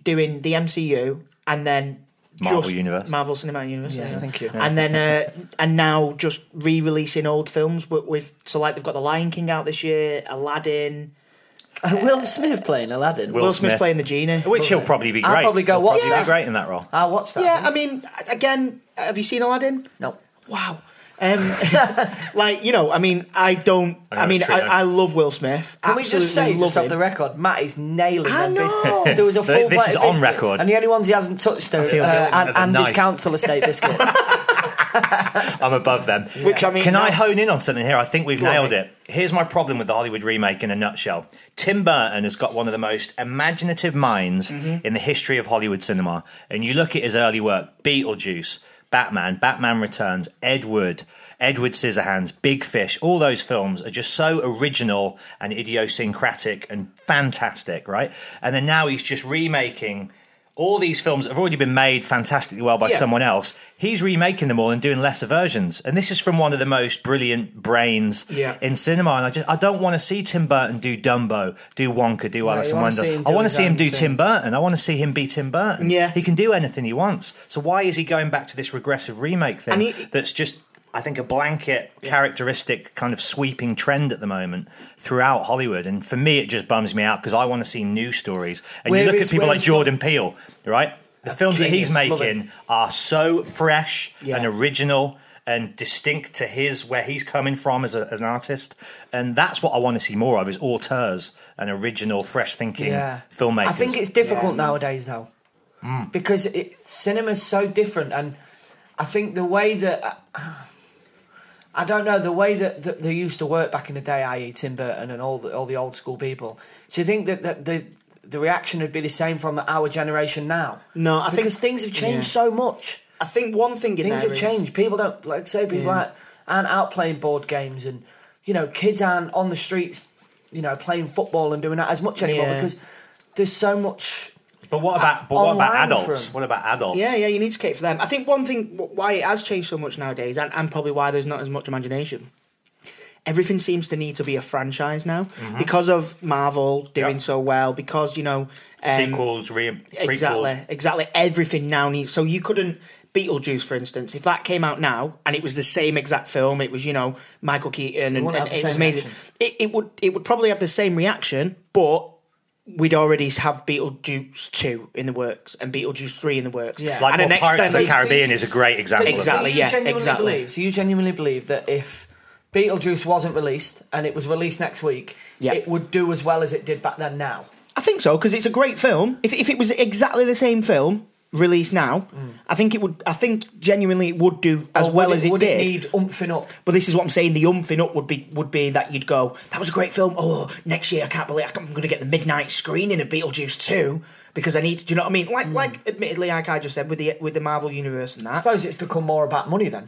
[SPEAKER 3] doing the MCU and then
[SPEAKER 5] Marvel
[SPEAKER 3] just
[SPEAKER 5] Universe.
[SPEAKER 3] Marvel Cinematic Universe.
[SPEAKER 4] Yeah, thank you.
[SPEAKER 3] And then uh, and now just re-releasing old films with, with so like they've got The Lion King out this year, Aladdin,
[SPEAKER 4] Will Smith playing Aladdin.
[SPEAKER 5] Will
[SPEAKER 3] Will, Smith's
[SPEAKER 5] Smith.
[SPEAKER 3] playing the genie.
[SPEAKER 5] Which he'll probably be great.
[SPEAKER 4] I'll probably go
[SPEAKER 5] He'll
[SPEAKER 4] watch
[SPEAKER 5] probably be
[SPEAKER 4] that.
[SPEAKER 5] great in that role.
[SPEAKER 4] I watched that.
[SPEAKER 3] Yeah, I mean, again, have you seen Aladdin?
[SPEAKER 4] no.
[SPEAKER 3] Wow. Um, like you know, I mean, I don't.
[SPEAKER 5] I
[SPEAKER 3] I,
[SPEAKER 5] know,
[SPEAKER 3] mean,
[SPEAKER 5] true,
[SPEAKER 3] I,
[SPEAKER 5] though.
[SPEAKER 3] I love Will Smith.
[SPEAKER 4] Can we just say,
[SPEAKER 3] Absolutely love
[SPEAKER 4] just off
[SPEAKER 3] him.
[SPEAKER 4] the record, Matt is nailing
[SPEAKER 3] I
[SPEAKER 4] them. This-
[SPEAKER 3] know.
[SPEAKER 4] There was a
[SPEAKER 5] Th-
[SPEAKER 4] full
[SPEAKER 5] this
[SPEAKER 4] plate
[SPEAKER 5] is
[SPEAKER 4] of
[SPEAKER 5] on
[SPEAKER 4] biscuit,
[SPEAKER 5] record.
[SPEAKER 4] And the only ones he hasn't touched are
[SPEAKER 3] feel
[SPEAKER 4] uh,
[SPEAKER 3] guilty.
[SPEAKER 4] and, and
[SPEAKER 5] Nice.
[SPEAKER 4] his council estate biscuits.
[SPEAKER 5] I'm above them.
[SPEAKER 3] Which, I mean,
[SPEAKER 5] Can I
[SPEAKER 3] now-
[SPEAKER 5] hone in on something here? I think we've
[SPEAKER 3] on,
[SPEAKER 5] nailed
[SPEAKER 3] mate.
[SPEAKER 5] it. Here's my problem with the Hollywood remake in a nutshell. Tim Burton has got one of the most
[SPEAKER 3] Mm-hmm.
[SPEAKER 5] imaginative minds in the history of Hollywood cinema. And you look at his early work, Beetlejuice, Batman, Batman Returns, Edward, Edward Scissorhands, Big Fish, all those films are just so original and idiosyncratic and fantastic, right? And then now he's just remaking all these films that have already been made fantastically well by
[SPEAKER 3] Yeah.
[SPEAKER 5] someone else. He's remaking them all and doing lesser versions. And this is from one of the most brilliant brains
[SPEAKER 3] Yeah.
[SPEAKER 5] in cinema. And I just I don't want to see Tim Burton do Dumbo, do Wonka, do Alice
[SPEAKER 4] you
[SPEAKER 5] in
[SPEAKER 4] wanna see
[SPEAKER 5] Wonderland.
[SPEAKER 4] him
[SPEAKER 5] I
[SPEAKER 4] do
[SPEAKER 5] want to
[SPEAKER 4] his
[SPEAKER 5] see him
[SPEAKER 4] own
[SPEAKER 5] do
[SPEAKER 4] thing.
[SPEAKER 5] Tim Burton. I want to see him be Tim Burton.
[SPEAKER 3] Yeah.
[SPEAKER 5] He can do anything he wants. So why is he going back to this regressive remake thing
[SPEAKER 3] And he-
[SPEAKER 5] that's just I think a blanket characteristic kind of sweeping trend at the moment throughout Hollywood. And for me it just bums me out because I want to see new stories. And
[SPEAKER 4] Where
[SPEAKER 5] you look
[SPEAKER 4] is-
[SPEAKER 5] at people
[SPEAKER 4] where
[SPEAKER 5] like
[SPEAKER 4] is-
[SPEAKER 5] Jordan Peele, right? The films that he's
[SPEAKER 3] genius. Love it.
[SPEAKER 5] making are so fresh
[SPEAKER 3] Yeah.
[SPEAKER 5] and original and distinct to his where he's coming from as a, an artist and that's what i want to see more of is auteurs and original fresh thinking filmmakers
[SPEAKER 4] I think it's difficult nowadays though, because it, cinema's so different, and I think the way that uh, I don't know the way that, that they used to work back in the day, i.e., Tim Burton and all the all the old school people. Do you think that, that the the reaction would be the same from our generation now?
[SPEAKER 3] No, I think-
[SPEAKER 4] because things have changed
[SPEAKER 3] yeah.
[SPEAKER 4] so much.
[SPEAKER 3] I think one thing in
[SPEAKER 4] Things
[SPEAKER 3] there
[SPEAKER 4] have
[SPEAKER 3] is-
[SPEAKER 4] changed. People don't like say people
[SPEAKER 3] Yeah.
[SPEAKER 4] like aren't out playing board games, and you know, kids aren't on the streets, you know, playing football and doing that as much anymore
[SPEAKER 3] Yeah.
[SPEAKER 4] because there's so much.
[SPEAKER 5] But what about but what about
[SPEAKER 4] online
[SPEAKER 5] adults?
[SPEAKER 4] from-
[SPEAKER 5] What about adults?
[SPEAKER 3] Yeah, yeah, you need to cater for them. I think one thing wh- why it has changed so much nowadays, and, and probably why there's not as much imagination. Everything seems to need to be a franchise now because of Marvel doing
[SPEAKER 5] Mm-hmm. Yeah.
[SPEAKER 3] so well. Because you know, um,
[SPEAKER 5] Sequels, re- prequels.
[SPEAKER 3] exactly, exactly. Everything now needs so you couldn't Beetlejuice, for instance, if that came out now and it was the same exact film, it was you know Michael Keaton and,
[SPEAKER 4] wouldn't
[SPEAKER 3] and
[SPEAKER 4] have the
[SPEAKER 3] it was
[SPEAKER 4] same
[SPEAKER 3] amazing.
[SPEAKER 4] reaction.
[SPEAKER 3] It, it would it would probably have the same reaction, but we'd already have Beetlejuice two in the works and Beetlejuice three in the works.
[SPEAKER 4] Yeah.
[SPEAKER 5] Like
[SPEAKER 3] and
[SPEAKER 5] what
[SPEAKER 3] an
[SPEAKER 5] Pirates of the
[SPEAKER 3] extended-
[SPEAKER 5] Caribbean is a great example. of
[SPEAKER 3] Exactly,
[SPEAKER 4] So you
[SPEAKER 3] yeah,
[SPEAKER 4] genuinely
[SPEAKER 3] exactly.
[SPEAKER 4] Believe, so you genuinely believe that if Beetlejuice wasn't released and it was released next week,
[SPEAKER 3] Yeah.
[SPEAKER 4] it would do as well as it did back then. Now,
[SPEAKER 3] I think so because it's a great film. If if it was exactly the same film released now,
[SPEAKER 5] Mm.
[SPEAKER 3] I think it would. I think genuinely it would do
[SPEAKER 5] Oh,
[SPEAKER 3] as
[SPEAKER 4] Or
[SPEAKER 3] well
[SPEAKER 4] would
[SPEAKER 3] as it
[SPEAKER 4] would
[SPEAKER 3] did.
[SPEAKER 4] it need umphing up?
[SPEAKER 3] but this is what I'm saying. The umphing up would be would be that you'd go, "That was a great film." Oh, next year I can't believe I'm going to get the midnight screening of Beetlejuice two because I need. Do you know what I mean? Like like admittedly, like I just said with the with the Marvel universe and
[SPEAKER 4] I
[SPEAKER 3] that.
[SPEAKER 4] suppose Hmm. it's become more about money then.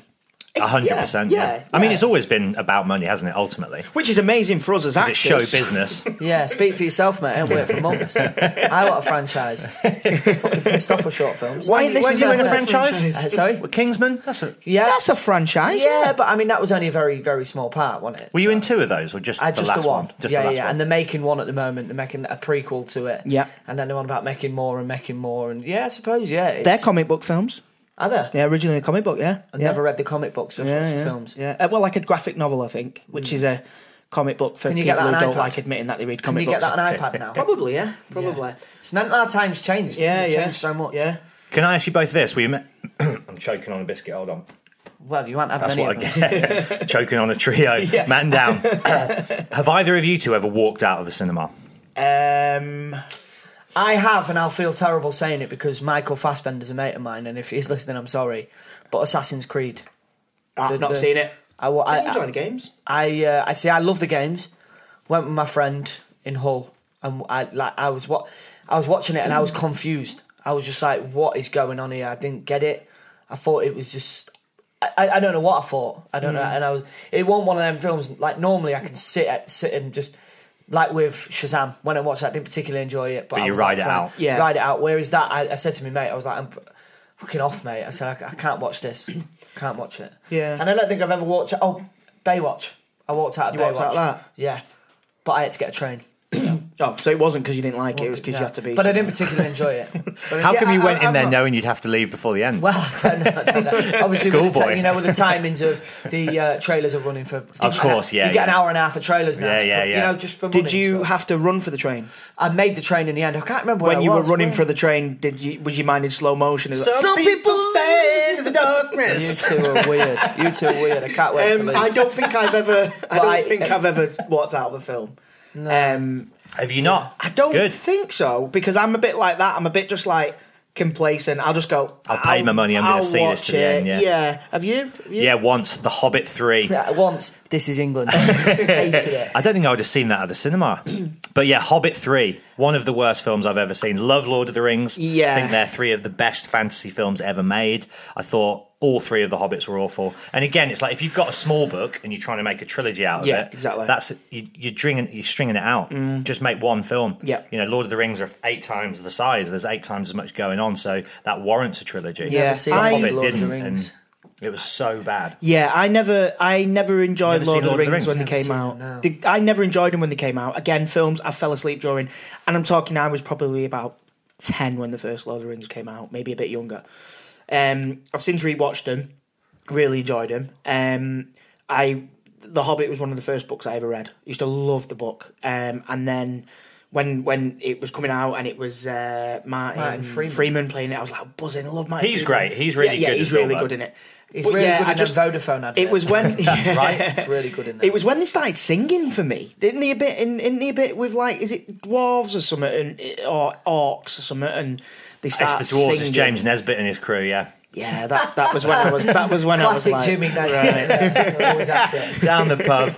[SPEAKER 5] A hundred percent.
[SPEAKER 3] yeah,
[SPEAKER 5] Yeah. I mean,
[SPEAKER 3] yeah.
[SPEAKER 5] it's always been about money, hasn't it? Ultimately,
[SPEAKER 3] Which is amazing for us as
[SPEAKER 5] it's
[SPEAKER 3] actors.
[SPEAKER 5] show business.
[SPEAKER 4] Yeah, speak for yourself, mate. I ain't worked for months. I want a franchise. Fucking pissed off with short films.
[SPEAKER 3] Why ain't this
[SPEAKER 4] When's
[SPEAKER 3] doing
[SPEAKER 4] that-
[SPEAKER 3] a franchise?
[SPEAKER 4] Uh, sorry?
[SPEAKER 5] Well, Kingsman. That's a,
[SPEAKER 4] Yeah.
[SPEAKER 3] That's a franchise.
[SPEAKER 4] yeah, but I mean, that was only a very, very small part, wasn't it?
[SPEAKER 5] were you
[SPEAKER 4] So-
[SPEAKER 5] in two of those, or just
[SPEAKER 4] I
[SPEAKER 5] the
[SPEAKER 4] just
[SPEAKER 5] last
[SPEAKER 4] the one.
[SPEAKER 5] Just
[SPEAKER 4] yeah,
[SPEAKER 5] the last
[SPEAKER 4] yeah.
[SPEAKER 5] one.
[SPEAKER 4] And they're making one at the moment. They're making a prequel to it.
[SPEAKER 3] Yeah.
[SPEAKER 4] And then they're on about making more and making more. And yeah, I suppose, yeah. It's,
[SPEAKER 3] They're comic book films.
[SPEAKER 4] Are they?
[SPEAKER 3] Yeah, originally a comic book. Yeah,
[SPEAKER 4] I've
[SPEAKER 3] yeah.
[SPEAKER 4] never read the comic books, just watched the
[SPEAKER 3] yeah.
[SPEAKER 4] films.
[SPEAKER 3] Yeah, Uh, well, like a graphic novel, I think, which is a comic book for
[SPEAKER 4] Hmm. Can you get
[SPEAKER 3] people
[SPEAKER 4] that
[SPEAKER 3] who
[SPEAKER 4] on
[SPEAKER 3] don't
[SPEAKER 4] iPad?
[SPEAKER 3] like admitting that they read
[SPEAKER 4] Can
[SPEAKER 3] comic
[SPEAKER 4] you get
[SPEAKER 3] books.
[SPEAKER 4] that on iPad now?
[SPEAKER 3] Probably, yeah. Probably. Yeah,
[SPEAKER 4] It's meant our time's changed. Things
[SPEAKER 3] yeah.
[SPEAKER 4] have changed so much.
[SPEAKER 3] Yeah.
[SPEAKER 5] Can I ask you both this? Were you? Me- I'm choking on a biscuit. Hold on.
[SPEAKER 4] Well, you won't have
[SPEAKER 5] That's
[SPEAKER 4] many
[SPEAKER 5] what
[SPEAKER 4] of
[SPEAKER 5] I
[SPEAKER 4] them.
[SPEAKER 5] get. choking on a trio. Man down. Have either of you two ever walked out of the cinema?
[SPEAKER 3] Um,
[SPEAKER 4] I have, and I'll feel terrible saying it because Michael Fassbender's a mate of mine, and if he's listening, I'm sorry. But Assassin's Creed,
[SPEAKER 3] I've
[SPEAKER 4] The-
[SPEAKER 3] not
[SPEAKER 4] the-
[SPEAKER 3] seen it.
[SPEAKER 4] I wa- I,
[SPEAKER 3] Did you enjoy the games.
[SPEAKER 4] I uh, I see. I love the games. Went with my friend in Hull, and I like I was what I was watching it, and I was confused. I was just like, "What is going on here?" I didn't get it. I thought it was just. I- I, I don't know what I thought. I don't know,
[SPEAKER 5] Mm.
[SPEAKER 4] and I was. It wasn't one of them films. Like normally, I can sit at, sit and just like with Shazam. When I watched that, I didn't particularly enjoy it. But, I
[SPEAKER 5] you
[SPEAKER 4] was
[SPEAKER 5] ride
[SPEAKER 4] like,
[SPEAKER 5] it
[SPEAKER 4] "Fine,
[SPEAKER 5] out."
[SPEAKER 3] Yeah.
[SPEAKER 4] ride it out. Whereas that, I, I said to my mate, I was like, "I'm f- fucking off, mate." I said, "I, I can't watch this. can't watch it."
[SPEAKER 3] Yeah.
[SPEAKER 4] and I don't think I've ever watched. Oh, Baywatch. I walked out of
[SPEAKER 3] You
[SPEAKER 4] Baywatch.
[SPEAKER 3] walked out of that?
[SPEAKER 4] Yeah, but I had to get a train.
[SPEAKER 3] Oh, so it wasn't because you didn't like it. It was because
[SPEAKER 4] Yeah.
[SPEAKER 3] you had to be.
[SPEAKER 4] But I didn't particularly enjoy it. But
[SPEAKER 5] How
[SPEAKER 4] yeah,
[SPEAKER 5] come you
[SPEAKER 3] I-
[SPEAKER 5] went
[SPEAKER 3] I-
[SPEAKER 5] in there
[SPEAKER 3] I'm not-
[SPEAKER 5] knowing you'd have to leave before the end?
[SPEAKER 4] Well, I don't know. I don't know. Obviously, with the ti-
[SPEAKER 5] Schoolboy.
[SPEAKER 4] you know, with the timings of the uh, trailers are running for.
[SPEAKER 5] Of course, yeah,
[SPEAKER 4] You get an
[SPEAKER 5] yeah.
[SPEAKER 4] hour and a half of trailers now.
[SPEAKER 5] Yeah,
[SPEAKER 4] to
[SPEAKER 5] yeah,
[SPEAKER 4] put- You
[SPEAKER 5] yeah.
[SPEAKER 4] know, just for
[SPEAKER 3] Did
[SPEAKER 4] money
[SPEAKER 3] you
[SPEAKER 4] and stuff.
[SPEAKER 3] have to run for the train
[SPEAKER 4] I made the train in the end. I can't remember where
[SPEAKER 3] when
[SPEAKER 4] I
[SPEAKER 3] you were
[SPEAKER 4] was,
[SPEAKER 3] running
[SPEAKER 4] where-
[SPEAKER 3] for the train? Did you was your mind in slow motion? It was like,
[SPEAKER 5] stay in the
[SPEAKER 4] You
[SPEAKER 5] darkness.
[SPEAKER 4] two are weird. You two are weird. I can't wait to
[SPEAKER 3] Um,
[SPEAKER 4] leave.
[SPEAKER 3] I don't think I've ever. I
[SPEAKER 4] Well, I-
[SPEAKER 3] don't think I've ever walked out of a film. Um,
[SPEAKER 5] Have you not?
[SPEAKER 3] I don't
[SPEAKER 5] Good.
[SPEAKER 3] think so because I'm a bit like that. I'm a bit just like complacent. I'll just go.
[SPEAKER 5] I've paid my money, I'm gonna
[SPEAKER 3] I'll
[SPEAKER 5] see this
[SPEAKER 3] watch
[SPEAKER 5] to the end, yeah.
[SPEAKER 3] Have you? Have you?
[SPEAKER 5] Yeah, once The Hobbit three.
[SPEAKER 4] Yeah, Once this is England, hated it.
[SPEAKER 5] I don't think I would have seen that at the cinema. but yeah, Hobbit 3, one of the worst films I've ever seen. Love Lord of the Rings.
[SPEAKER 3] Yeah.
[SPEAKER 5] I think they're three of the best fantasy films ever made. I thought All three of the Hobbits were awful. And again, it's like if you've got a small book and you're trying to make a trilogy out of
[SPEAKER 3] Yeah,
[SPEAKER 5] it,
[SPEAKER 3] exactly. Mm.
[SPEAKER 5] That's you, you're, stringing, you're stringing it out. Just make one film.
[SPEAKER 3] Yeah.
[SPEAKER 5] you know, Lord of the Rings are eight times the size. There's eight times as much going on, so that warrants a trilogy.
[SPEAKER 3] Yeah,
[SPEAKER 4] Never seen
[SPEAKER 5] the
[SPEAKER 3] I-
[SPEAKER 5] Hobbit
[SPEAKER 4] Lord of the
[SPEAKER 5] didn't.
[SPEAKER 4] Rings.
[SPEAKER 5] And it was so bad.
[SPEAKER 3] Yeah, I never, I never enjoyed
[SPEAKER 5] Never
[SPEAKER 3] Lord,
[SPEAKER 5] seen
[SPEAKER 3] of the Rings when they
[SPEAKER 5] Never
[SPEAKER 3] came
[SPEAKER 4] seen
[SPEAKER 3] out.
[SPEAKER 4] it, no.
[SPEAKER 3] The- I never enjoyed them when they came out. Again, films I fell asleep during, and I'm talking. I was probably about ten when the first Lord of the Rings came out, maybe a bit younger. Um, I've since rewatched them, really enjoyed them. Um, I The Hobbit was one of the first books I ever read. Used to love the book, um, and then. When when it was coming out and it was uh, Martin,
[SPEAKER 4] Martin Freeman.
[SPEAKER 3] playing it, I was like "Oh, buzzing. I love Martin.
[SPEAKER 5] He's
[SPEAKER 3] Freeman.
[SPEAKER 5] great. He's really
[SPEAKER 3] yeah, yeah,
[SPEAKER 5] good
[SPEAKER 3] He's
[SPEAKER 5] as Bilbo.
[SPEAKER 3] really good in it.
[SPEAKER 4] He's
[SPEAKER 3] But
[SPEAKER 4] really
[SPEAKER 3] yeah,
[SPEAKER 4] good
[SPEAKER 3] I
[SPEAKER 4] in
[SPEAKER 3] just-
[SPEAKER 4] just, Vodafone advert.
[SPEAKER 3] it was when
[SPEAKER 4] right. It's really good in that.
[SPEAKER 3] it was when they started singing for me. Didn't they a bit? In, didn't they a bit with like, is it dwarves or something, and, or orcs or something? And they
[SPEAKER 5] It's
[SPEAKER 3] start
[SPEAKER 5] the dwarves. It's
[SPEAKER 3] singing.
[SPEAKER 5] James Nesbitt and his crew. Yeah,
[SPEAKER 3] Yeah, that, that was when I was. That was when
[SPEAKER 4] classic
[SPEAKER 3] I was like,
[SPEAKER 4] Jimmy Nash. Yeah, always at it.
[SPEAKER 5] down the pub,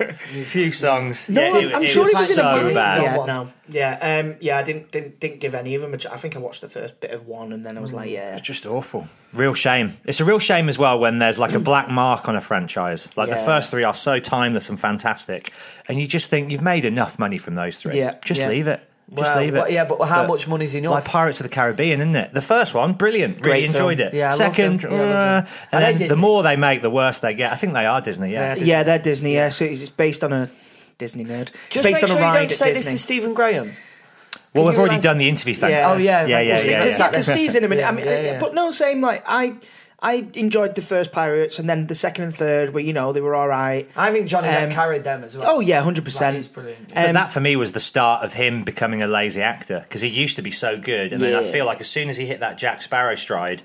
[SPEAKER 5] few songs.
[SPEAKER 3] No, I'm, I'm sure it was, in a
[SPEAKER 4] so
[SPEAKER 3] movie.
[SPEAKER 4] bad.
[SPEAKER 3] Yeah,
[SPEAKER 4] One.
[SPEAKER 3] no, yeah, um, yeah. I didn't, didn't didn't give any of them. A ch- I think I watched the first bit of one, and then I was like, yeah,
[SPEAKER 5] Just awful. Real shame. It's a real shame as well when there's like a black mark on a franchise. Like the
[SPEAKER 3] Yeah.
[SPEAKER 5] first three are so timeless and fantastic, and you just think you've made enough money from those three.
[SPEAKER 3] Yeah,
[SPEAKER 5] just
[SPEAKER 3] yeah.
[SPEAKER 5] leave it. Just
[SPEAKER 4] Well,
[SPEAKER 5] leave it.
[SPEAKER 4] well, yeah, but how much money's enough?
[SPEAKER 5] Like Pirates of the Caribbean, isn't it? The first one, brilliant. really
[SPEAKER 3] Great film.
[SPEAKER 5] enjoyed it.
[SPEAKER 4] Yeah, I loved
[SPEAKER 5] Second,
[SPEAKER 4] them. Yeah, I loved
[SPEAKER 5] uh,
[SPEAKER 4] them. Are
[SPEAKER 5] and
[SPEAKER 4] they
[SPEAKER 5] then the
[SPEAKER 4] Disney?
[SPEAKER 5] more they make, the worse they get. I think they are Disney. Yeah.
[SPEAKER 3] yeah. They're Disney. Yeah, so it's it's based on a Disney nerd. It's
[SPEAKER 4] Just make
[SPEAKER 3] based on
[SPEAKER 4] sure
[SPEAKER 3] a
[SPEAKER 4] you
[SPEAKER 3] ride
[SPEAKER 4] don't
[SPEAKER 3] at
[SPEAKER 4] say
[SPEAKER 3] Disney.
[SPEAKER 4] this is Stephen Graham.
[SPEAKER 5] well, we've
[SPEAKER 4] you were
[SPEAKER 5] already
[SPEAKER 4] like-
[SPEAKER 5] done the interview. Thank
[SPEAKER 3] Yeah.
[SPEAKER 5] God.
[SPEAKER 3] Oh,
[SPEAKER 4] yeah,
[SPEAKER 5] yeah,
[SPEAKER 4] right.
[SPEAKER 5] yeah,
[SPEAKER 4] Well,
[SPEAKER 5] yeah.
[SPEAKER 3] Because
[SPEAKER 5] yeah.
[SPEAKER 3] yeah, in a minute. I
[SPEAKER 4] Yeah,
[SPEAKER 3] mean, uh,
[SPEAKER 4] yeah, yeah.
[SPEAKER 3] But no, same like I, I enjoyed the first Pirates, and then the second and third were you know they were all right.
[SPEAKER 4] I think Johnny Depp
[SPEAKER 3] Um,
[SPEAKER 4] carried them as well.
[SPEAKER 3] Oh yeah, hundred
[SPEAKER 4] Like,
[SPEAKER 3] percent. Um,
[SPEAKER 4] he's brilliant.
[SPEAKER 5] But that for me was the start of him becoming a lazy actor because he used to be so good, and then I
[SPEAKER 3] Yeah.
[SPEAKER 5] feel like as soon as he hit that Jack Sparrow stride,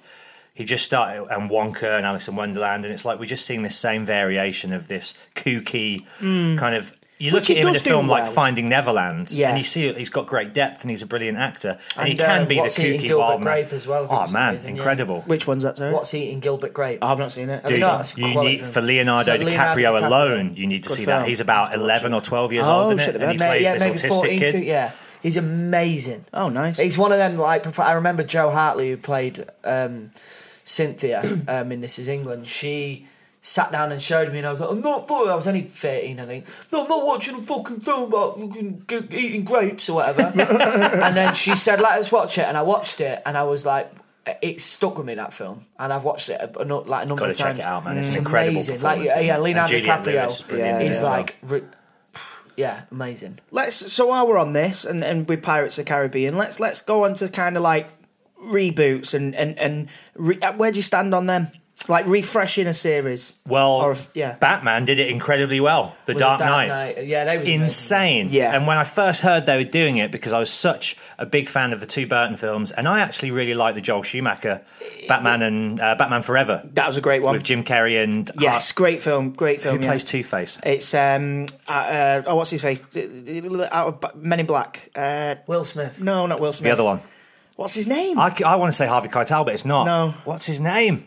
[SPEAKER 5] he just started and Wonka and Alice in Wonderland, and it's like we're just seeing this same variation of this kooky
[SPEAKER 4] Hmm.
[SPEAKER 5] kind of. You look
[SPEAKER 3] Which he
[SPEAKER 5] at him in a
[SPEAKER 3] does do
[SPEAKER 5] film like
[SPEAKER 3] well.
[SPEAKER 5] Finding Neverland,
[SPEAKER 3] Yeah.
[SPEAKER 5] and you see he's got great depth and he's a brilliant actor, and, he
[SPEAKER 4] And,
[SPEAKER 5] can
[SPEAKER 4] uh,
[SPEAKER 5] be the
[SPEAKER 4] What's Eating
[SPEAKER 5] kooky
[SPEAKER 4] Gilbert
[SPEAKER 5] wild man.
[SPEAKER 4] Grape as well, I think
[SPEAKER 5] oh
[SPEAKER 4] it's
[SPEAKER 5] man,
[SPEAKER 4] amazing, yeah.
[SPEAKER 5] incredible!
[SPEAKER 3] Which one's that? Sorry,
[SPEAKER 4] What's eating Gilbert Grape?
[SPEAKER 3] I have not seen it.
[SPEAKER 4] Dude,
[SPEAKER 3] Have
[SPEAKER 4] no, it's a
[SPEAKER 5] you
[SPEAKER 4] quality
[SPEAKER 5] need
[SPEAKER 4] film.
[SPEAKER 5] for Leonardo,
[SPEAKER 4] So Leonardo
[SPEAKER 5] DiCaprio,
[SPEAKER 4] DiCaprio.
[SPEAKER 5] alone. You need to
[SPEAKER 3] Good
[SPEAKER 5] see
[SPEAKER 3] film.
[SPEAKER 5] that. He's about eleven or twelve years
[SPEAKER 3] Oh,
[SPEAKER 5] old, isn't
[SPEAKER 3] shit,
[SPEAKER 5] it? and he
[SPEAKER 3] the
[SPEAKER 4] Ma-
[SPEAKER 5] plays
[SPEAKER 4] yeah,
[SPEAKER 5] this
[SPEAKER 4] maybe
[SPEAKER 5] autistic
[SPEAKER 4] 14,
[SPEAKER 5] kid.
[SPEAKER 4] fif- yeah. He's amazing.
[SPEAKER 3] Oh, nice.
[SPEAKER 4] He's one of them, like, prof- I remember Joe Hartley, who played um, Cynthia um, in This Is England. She sat down and showed me, and I was like, I'm not, boy, I was only 13, I think. No, I'm not watching a fucking film about fucking g- eating grapes or whatever. and then she said, Let us watch it. And I watched it, and I was like, it stuck with me that film, and I've watched it a, a, nu- like a number
[SPEAKER 5] Gotta
[SPEAKER 4] of
[SPEAKER 5] check
[SPEAKER 4] times.
[SPEAKER 5] it out, man. It's an incredible
[SPEAKER 4] Like,
[SPEAKER 5] performance,
[SPEAKER 4] yeah,
[SPEAKER 5] isn't
[SPEAKER 4] yeah,
[SPEAKER 5] it?
[SPEAKER 4] Leonardo
[SPEAKER 5] And Juliette Lewis is
[SPEAKER 4] DiCaprio
[SPEAKER 5] brilliant
[SPEAKER 4] is
[SPEAKER 3] as well.
[SPEAKER 4] like, re- yeah, amazing.
[SPEAKER 3] let's. So while we're on this, and and with Pirates of the Caribbean, let's let's go on to kind of like reboots and and and re, uh, where do you stand on them? Like refreshing a series.
[SPEAKER 5] Well,
[SPEAKER 3] Or if- yeah.
[SPEAKER 5] Batman did it incredibly well. The
[SPEAKER 4] With
[SPEAKER 5] Dark,
[SPEAKER 4] the
[SPEAKER 5] Knight.
[SPEAKER 4] Yeah, they was amazing.
[SPEAKER 5] Insane.
[SPEAKER 3] Yeah.
[SPEAKER 5] And when I first heard they were doing it, because I was such a big fan of the two Burton films, and I actually really like the Joel Schumacher Batman and uh, Batman Forever
[SPEAKER 3] That was a great one.
[SPEAKER 5] with Jim Carrey and
[SPEAKER 3] yes,
[SPEAKER 5] Hart,
[SPEAKER 3] great film. Great film.
[SPEAKER 5] who
[SPEAKER 3] yeah.
[SPEAKER 5] plays Two Face.
[SPEAKER 3] It's um uh, uh, oh what's his face out of Ba- Men in Black uh
[SPEAKER 4] Will Smith.
[SPEAKER 3] no not Will Smith
[SPEAKER 5] The other one.
[SPEAKER 3] what's his name
[SPEAKER 5] I, want to say Harvey Keitel, but it's not.
[SPEAKER 3] No.
[SPEAKER 5] What's his name?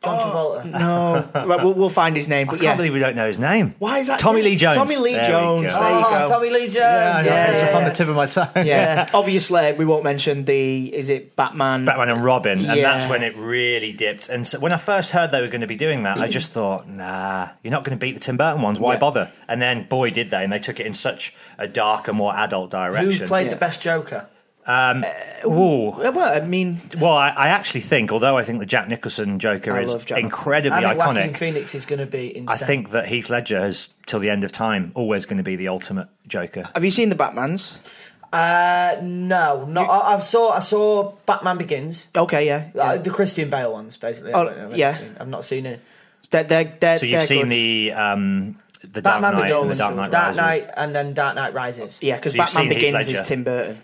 [SPEAKER 4] John Travolta.
[SPEAKER 3] no right, we'll, we'll find his name
[SPEAKER 5] I
[SPEAKER 3] but
[SPEAKER 5] can't
[SPEAKER 3] yeah
[SPEAKER 5] believe we don't know his name.
[SPEAKER 3] why is that
[SPEAKER 5] Tommy Lee Jones.
[SPEAKER 3] Tommy Lee
[SPEAKER 5] There we
[SPEAKER 3] Jones
[SPEAKER 5] go.
[SPEAKER 3] there you
[SPEAKER 4] oh,
[SPEAKER 3] go
[SPEAKER 4] Tommy Lee Jones.
[SPEAKER 5] I
[SPEAKER 4] Yeah,
[SPEAKER 5] know,
[SPEAKER 3] Yeah.
[SPEAKER 5] It's up on the tip of my tongue.
[SPEAKER 3] yeah obviously we won't mention the is it Batman
[SPEAKER 5] Batman and Robin, and
[SPEAKER 3] Yeah.
[SPEAKER 5] that's when it really dipped. And so when I first heard they were going to be doing that, I just thought, nah, you're not going to beat the Tim Burton ones. Why
[SPEAKER 3] Yeah.
[SPEAKER 5] bother? And then, boy, did they! And they took it in such a darker, more adult
[SPEAKER 4] Who
[SPEAKER 5] direction.
[SPEAKER 4] played
[SPEAKER 3] Yeah.
[SPEAKER 4] the best Joker?
[SPEAKER 5] Ooh.
[SPEAKER 3] Uh, well I mean
[SPEAKER 5] Well, I, I actually think, although I think the Jack Nicholson Joker
[SPEAKER 3] I
[SPEAKER 5] is
[SPEAKER 3] love Jack-
[SPEAKER 5] incredibly
[SPEAKER 4] I think Joaquin
[SPEAKER 5] iconic,
[SPEAKER 4] Phoenix is going to be
[SPEAKER 5] I
[SPEAKER 4] insane.
[SPEAKER 5] think that Heath Ledger is, till the end of time, always going to be the ultimate Joker.
[SPEAKER 3] have you seen the Batmans
[SPEAKER 4] Uh, no, no. I, I've saw. I saw Batman Begins.
[SPEAKER 3] okay yeah, yeah.
[SPEAKER 4] Uh, the Christian Bale ones, basically.
[SPEAKER 3] Oh,
[SPEAKER 4] I haven't- I haven't
[SPEAKER 3] yeah.
[SPEAKER 4] seen- I've not seen it.
[SPEAKER 3] They're, they're, they're,
[SPEAKER 5] So you've
[SPEAKER 3] they're
[SPEAKER 5] seen
[SPEAKER 3] good.
[SPEAKER 5] the um, the
[SPEAKER 4] Batman
[SPEAKER 5] Dark Knight and the
[SPEAKER 4] Begins,
[SPEAKER 5] Dark Knight
[SPEAKER 4] Dark
[SPEAKER 5] Rises.
[SPEAKER 4] Knight, and then Dark Knight Rises.
[SPEAKER 3] yeah because
[SPEAKER 5] So you've
[SPEAKER 3] Batman
[SPEAKER 5] seen Heath
[SPEAKER 3] Begins is
[SPEAKER 5] Ledger.
[SPEAKER 3] Tim Burton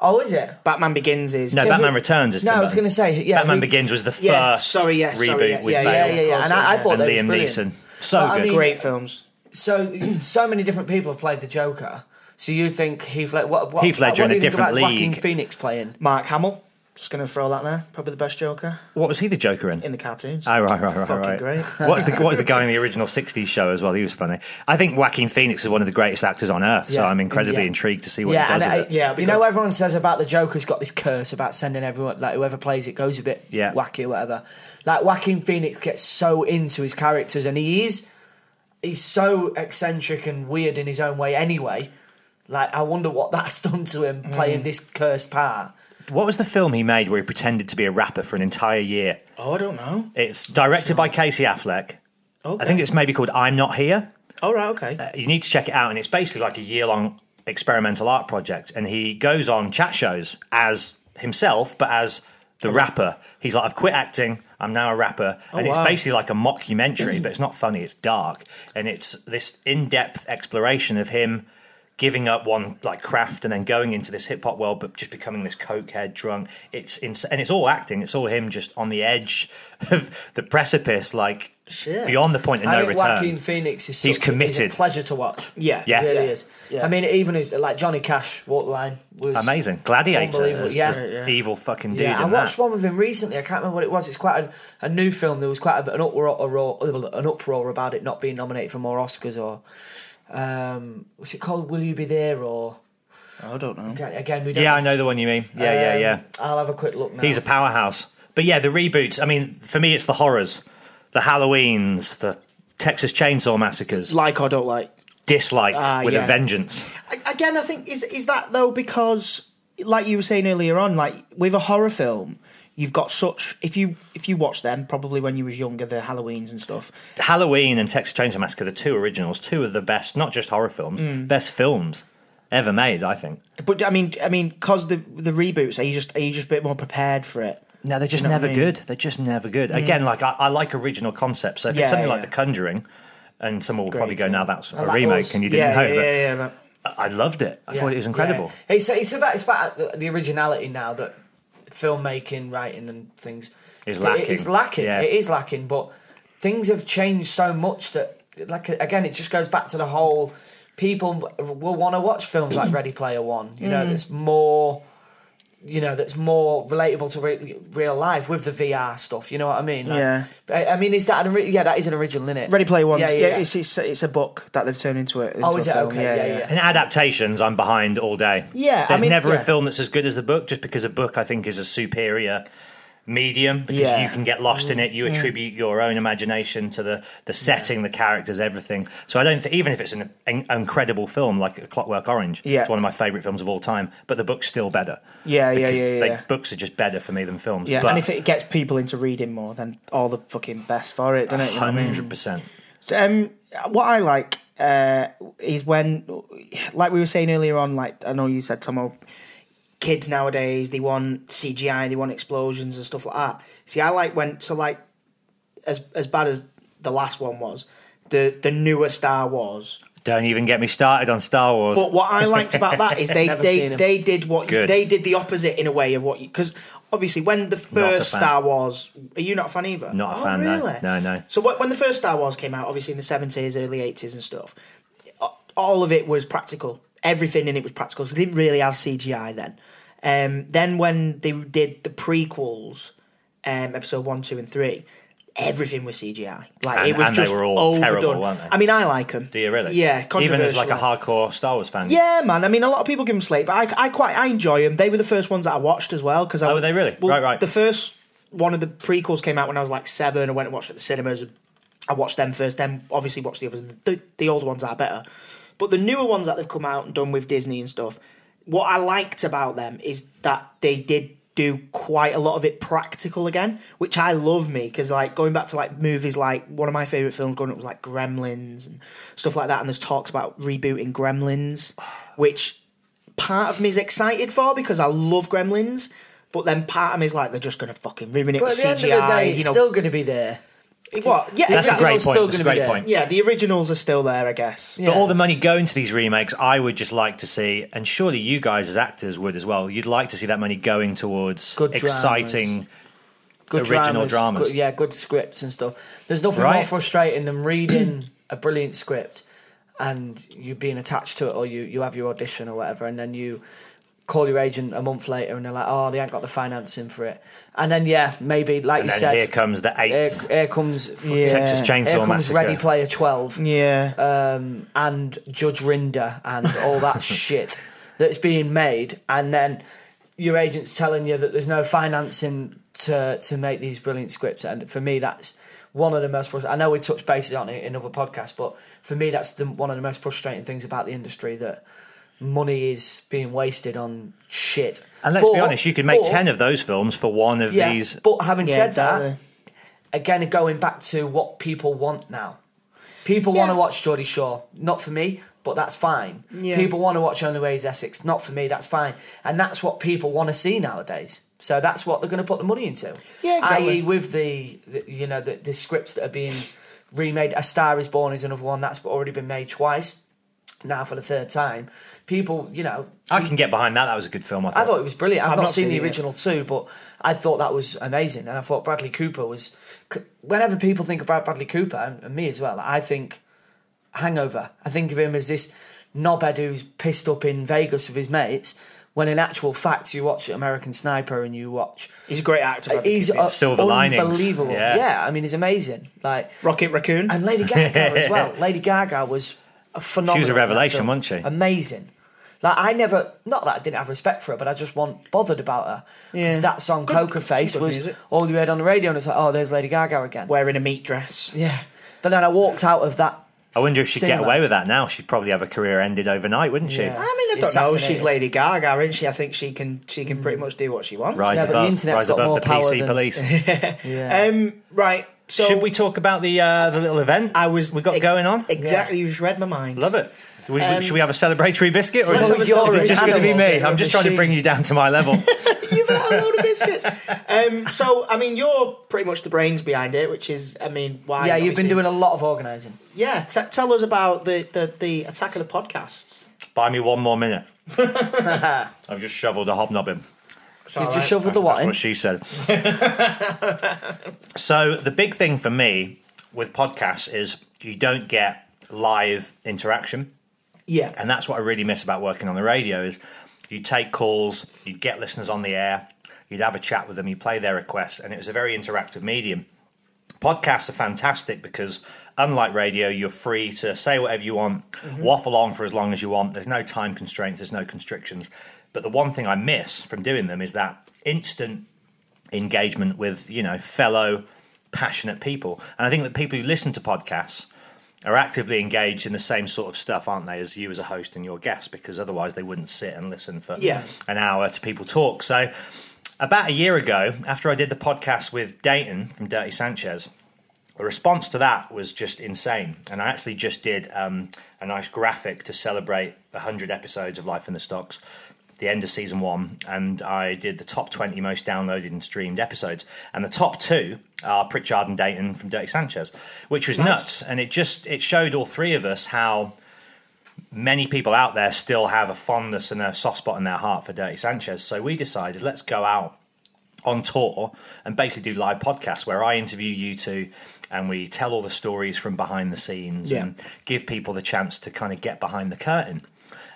[SPEAKER 4] Oh, is it?
[SPEAKER 3] Batman Begins is
[SPEAKER 5] No,
[SPEAKER 3] Tim-
[SPEAKER 5] Batman
[SPEAKER 4] who-
[SPEAKER 5] Returns is
[SPEAKER 4] No,
[SPEAKER 5] Tim
[SPEAKER 4] I was
[SPEAKER 5] Burton.
[SPEAKER 4] going to say yeah.
[SPEAKER 5] Batman
[SPEAKER 4] who-
[SPEAKER 5] Begins was the first
[SPEAKER 3] Yeah, sorry, yeah,
[SPEAKER 5] reboot
[SPEAKER 3] sorry, yeah,
[SPEAKER 5] with
[SPEAKER 3] yeah,
[SPEAKER 5] Bale.
[SPEAKER 4] Yeah, yeah, yeah. And I, I
[SPEAKER 3] Yeah.
[SPEAKER 4] thought
[SPEAKER 5] and
[SPEAKER 4] that was
[SPEAKER 5] Liam
[SPEAKER 4] brilliant.
[SPEAKER 5] Neeson. So
[SPEAKER 4] But I
[SPEAKER 5] good.
[SPEAKER 4] mean-
[SPEAKER 3] great films
[SPEAKER 4] So, so many different people have played the Joker. So you think Heath Ledger? What, what,
[SPEAKER 5] Heath Ledger
[SPEAKER 4] what do you
[SPEAKER 5] in a
[SPEAKER 4] think
[SPEAKER 5] different
[SPEAKER 4] about Joaquin
[SPEAKER 5] league.
[SPEAKER 4] Phoenix playing.
[SPEAKER 3] Mark Hamill Just gonna throw that there. Probably the best Joker
[SPEAKER 5] What was he the Joker in?
[SPEAKER 3] in the cartoons.
[SPEAKER 5] Oh, right, right, right,
[SPEAKER 3] Fucking
[SPEAKER 5] right.
[SPEAKER 3] great.
[SPEAKER 5] What's the What's the guy in the original '60s show as well? He was funny. I think Joaquin Phoenix is one of the greatest actors on earth, so
[SPEAKER 4] Yeah.
[SPEAKER 5] I'm incredibly
[SPEAKER 4] Yeah.
[SPEAKER 5] intrigued to see what
[SPEAKER 4] Yeah,
[SPEAKER 5] he does
[SPEAKER 4] and
[SPEAKER 5] with
[SPEAKER 4] I,
[SPEAKER 5] it.
[SPEAKER 3] Yeah,
[SPEAKER 4] yeah.
[SPEAKER 3] it'd be
[SPEAKER 4] You know,
[SPEAKER 3] good.
[SPEAKER 4] everyone says about the Joker's got this curse about sending everyone, like whoever plays it, goes a bit
[SPEAKER 5] Yeah.
[SPEAKER 4] wacky or whatever. Like Joaquin Phoenix gets so into his characters, and he is he's so eccentric and weird in his own way. Anyway, like I wonder what that's done to
[SPEAKER 3] Mm.
[SPEAKER 4] him playing this cursed part.
[SPEAKER 5] What was the film he made where he pretended to be a rapper for an entire year?
[SPEAKER 3] Oh, I don't know.
[SPEAKER 5] It's directed by Casey Affleck.
[SPEAKER 3] Okay.
[SPEAKER 5] I think it's maybe called I'm Not Here.
[SPEAKER 3] All right. Okay.
[SPEAKER 5] you need to check it out and it's basically like a year long experimental art project and he goes on chat shows as himself but as the rapper he's like i've quit acting i'm now a rapper and
[SPEAKER 3] Oh, wow.
[SPEAKER 5] it's basically like a mockumentary but it's not funny it's dark and it's this in-depth exploration of him giving up one like craft and then going into this hip-hop world but just becoming this cokehead drunk it's ins- and it's all acting it's all him just on the edge of the precipice like
[SPEAKER 3] Shit.
[SPEAKER 5] beyond the point of
[SPEAKER 4] I
[SPEAKER 5] no
[SPEAKER 4] think
[SPEAKER 5] return
[SPEAKER 4] Joaquin Phoenix is
[SPEAKER 5] He's
[SPEAKER 4] such a- he's
[SPEAKER 5] committed.
[SPEAKER 4] a pleasure to watch.
[SPEAKER 3] Yeah.
[SPEAKER 4] He really
[SPEAKER 3] Yeah.
[SPEAKER 4] is.
[SPEAKER 3] Yeah.
[SPEAKER 4] I mean, even his, like Johnny Cash, Walk the Line was
[SPEAKER 5] Amazing. Gladiator.
[SPEAKER 4] Unbelievable,
[SPEAKER 5] is
[SPEAKER 4] yeah.
[SPEAKER 5] the
[SPEAKER 3] Yeah.
[SPEAKER 5] Evil fucking dude.
[SPEAKER 4] Yeah, I
[SPEAKER 5] in
[SPEAKER 4] watched
[SPEAKER 5] that.
[SPEAKER 4] one with him recently. I can't remember what it was. It's quite a, a new film. There was quite a bit an uproar, uproar, an uproar about it not being nominated for more Oscars or um, was it called Will You Be There or
[SPEAKER 3] I don't know.
[SPEAKER 4] again, again we don't.
[SPEAKER 5] Yeah, I know the one you mean. Yeah, yeah,
[SPEAKER 4] Um,
[SPEAKER 5] yeah.
[SPEAKER 4] I'll have a quick look now.
[SPEAKER 5] He's a powerhouse. But yeah, the reboots, I mean, for me, it's the horrors, the Halloweens, the Texas Chainsaw Massacres.
[SPEAKER 3] Like or don't like.
[SPEAKER 5] Dislike
[SPEAKER 3] Ah,
[SPEAKER 5] with
[SPEAKER 3] yeah.
[SPEAKER 5] a vengeance.
[SPEAKER 3] I- again, I think is is that though because, like you were saying earlier on, like with a horror film, you've got such if you if you watch them probably when you was younger, the Halloweens and stuff.
[SPEAKER 5] Halloween and Texas Chainsaw Massacre, the two originals, two of the best, not just horror films, best films ever made, I think.
[SPEAKER 3] But I mean, I mean, cause the the reboots, are you just are you just a bit more prepared for it?
[SPEAKER 5] No, they're just
[SPEAKER 3] You know what
[SPEAKER 5] never
[SPEAKER 3] I mean?
[SPEAKER 5] good. They're just never good. Again, like I, I like original concepts. So if
[SPEAKER 3] Yeah,
[SPEAKER 5] it's something
[SPEAKER 3] yeah,
[SPEAKER 5] like
[SPEAKER 3] yeah.
[SPEAKER 5] The Conjuring, and someone will probably go,
[SPEAKER 3] film.
[SPEAKER 5] "Now that's a
[SPEAKER 4] like
[SPEAKER 5] remake,"
[SPEAKER 4] Oz.
[SPEAKER 5] and you didn't
[SPEAKER 3] Yeah,
[SPEAKER 5] know.
[SPEAKER 3] yeah, yeah,
[SPEAKER 5] but
[SPEAKER 3] yeah, but-
[SPEAKER 5] I loved it. I thought it was incredible.
[SPEAKER 4] Yeah. It's, it's about it's about the originality now that filmmaking, writing, and things
[SPEAKER 5] Is
[SPEAKER 4] it-
[SPEAKER 5] lacking.
[SPEAKER 4] It's lacking.
[SPEAKER 5] Yeah.
[SPEAKER 4] It is lacking. But things have changed so much that, like again, it just goes back to the whole people will want to watch films like Ready Player One. You know, that's more. You know, that's more relatable to re- real life with the VR stuff. You know what I mean? Like,
[SPEAKER 3] Yeah.
[SPEAKER 4] I, I mean, is that an ori- yeah? That is an original, is it?
[SPEAKER 3] Ready Player One. Yeah,
[SPEAKER 4] yeah.
[SPEAKER 3] It's, it's it's a book that they've turned into it. Into
[SPEAKER 4] is
[SPEAKER 3] a
[SPEAKER 4] it?
[SPEAKER 3] film.
[SPEAKER 4] Okay, yeah, yeah.
[SPEAKER 5] And adaptations, I'm behind all day.
[SPEAKER 3] Yeah, I
[SPEAKER 5] there's
[SPEAKER 3] mean,
[SPEAKER 5] never
[SPEAKER 3] yeah.
[SPEAKER 5] a film that's as good as the book, just because a book I think is a superior medium because
[SPEAKER 3] Yeah. Mm.
[SPEAKER 5] you can get lost in it. You attribute your own imagination to the the setting, the characters, everything. So I don't think even if it's an, an incredible film like A Clockwork Orange,
[SPEAKER 3] Yeah.
[SPEAKER 5] it's one of my favorite films of all time. But the book's still better.
[SPEAKER 3] Yeah, yeah,
[SPEAKER 5] Because
[SPEAKER 3] yeah, yeah,
[SPEAKER 5] they-
[SPEAKER 3] yeah.
[SPEAKER 5] books are just better for me than films.
[SPEAKER 3] Yeah,
[SPEAKER 5] but
[SPEAKER 3] and if it gets people into reading more, then all the fucking best for it, doesn't it? You know what I mean?
[SPEAKER 5] hundred percent.
[SPEAKER 3] Um, what I like uh, is when, like we were saying earlier on, like I know you said, Tomo, kids nowadays they want CGI, they want explosions and stuff like that. See, I like when so like as as bad as the last one was, the the newer Star Wars.
[SPEAKER 5] Don't even get me started on Star Wars.
[SPEAKER 3] But what I liked about that is they
[SPEAKER 4] Never
[SPEAKER 3] they,
[SPEAKER 4] seen 'em.
[SPEAKER 3] they did what
[SPEAKER 5] Good.
[SPEAKER 3] they did the opposite in a way of what you because obviously when the
[SPEAKER 5] Not a
[SPEAKER 3] first
[SPEAKER 5] fan.
[SPEAKER 3] Star Wars are you not a fan either?
[SPEAKER 5] Not a
[SPEAKER 3] oh,
[SPEAKER 5] fan, no.
[SPEAKER 3] Really?
[SPEAKER 5] No, no.
[SPEAKER 3] So wh- when the first Star Wars came out, obviously in the seventies, early eighties, and stuff, a- all of it was practical. Everything in it was practical. So they didn't really have CGI then. Um, then when they did the prequels, um, episode one, two, and three. Everything was CGI. Like
[SPEAKER 5] And-
[SPEAKER 3] it was
[SPEAKER 5] and they
[SPEAKER 3] just
[SPEAKER 5] were all terrible,
[SPEAKER 3] overdone.
[SPEAKER 5] weren't they?
[SPEAKER 3] I mean, I like them.
[SPEAKER 5] Do you really?
[SPEAKER 3] Yeah,
[SPEAKER 5] Even as like
[SPEAKER 3] controversial.
[SPEAKER 5] a hardcore Star Wars fan.
[SPEAKER 3] Yeah, man. I mean, a lot of people give them slate, but I, I quite I enjoy them. They were the first ones that I watched as well. Because
[SPEAKER 5] Oh, were they really? Right, right.
[SPEAKER 3] The first one of the prequels came out when I was like seven. I went and watched it at the cinemas. I watched them first. Then obviously watched the others. The, the older ones are better, but the newer ones that they've come out and done with Disney and stuff. What I liked about them is that they did do quite a lot of it practical again, which I love me because like going back to like movies like one of my favorite films growing up was like Gremlins and stuff like that, and there's talks about rebooting Gremlins, which part of me is excited for because I love Gremlins, but then part of me is like they're just going to fucking ruin it
[SPEAKER 4] But
[SPEAKER 3] with
[SPEAKER 4] at the end
[SPEAKER 3] CGI.
[SPEAKER 4] of the day, it's
[SPEAKER 3] you know
[SPEAKER 4] still going to be there.
[SPEAKER 3] what? Yeah,
[SPEAKER 5] That's a
[SPEAKER 3] exactly.
[SPEAKER 5] great
[SPEAKER 4] still
[SPEAKER 5] point.
[SPEAKER 4] gonna
[SPEAKER 5] That's a
[SPEAKER 4] be
[SPEAKER 5] great
[SPEAKER 4] there.
[SPEAKER 5] point.
[SPEAKER 3] Yeah, the originals are still there, I guess.
[SPEAKER 4] Yeah.
[SPEAKER 5] But all the money going to these remakes, I would just like to see, and surely you guys as actors would as well. You'd like to see that money going towards
[SPEAKER 4] Good dramas.
[SPEAKER 5] exciting.
[SPEAKER 4] good
[SPEAKER 5] original dramas.
[SPEAKER 4] Good, yeah, good scripts and stuff. There's nothing more
[SPEAKER 5] Right.
[SPEAKER 4] frustrating than reading a brilliant script and you being attached to it, or you you have your audition or whatever, and then you call your agent a month later and they're like, oh, they ain't got the financing for it. And then, yeah, maybe, like
[SPEAKER 5] And
[SPEAKER 4] you
[SPEAKER 5] then
[SPEAKER 4] said,
[SPEAKER 5] here comes the
[SPEAKER 4] here,
[SPEAKER 5] eighth
[SPEAKER 4] here comes fucking-
[SPEAKER 3] Yeah.
[SPEAKER 5] Texas Chainsaw
[SPEAKER 4] here comes
[SPEAKER 5] Massacre.
[SPEAKER 4] Ready Player 12
[SPEAKER 3] Yeah.
[SPEAKER 4] um, and Judge Rinder and all that shit that's being made, and then your agent's telling you that there's no financing to to make these brilliant scripts. And for me, that's one of the most frustrating. I know we touched bases on it in other podcasts, but for me, that's the, one of the most frustrating things about the industry that money is being wasted on shit.
[SPEAKER 5] and let's be
[SPEAKER 4] But-
[SPEAKER 5] honest, you could make
[SPEAKER 4] but-
[SPEAKER 5] ten of those films for one of
[SPEAKER 4] yeah,
[SPEAKER 5] these.
[SPEAKER 4] But having
[SPEAKER 3] Yeah,
[SPEAKER 4] said
[SPEAKER 3] exactly.
[SPEAKER 4] that, again, going back to what people want now, people want to watch Geordie Shaw. Not for me, but that's fine. People want to watch Only Way is Essex. Not for me, that's fine. And that's what people want to see nowadays. So that's what they're going to put the money into.
[SPEAKER 3] Yeah, exactly.
[SPEAKER 4] I.e., with the, the you know the, the scripts that are being remade. A Star Is Born is another one that's already been made twice. Now for the third time, people, you know,
[SPEAKER 5] I can get behind that. That was a good film. I thought.
[SPEAKER 4] I thought it was brilliant. I've, not,
[SPEAKER 3] not
[SPEAKER 4] seen,
[SPEAKER 3] seen it
[SPEAKER 4] the
[SPEAKER 3] yet.
[SPEAKER 4] original two, but I thought that was amazing. And I thought Bradley Cooper was. c- Whenever people think about Bradley Cooper, and, and me as well, I think Hangover. I think of him as this knobhead who's pissed up in Vegas with his mates. When in actual fact, you watch American Sniper and you watch.
[SPEAKER 3] He's a great actor. Bradley
[SPEAKER 4] He's
[SPEAKER 3] Cooper.
[SPEAKER 4] uh,
[SPEAKER 5] Silver Linings.
[SPEAKER 4] unbelievable.
[SPEAKER 5] Yeah.
[SPEAKER 4] yeah, I mean, he's amazing. Like
[SPEAKER 3] Rocket Raccoon.
[SPEAKER 4] and Lady Gaga as well. Lady Gaga was a phenomenal.
[SPEAKER 5] She was a revelation,
[SPEAKER 4] film.
[SPEAKER 5] wasn't she?
[SPEAKER 4] Amazing. Like I never, not that I didn't have respect for her, but I just wasn't bothered about her. 'Cause
[SPEAKER 3] Yeah.
[SPEAKER 4] That song "Poker Face"
[SPEAKER 3] good
[SPEAKER 4] was
[SPEAKER 3] music.
[SPEAKER 4] all you heard on the radio, and it's like, oh, there's Lady Gaga again.
[SPEAKER 3] wearing a meat dress.
[SPEAKER 4] Yeah. But then I walked out of that.
[SPEAKER 3] Oh.
[SPEAKER 5] I wonder if she'd
[SPEAKER 4] cinema.
[SPEAKER 5] get away with that now. She'd probably have a career ended overnight, wouldn't she?
[SPEAKER 4] Yeah.
[SPEAKER 3] I mean, I don't know. She's
[SPEAKER 4] Assassinated.
[SPEAKER 3] Lady Gaga, isn't she? I think she can. She can
[SPEAKER 4] Mm.
[SPEAKER 3] pretty much do what she wants.
[SPEAKER 5] Rise
[SPEAKER 4] Yeah, but the
[SPEAKER 5] above,
[SPEAKER 4] internet's
[SPEAKER 5] rise
[SPEAKER 4] got
[SPEAKER 5] above
[SPEAKER 4] more
[SPEAKER 5] the
[SPEAKER 4] power
[SPEAKER 5] PC
[SPEAKER 4] than-
[SPEAKER 5] police.
[SPEAKER 4] Yeah.
[SPEAKER 3] Um. Right. So
[SPEAKER 5] Should we talk about the uh, the little event
[SPEAKER 3] I was.
[SPEAKER 5] we got
[SPEAKER 3] ex-
[SPEAKER 5] going on?
[SPEAKER 3] Exactly. You just read my mind.
[SPEAKER 5] Love it. Do we, should we have a celebratory biscuit, or
[SPEAKER 3] Let's
[SPEAKER 5] is
[SPEAKER 3] have
[SPEAKER 5] it,
[SPEAKER 3] a
[SPEAKER 5] is it
[SPEAKER 3] celebratory
[SPEAKER 5] just going to be
[SPEAKER 3] animal.
[SPEAKER 5] me? I'm just trying to bring you down to my level.
[SPEAKER 3] You've had a load of biscuits. Um. So I mean, you're pretty much the brains behind it, which is, I mean, why?
[SPEAKER 4] yeah, you've been
[SPEAKER 3] obviously-
[SPEAKER 4] doing a lot of organising.
[SPEAKER 3] Yeah. T- tell us about the, the the attack of the podcasts.
[SPEAKER 5] Buy me one more minute. I've just shoveled a hobnob in.
[SPEAKER 4] You've just shoveled the what
[SPEAKER 5] That's
[SPEAKER 4] in?
[SPEAKER 5] what she said. so the big thing for me with podcasts is you don't get live interaction.
[SPEAKER 3] Yeah.
[SPEAKER 5] And that's what I really miss about working on the radio is you take calls, you'd get listeners on the air, you'd have a chat with them, you play their requests, and it was a very interactive medium. Podcasts are fantastic because unlike radio, you're free to say whatever you want, waffle on for as long as you want. There's no time constraints, there's no constrictions. But the one thing I miss from doing them is that instant engagement with, you know, fellow passionate people. And I think that people who listen to podcasts are actively engaged in the same sort of stuff, aren't they, as you as a host and your guest, because otherwise they wouldn't sit and listen for
[SPEAKER 3] Yeah.
[SPEAKER 5] an hour to people talk. So, about a year ago, after I did the podcast with Dayton from Dirty Sanchez, the response to that was just insane. And I actually just did um, a nice graphic to celebrate 100 episodes of Life in the Stocks, the end of season one. And I did the top 20 most downloaded and streamed episodes. And the top two are Pritchard and Dayton from Dirty Sanchez, which was nuts. And it just it showed all three of us how many people out there still have a fondness and a soft spot in their heart for Dirty Sanchez. So we decided let's go out on tour and basically do live podcasts where I interview you two and we tell all the stories from behind the scenes
[SPEAKER 3] Yeah.
[SPEAKER 5] and give people the chance to kind of get behind the curtain.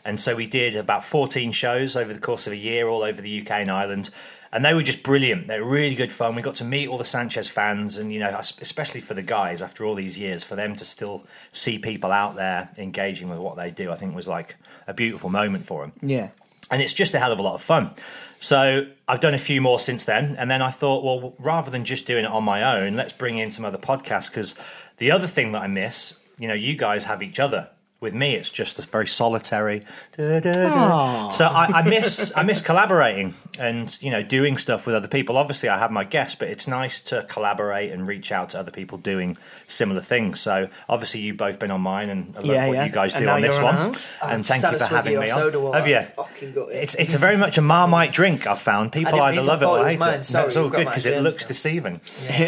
[SPEAKER 5] And so we did about 14 shows over the course of a year all over the UK and Ireland. And they were just brilliant. They were really good fun. We got to meet all the Sanchez fans, and you know, es- especially for the guys after all these years, for them to still see people out there engaging with what they do, I think was like a beautiful moment for them
[SPEAKER 3] Yeah.
[SPEAKER 5] and it's just a hell of a lot of fun. So I've done a few more since then, and then I thought, well, rather than just doing it on my own, let's bring in some other podcasts because the other thing that I miss, you know, you guys have each other. With me, it's just a very solitary. da, da, da. So I, I miss I miss collaborating and you know doing stuff with other people. Obviously, I have my guests, but it's nice to collaborate and reach out to other people doing similar things. So obviously, you've both been on mine, and I love
[SPEAKER 3] Yeah,
[SPEAKER 5] what
[SPEAKER 3] yeah.
[SPEAKER 5] you guys
[SPEAKER 3] And
[SPEAKER 5] do
[SPEAKER 3] now
[SPEAKER 5] on this
[SPEAKER 3] you're on
[SPEAKER 5] one.
[SPEAKER 3] ours.
[SPEAKER 5] And
[SPEAKER 4] just
[SPEAKER 5] thank
[SPEAKER 4] had
[SPEAKER 5] you
[SPEAKER 4] a
[SPEAKER 5] for
[SPEAKER 4] swiggy
[SPEAKER 5] having
[SPEAKER 4] of
[SPEAKER 5] me
[SPEAKER 4] soda
[SPEAKER 5] on.
[SPEAKER 4] water.
[SPEAKER 5] Have you?
[SPEAKER 3] Oh,
[SPEAKER 4] Fucking got it.
[SPEAKER 5] It's it's a very much a marmite drink. I've found
[SPEAKER 4] I
[SPEAKER 5] people
[SPEAKER 4] didn't
[SPEAKER 5] either
[SPEAKER 4] mean to
[SPEAKER 5] love it
[SPEAKER 4] thought it
[SPEAKER 5] or
[SPEAKER 4] was
[SPEAKER 5] hate it.
[SPEAKER 4] mine.
[SPEAKER 5] No,
[SPEAKER 4] Sorry,
[SPEAKER 5] it's all
[SPEAKER 4] you've got
[SPEAKER 5] good
[SPEAKER 4] my
[SPEAKER 5] because it
[SPEAKER 4] germs
[SPEAKER 5] looks
[SPEAKER 4] now.
[SPEAKER 5] deceiving.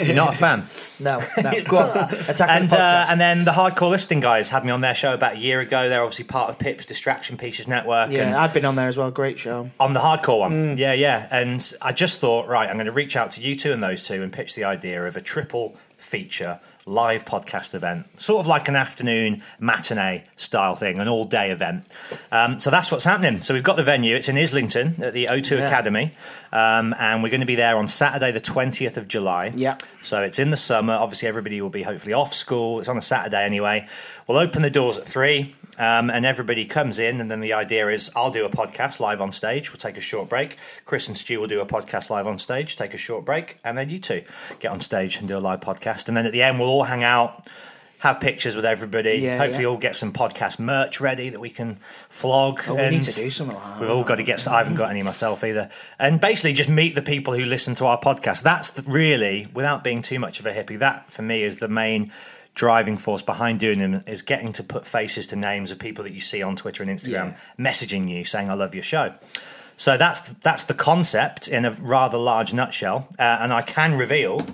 [SPEAKER 5] You're not a fan.
[SPEAKER 4] No, no. Go on. Attack
[SPEAKER 5] And
[SPEAKER 4] the
[SPEAKER 5] uh,
[SPEAKER 4] podcast.
[SPEAKER 5] and then the hardcore listing guys had me on their show about a year ago. They're obviously part of Pip's Distraction Pieces Network. and
[SPEAKER 3] Yeah. I've been on there as well. Great show.
[SPEAKER 5] on the hardcore one. Yeah, yeah. And I just thought, right, I'm going to reach out to you two and those two and pitch the idea of a triple feature live podcast event, sort of like an afternoon matinee style thing, an all day event. Um, so that's what's happening. So we've got the venue. It's in Islington at the O2 Academy, um, and we're going to be there on Saturday, the twentieth of July.
[SPEAKER 3] Yeah.
[SPEAKER 5] So it's in the summer. Obviously, everybody will be hopefully off school. It's on a Saturday anyway. We'll open the doors at three, um, and everybody comes in. And then the idea is I'll do a podcast live on stage. We'll take a short break. Chris and Stu will do a podcast live on stage, take a short break, and then you two get on stage and do a live podcast. And then at the end, we'll all hang out. Have pictures with everybody.
[SPEAKER 3] Yeah,
[SPEAKER 5] Hopefully,
[SPEAKER 3] yeah.
[SPEAKER 5] all get some podcast merch ready that we can flog.
[SPEAKER 3] Oh, we need
[SPEAKER 5] and-
[SPEAKER 3] to do something like that.
[SPEAKER 5] We've all got to get. I haven't got any myself either. And basically, just meet the people who listen to our podcast. That's th- really, without being too much of a hippie, that for me is the main driving force behind doing them is getting to put faces to names of people that you see on Twitter and Instagram messaging you saying, "I love your show." So that's that's the concept in a rather large nutshell. Uh, and I can reveal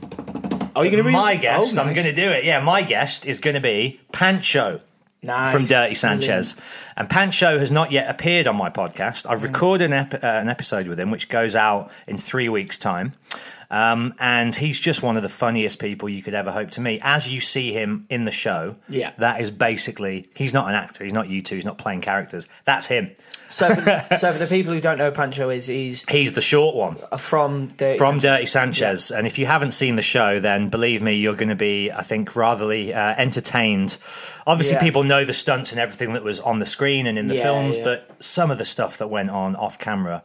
[SPEAKER 3] Oh, you're going to
[SPEAKER 5] my guest. I'm going to do it. Yeah, my guest is going to be Pancho
[SPEAKER 3] Nice.
[SPEAKER 5] from Dirty Sanchez. And Pancho has not yet appeared on my podcast. I've recorded an, ep- uh, an episode with him, which goes out in three weeks' time. Um, and he's just one of the funniest people you could ever hope to meet. As you see him in the show,
[SPEAKER 3] Yeah.
[SPEAKER 5] that is basically he's not an actor. He's not you two. He's not playing characters. That's him.
[SPEAKER 3] So for, so for the people who don't know, who Pancho is he's
[SPEAKER 5] He's the short one.
[SPEAKER 3] from Dirty
[SPEAKER 5] from
[SPEAKER 3] Sanchez.
[SPEAKER 5] Dirty Sanchez. And if you haven't seen the show, then believe me, you're going to be, I think, ratherly uh, entertained. Obviously,
[SPEAKER 3] Yeah.
[SPEAKER 5] people know the stunts and everything that was on the screen and in the
[SPEAKER 3] Yeah,
[SPEAKER 5] films,
[SPEAKER 3] yeah.
[SPEAKER 5] but some of the stuff that went on off camera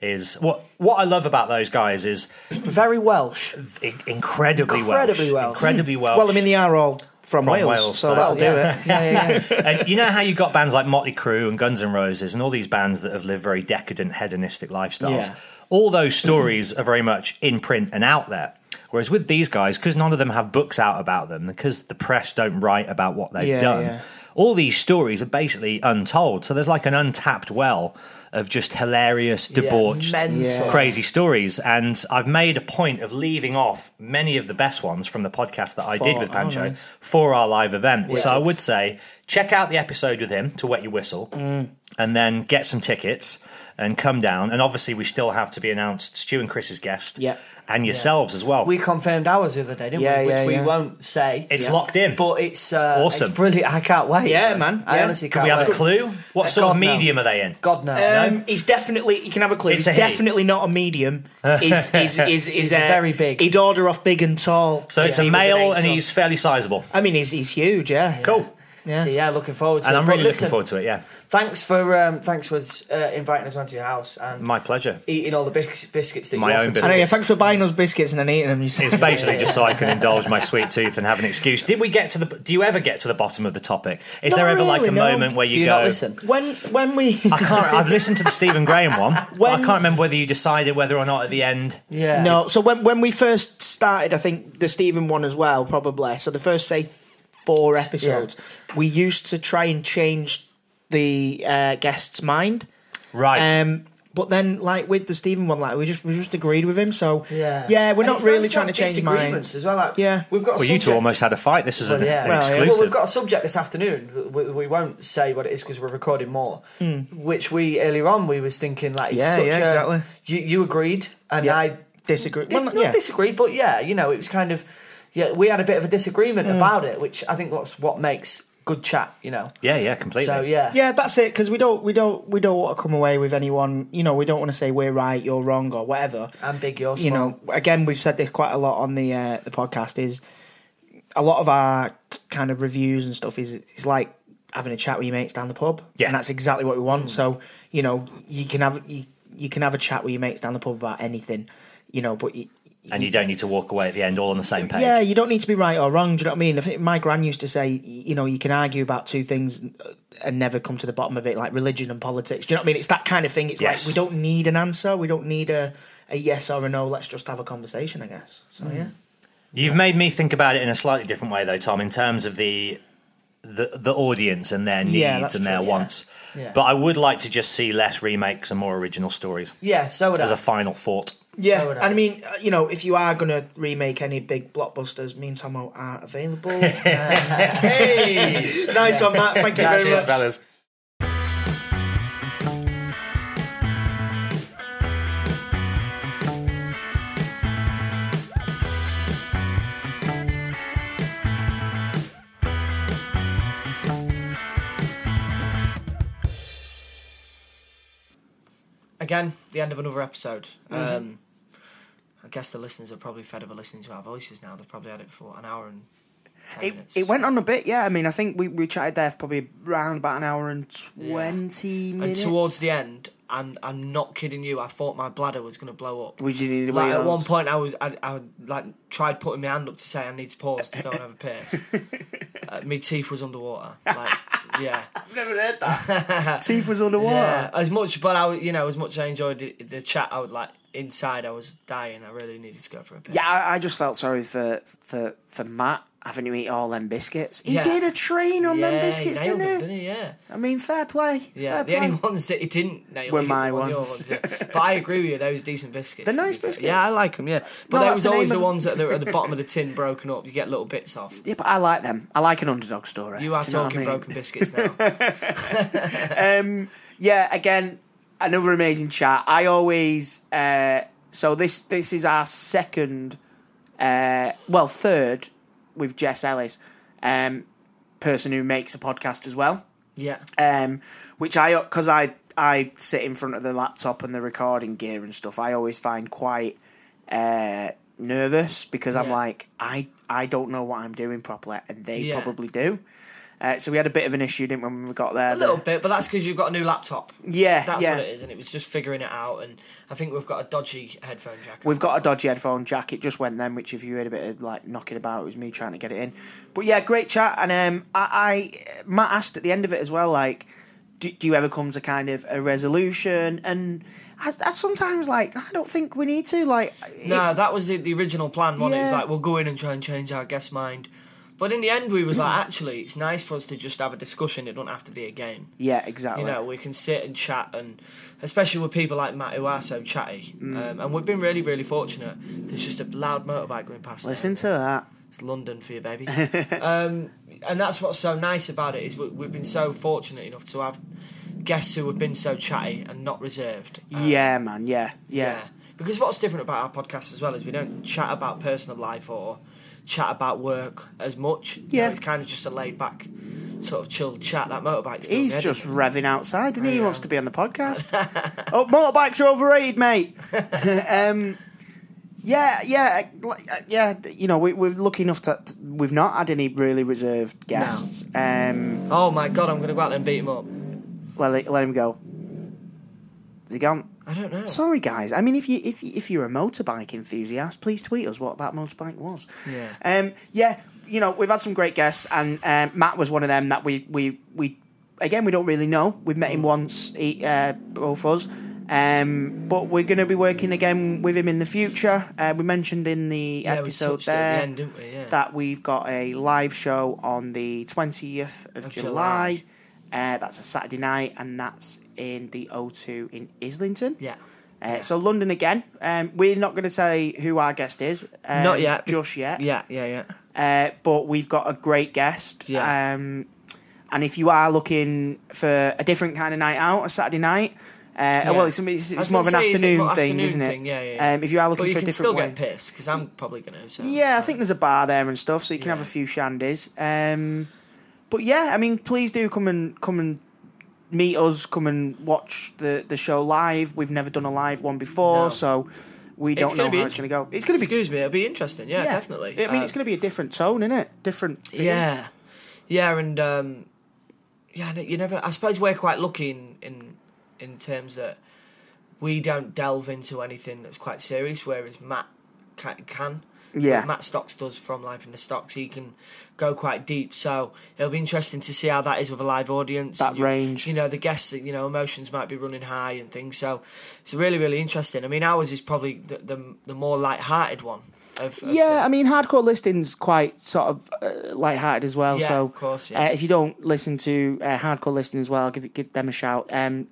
[SPEAKER 5] is what what I love about those guys is
[SPEAKER 3] Very Welsh.
[SPEAKER 5] i- incredibly well,
[SPEAKER 3] Incredibly Welsh.
[SPEAKER 5] incredibly well.
[SPEAKER 3] Well, I mean, they are all from, Wales,
[SPEAKER 5] Wales,
[SPEAKER 3] so,
[SPEAKER 5] so-
[SPEAKER 3] that'll do it. Yeah, yeah, yeah.
[SPEAKER 5] and you know how you've got bands like Motley Crue and Guns N' Roses and all these bands that have lived very decadent, hedonistic lifestyles.
[SPEAKER 3] Yeah.
[SPEAKER 5] All those stories are very much in print and out there. Whereas with these guys, because none of them have books out about them, because the press don't write about what they've
[SPEAKER 3] Yeah,
[SPEAKER 5] done,
[SPEAKER 3] yeah.
[SPEAKER 5] all these stories are basically untold. So there's like an untapped well of just hilarious, debauched,
[SPEAKER 4] mental.
[SPEAKER 3] Yeah.
[SPEAKER 5] crazy stories. And I've made a point of leaving off many of the best ones from the podcast that I did
[SPEAKER 3] For-
[SPEAKER 5] with
[SPEAKER 3] oh,
[SPEAKER 5] Pancho
[SPEAKER 3] nice.
[SPEAKER 5] for our live event. So I would say check out the episode with him to wet your whistle
[SPEAKER 4] Mm.
[SPEAKER 5] and then get some tickets and come down. And obviously, we still have to be announced Stu and Chris's guest
[SPEAKER 3] Yeah.
[SPEAKER 5] and yourselves as well.
[SPEAKER 4] We confirmed ours the other day, didn't
[SPEAKER 3] Yeah,
[SPEAKER 4] we? Which
[SPEAKER 3] yeah,
[SPEAKER 4] we
[SPEAKER 3] yeah.
[SPEAKER 4] won't say.
[SPEAKER 5] it's locked in.
[SPEAKER 4] But it's uh,
[SPEAKER 5] Awesome.
[SPEAKER 4] It's brilliant. I can't wait.
[SPEAKER 3] Yeah,
[SPEAKER 4] though.
[SPEAKER 3] man.
[SPEAKER 4] I
[SPEAKER 3] Yeah.
[SPEAKER 4] honestly
[SPEAKER 5] Can
[SPEAKER 4] can't
[SPEAKER 5] we have
[SPEAKER 4] wait.
[SPEAKER 5] a clue? What
[SPEAKER 4] Uh,
[SPEAKER 5] sort of
[SPEAKER 4] God, no.
[SPEAKER 5] medium are they in?
[SPEAKER 4] God no.
[SPEAKER 3] Um, he's definitely. You can have a clue.
[SPEAKER 5] It's
[SPEAKER 3] He's
[SPEAKER 5] a he.
[SPEAKER 3] definitely not a medium. He's, he's, he's, he's,
[SPEAKER 4] He's
[SPEAKER 3] uh,
[SPEAKER 4] very big.
[SPEAKER 3] He'd order off big and tall.
[SPEAKER 5] So it's
[SPEAKER 3] He
[SPEAKER 5] a
[SPEAKER 3] was an
[SPEAKER 5] male
[SPEAKER 3] ace
[SPEAKER 5] and
[SPEAKER 3] on-
[SPEAKER 5] he's fairly sizable.
[SPEAKER 3] I mean, he's he's huge. Yeah.
[SPEAKER 5] Cool.
[SPEAKER 3] Yeah.
[SPEAKER 4] So yeah, looking forward to
[SPEAKER 5] And
[SPEAKER 4] it.
[SPEAKER 5] I'm
[SPEAKER 4] But
[SPEAKER 5] really looking
[SPEAKER 4] listen,
[SPEAKER 5] forward to it, yeah.
[SPEAKER 4] Thanks for um, thanks for uh, inviting us round to your house and
[SPEAKER 5] My pleasure.
[SPEAKER 4] eating all the bis- biscuits that
[SPEAKER 5] My
[SPEAKER 4] you
[SPEAKER 5] own
[SPEAKER 4] offered
[SPEAKER 5] biscuits.
[SPEAKER 4] to
[SPEAKER 3] I know, yeah,
[SPEAKER 4] us.
[SPEAKER 3] thanks for buying us biscuits and then eating them. You see.
[SPEAKER 5] It's basically just so I can indulge my sweet tooth and have an excuse. Did we get to the? Do you ever get to the bottom of the topic? Is
[SPEAKER 3] Not
[SPEAKER 5] there ever like a
[SPEAKER 3] really, no.
[SPEAKER 5] moment where you,
[SPEAKER 4] Do you
[SPEAKER 5] go?
[SPEAKER 4] not listen?
[SPEAKER 3] when when we
[SPEAKER 5] I can't. I've listened to the Stephen Graham one.
[SPEAKER 3] When-
[SPEAKER 5] I can't remember whether you decided whether or not at the end.
[SPEAKER 4] Yeah.
[SPEAKER 3] no, so when when we first started, I think the Stephen one as well, probably. So the first say four episodes, we used to try and change the uh, guest's mind.
[SPEAKER 5] Right.
[SPEAKER 3] Um, but then, like with the Stephen one, like we just we just agreed with him. So
[SPEAKER 4] Yeah.
[SPEAKER 3] we're
[SPEAKER 4] And
[SPEAKER 3] not
[SPEAKER 4] it's
[SPEAKER 3] really
[SPEAKER 4] nice
[SPEAKER 3] trying
[SPEAKER 4] have
[SPEAKER 3] to change
[SPEAKER 4] disagreements
[SPEAKER 3] minds.
[SPEAKER 4] as well. Like,
[SPEAKER 3] Yeah.
[SPEAKER 4] we've got. A
[SPEAKER 5] well, you two
[SPEAKER 4] subject-
[SPEAKER 5] almost had a fight. This is an,
[SPEAKER 4] Well, yeah.
[SPEAKER 5] an
[SPEAKER 4] Well,
[SPEAKER 3] yeah.
[SPEAKER 5] exclusive.
[SPEAKER 4] Well, we've got a subject this afternoon. We, we won't say what it is because we're recording more. Which we earlier on we was thinking like, it's
[SPEAKER 3] Yeah,
[SPEAKER 4] such
[SPEAKER 3] yeah,
[SPEAKER 4] a-
[SPEAKER 3] exactly.
[SPEAKER 4] You you agreed and
[SPEAKER 3] Yeah.
[SPEAKER 4] I
[SPEAKER 3] Disagree.
[SPEAKER 4] dis-
[SPEAKER 3] Well,
[SPEAKER 4] not
[SPEAKER 3] yeah.
[SPEAKER 4] disagreed, but yeah, you know, it was kind of yeah. We had a bit of a disagreement about it, which I think that's what makes good chat. You know.
[SPEAKER 5] yeah, yeah, completely.
[SPEAKER 4] So yeah.
[SPEAKER 3] yeah, that's it. Because we don't, we don't, we don't want to come away with anyone. You know, we don't want to say we're right, you're wrong, or whatever.
[SPEAKER 4] I'm big, you're small.
[SPEAKER 3] you know, again, we've said this quite a lot on the uh, the podcast. Is a lot of our kind of reviews and stuff is is like having a chat with your mates down the pub.
[SPEAKER 5] Yeah.
[SPEAKER 3] and that's exactly what we want. So you know, you can have you, you can have a chat with your mates down the pub about anything. You know, but you,
[SPEAKER 5] and you don't need to walk away at the end all on the same page.
[SPEAKER 3] yeah, you don't need to be right or wrong. Do you know what I mean? I think my gran used to say, you know, you can argue about two things and never come to the bottom of it, like religion and politics. Do you know what I mean? It's that kind of thing. It's
[SPEAKER 5] Yes.
[SPEAKER 3] like we don't need an answer. We don't need a, a yes or a no. Let's just have a conversation, I guess. So yeah,
[SPEAKER 5] You've made me think about it in a slightly different way, though, Tom, in terms of the the, the audience and their needs
[SPEAKER 3] Yeah, that's
[SPEAKER 5] and their
[SPEAKER 3] true, yeah.
[SPEAKER 5] wants.
[SPEAKER 4] Yeah.
[SPEAKER 5] But I would like to just see less remakes and more original stories
[SPEAKER 4] Yeah, so would
[SPEAKER 5] as
[SPEAKER 4] I.
[SPEAKER 5] a final thought.
[SPEAKER 3] yeah.
[SPEAKER 4] So would I.
[SPEAKER 3] and I mean, uh, you know, if you are going to remake any big blockbusters, me and Tomo are available. Uh, hey, nice one, Matt. Thank you
[SPEAKER 4] Nice
[SPEAKER 3] very
[SPEAKER 4] one,
[SPEAKER 3] much.
[SPEAKER 5] fellas.
[SPEAKER 4] again, the end of another episode. Um, I guess the listeners are probably fed up of listening to our voices now. They've probably had it for an hour and ten
[SPEAKER 3] It,
[SPEAKER 4] minutes.
[SPEAKER 3] it went on a bit, yeah. I mean, I think we, we chatted there for probably around about an hour and 20
[SPEAKER 4] and
[SPEAKER 3] minutes.
[SPEAKER 4] towards the end, I'm I'm not kidding you. I thought my bladder was going to blow up.
[SPEAKER 3] Would you need to
[SPEAKER 4] like
[SPEAKER 3] wait
[SPEAKER 4] at
[SPEAKER 3] on?
[SPEAKER 4] one point, I was I, I like tried putting my hand up to say I need to pause to go and have a piss. uh, my teeth was underwater. Like yeah,
[SPEAKER 3] never heard that. Teeth was underwater.
[SPEAKER 4] yeah. As much, but I was- you know as much as I enjoyed the, the chat, I would like inside I was dying. I really needed to go for a piss.
[SPEAKER 3] Yeah, I, I just felt sorry for, for for Matt having to eat all them biscuits. He
[SPEAKER 4] Yeah.
[SPEAKER 3] did a train on them
[SPEAKER 4] he
[SPEAKER 3] biscuits,
[SPEAKER 4] nailed
[SPEAKER 3] didn't
[SPEAKER 4] them,
[SPEAKER 3] he?
[SPEAKER 4] Didn't he? Yeah.
[SPEAKER 3] I mean, fair play.
[SPEAKER 4] Yeah,
[SPEAKER 3] fair
[SPEAKER 4] the only
[SPEAKER 3] play.
[SPEAKER 4] ones that he didn't nail
[SPEAKER 3] Were
[SPEAKER 4] he
[SPEAKER 3] my
[SPEAKER 4] did the one- your
[SPEAKER 3] ones.
[SPEAKER 4] yeah. But I agree with you; those decent biscuits.
[SPEAKER 3] They're
[SPEAKER 4] to
[SPEAKER 3] nice
[SPEAKER 4] be fair.
[SPEAKER 3] biscuits.
[SPEAKER 4] Yeah, I like them. Yeah, but
[SPEAKER 3] No,
[SPEAKER 4] that
[SPEAKER 3] that's
[SPEAKER 4] was
[SPEAKER 3] the
[SPEAKER 4] always
[SPEAKER 3] name
[SPEAKER 4] the
[SPEAKER 3] of-
[SPEAKER 4] ones that are at the bottom of the tin, broken up. You get little bits off.
[SPEAKER 3] Yeah, but I like them. I like an underdog story.
[SPEAKER 4] You are
[SPEAKER 3] Do know what I
[SPEAKER 4] talking
[SPEAKER 3] mean?
[SPEAKER 4] broken biscuits now.
[SPEAKER 3] Yeah, again, another amazing chat. I always uh, so this this is our second, uh, well, third with Jess Ellis, um, person who makes a podcast as well.
[SPEAKER 4] yeah,
[SPEAKER 3] um, which I because I I sit in front of the laptop and the recording gear and stuff. I always find quite uh, nervous because I'm
[SPEAKER 4] Yeah.
[SPEAKER 3] like I I don't know what I'm doing properly, and they
[SPEAKER 4] Yeah.
[SPEAKER 3] probably do. Uh, so we had a bit of an issue, didn't we, when we got there?
[SPEAKER 4] a little bit, but that's because you've got a new laptop.
[SPEAKER 3] Yeah,
[SPEAKER 4] That's
[SPEAKER 3] yeah.
[SPEAKER 4] what it is, and it was just figuring it out. And I think we've got a dodgy headphone jack.
[SPEAKER 3] We've got a dodgy headphone jack. It just went then, which if you heard a bit of like knocking about, it was me trying to get it in. But yeah, great chat. And um, I, I Matt asked at the end of it as well, like, do, do you ever come to kind of a resolution? And I, I sometimes like I don't think we need to. Like, it-
[SPEAKER 4] No, that was the, the original plan. One, it was
[SPEAKER 3] Yeah.
[SPEAKER 4] like we'll go in and try and change our guest mind. But in the end, we was like, actually, it's nice for us to just have a discussion. It don't have to be a game.
[SPEAKER 3] yeah, exactly.
[SPEAKER 4] You know, we can sit and chat, and especially with people like Matt who are so chatty.
[SPEAKER 3] Mm.
[SPEAKER 4] Um, and we've been really, really fortunate. There's just a loud motorbike going past. there.
[SPEAKER 3] Listen to that.
[SPEAKER 4] It's London for you, baby. um, and that's what's so nice about it is we, we've been so fortunate enough to have guests who have been so chatty and not reserved. Um,
[SPEAKER 3] yeah, man. Yeah, yeah,
[SPEAKER 4] Because what's different about our podcast as well is we don't chat about personal life or chat about work as much. You know,
[SPEAKER 3] Yeah.
[SPEAKER 4] it's kind of just a laid back, sort of chilled chat. That motorbike's still
[SPEAKER 3] He's
[SPEAKER 4] good,
[SPEAKER 3] just
[SPEAKER 4] isn't it?
[SPEAKER 3] revving outside, and he? he
[SPEAKER 4] Yeah.
[SPEAKER 3] wants to be on the podcast. oh, motorbikes are overrated, mate. um, yeah, yeah, like, uh, yeah. You know, we, we're lucky enough that we've not had any really reserved guests. Um,
[SPEAKER 4] Oh my god, I'm going to go out there and beat him up.
[SPEAKER 3] let it- let him go. Is he gone?
[SPEAKER 4] I don't know.
[SPEAKER 3] Sorry, guys. I mean, if you if you, if you're a motorbike enthusiast, please tweet us what that motorbike was.
[SPEAKER 4] Yeah.
[SPEAKER 3] Um. Yeah. You know, we've had some great guests, and um, Matt was one of them that we we we again we don't really know. We've
[SPEAKER 4] Mm.
[SPEAKER 3] met him once, he, uh, both us. Um, but we're going to be working again with him in the future. Uh, we mentioned in the
[SPEAKER 4] yeah, we
[SPEAKER 3] episode
[SPEAKER 4] touched it
[SPEAKER 3] there
[SPEAKER 4] at the end, didn't we? Yeah.
[SPEAKER 3] that we've got a live show on the 20th of,
[SPEAKER 4] Of
[SPEAKER 3] July.
[SPEAKER 4] July.
[SPEAKER 3] Uh, that's a Saturday night, and that's in the O2 in Islington.
[SPEAKER 4] yeah.
[SPEAKER 3] Uh, So London again. Um, we're not going to say who our guest is. Um,
[SPEAKER 4] Not yet.
[SPEAKER 3] Just yet.
[SPEAKER 4] Yeah, yeah, yeah.
[SPEAKER 3] Uh, but we've got a great guest.
[SPEAKER 4] Yeah.
[SPEAKER 3] Um, and if you are looking for a different kind of night out, a Saturday night, uh, well, it's, it's,
[SPEAKER 4] I was
[SPEAKER 3] it's more of an
[SPEAKER 4] gonna say, is it
[SPEAKER 3] afternoon
[SPEAKER 4] more
[SPEAKER 3] thing,
[SPEAKER 4] afternoon
[SPEAKER 3] isn't it?
[SPEAKER 4] thing? Yeah, yeah, yeah.
[SPEAKER 3] Um, if you are looking
[SPEAKER 4] But you
[SPEAKER 3] for a
[SPEAKER 4] can
[SPEAKER 3] different
[SPEAKER 4] still
[SPEAKER 3] way.
[SPEAKER 4] get pissed because I'm probably going to. So.
[SPEAKER 3] Yeah, I think there's a bar there and stuff, so you can have a
[SPEAKER 4] Yeah.
[SPEAKER 3] few shandies. Um, but yeah, I mean, please do come and come and meet us. Come and watch the, the show live. We've never done a live one before,
[SPEAKER 4] No.
[SPEAKER 3] so we don't know
[SPEAKER 4] gonna
[SPEAKER 3] how
[SPEAKER 4] be
[SPEAKER 3] it's going to go. It's going to be
[SPEAKER 4] Excuse me, it'll be interesting. Yeah, definitely.
[SPEAKER 3] I mean,
[SPEAKER 4] Um,
[SPEAKER 3] it's going to be a different tone, isn't it? Different. feel.
[SPEAKER 4] Yeah, yeah, and um, yeah, and you never. I suppose we're quite lucky in in, in terms that we don't delve into anything that's quite serious, whereas Matt ca- can.
[SPEAKER 3] Yeah.
[SPEAKER 4] Matt Stocks does from Life in the Stocks. He can go quite deep, so it'll be interesting to see how that is with a live audience.
[SPEAKER 3] That
[SPEAKER 4] And you-
[SPEAKER 3] range.
[SPEAKER 4] you know, the guests, you know, emotions might be running high and things. So it's really, really interesting. I mean, ours is probably the the, the more light-hearted one. Of, of
[SPEAKER 3] Yeah,
[SPEAKER 4] the-
[SPEAKER 3] I mean, hardcore listing's quite sort of uh, light-hearted as well.
[SPEAKER 4] Yeah,
[SPEAKER 3] so,
[SPEAKER 4] of course, yeah.
[SPEAKER 3] uh, if you don't listen to uh, hardcore listing as well, give it- give them a shout. Um,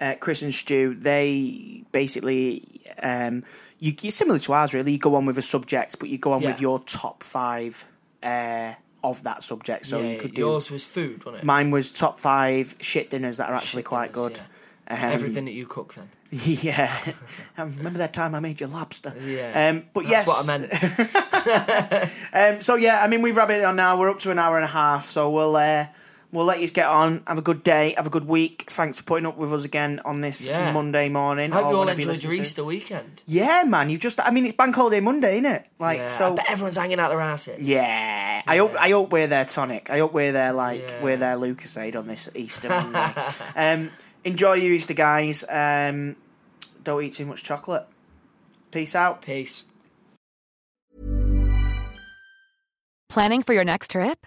[SPEAKER 3] uh, Chris and Stu, they basically um, you, you're similar to ours, really. You go on with a subject, but you go on
[SPEAKER 4] Yeah.
[SPEAKER 3] with your top five uh, of that subject. So
[SPEAKER 4] yeah,
[SPEAKER 3] you could do
[SPEAKER 4] yours was food, wasn't it?
[SPEAKER 3] Mine was top five shit dinners that are actually
[SPEAKER 4] Shit
[SPEAKER 3] quite
[SPEAKER 4] dinners,
[SPEAKER 3] good.
[SPEAKER 4] yeah.
[SPEAKER 3] Um,
[SPEAKER 4] Everything that you cook, then.
[SPEAKER 3] Yeah, I remember that time I made you lobster.
[SPEAKER 4] Yeah.
[SPEAKER 3] um, but yes,
[SPEAKER 4] That's what I meant.
[SPEAKER 3] Um, so yeah, I mean we've rabbited on now. We're up to an hour and a half, so we'll uh, We'll let you get on. Have a good day. Have a good week. Thanks for putting up with us again on this
[SPEAKER 4] Yeah.
[SPEAKER 3] Monday morning.
[SPEAKER 4] I hope
[SPEAKER 3] or
[SPEAKER 4] you all
[SPEAKER 3] whenever you
[SPEAKER 4] enjoyed
[SPEAKER 3] listen
[SPEAKER 4] your
[SPEAKER 3] to it.
[SPEAKER 4] Easter weekend.
[SPEAKER 3] Yeah, man. You've just. I mean, it's Bank Holiday Monday, isn't it? Like
[SPEAKER 4] Yeah, I
[SPEAKER 3] so.
[SPEAKER 4] bet everyone's hanging out their asses.
[SPEAKER 3] Yeah. I hope I hope we're there tonic. I hope we're there like
[SPEAKER 4] Yeah.
[SPEAKER 3] we're there Lucasade on this Easter Monday. um enjoy your Easter guys. Um don't eat too much chocolate. Peace out.
[SPEAKER 4] Peace.
[SPEAKER 9] Planning for your next trip?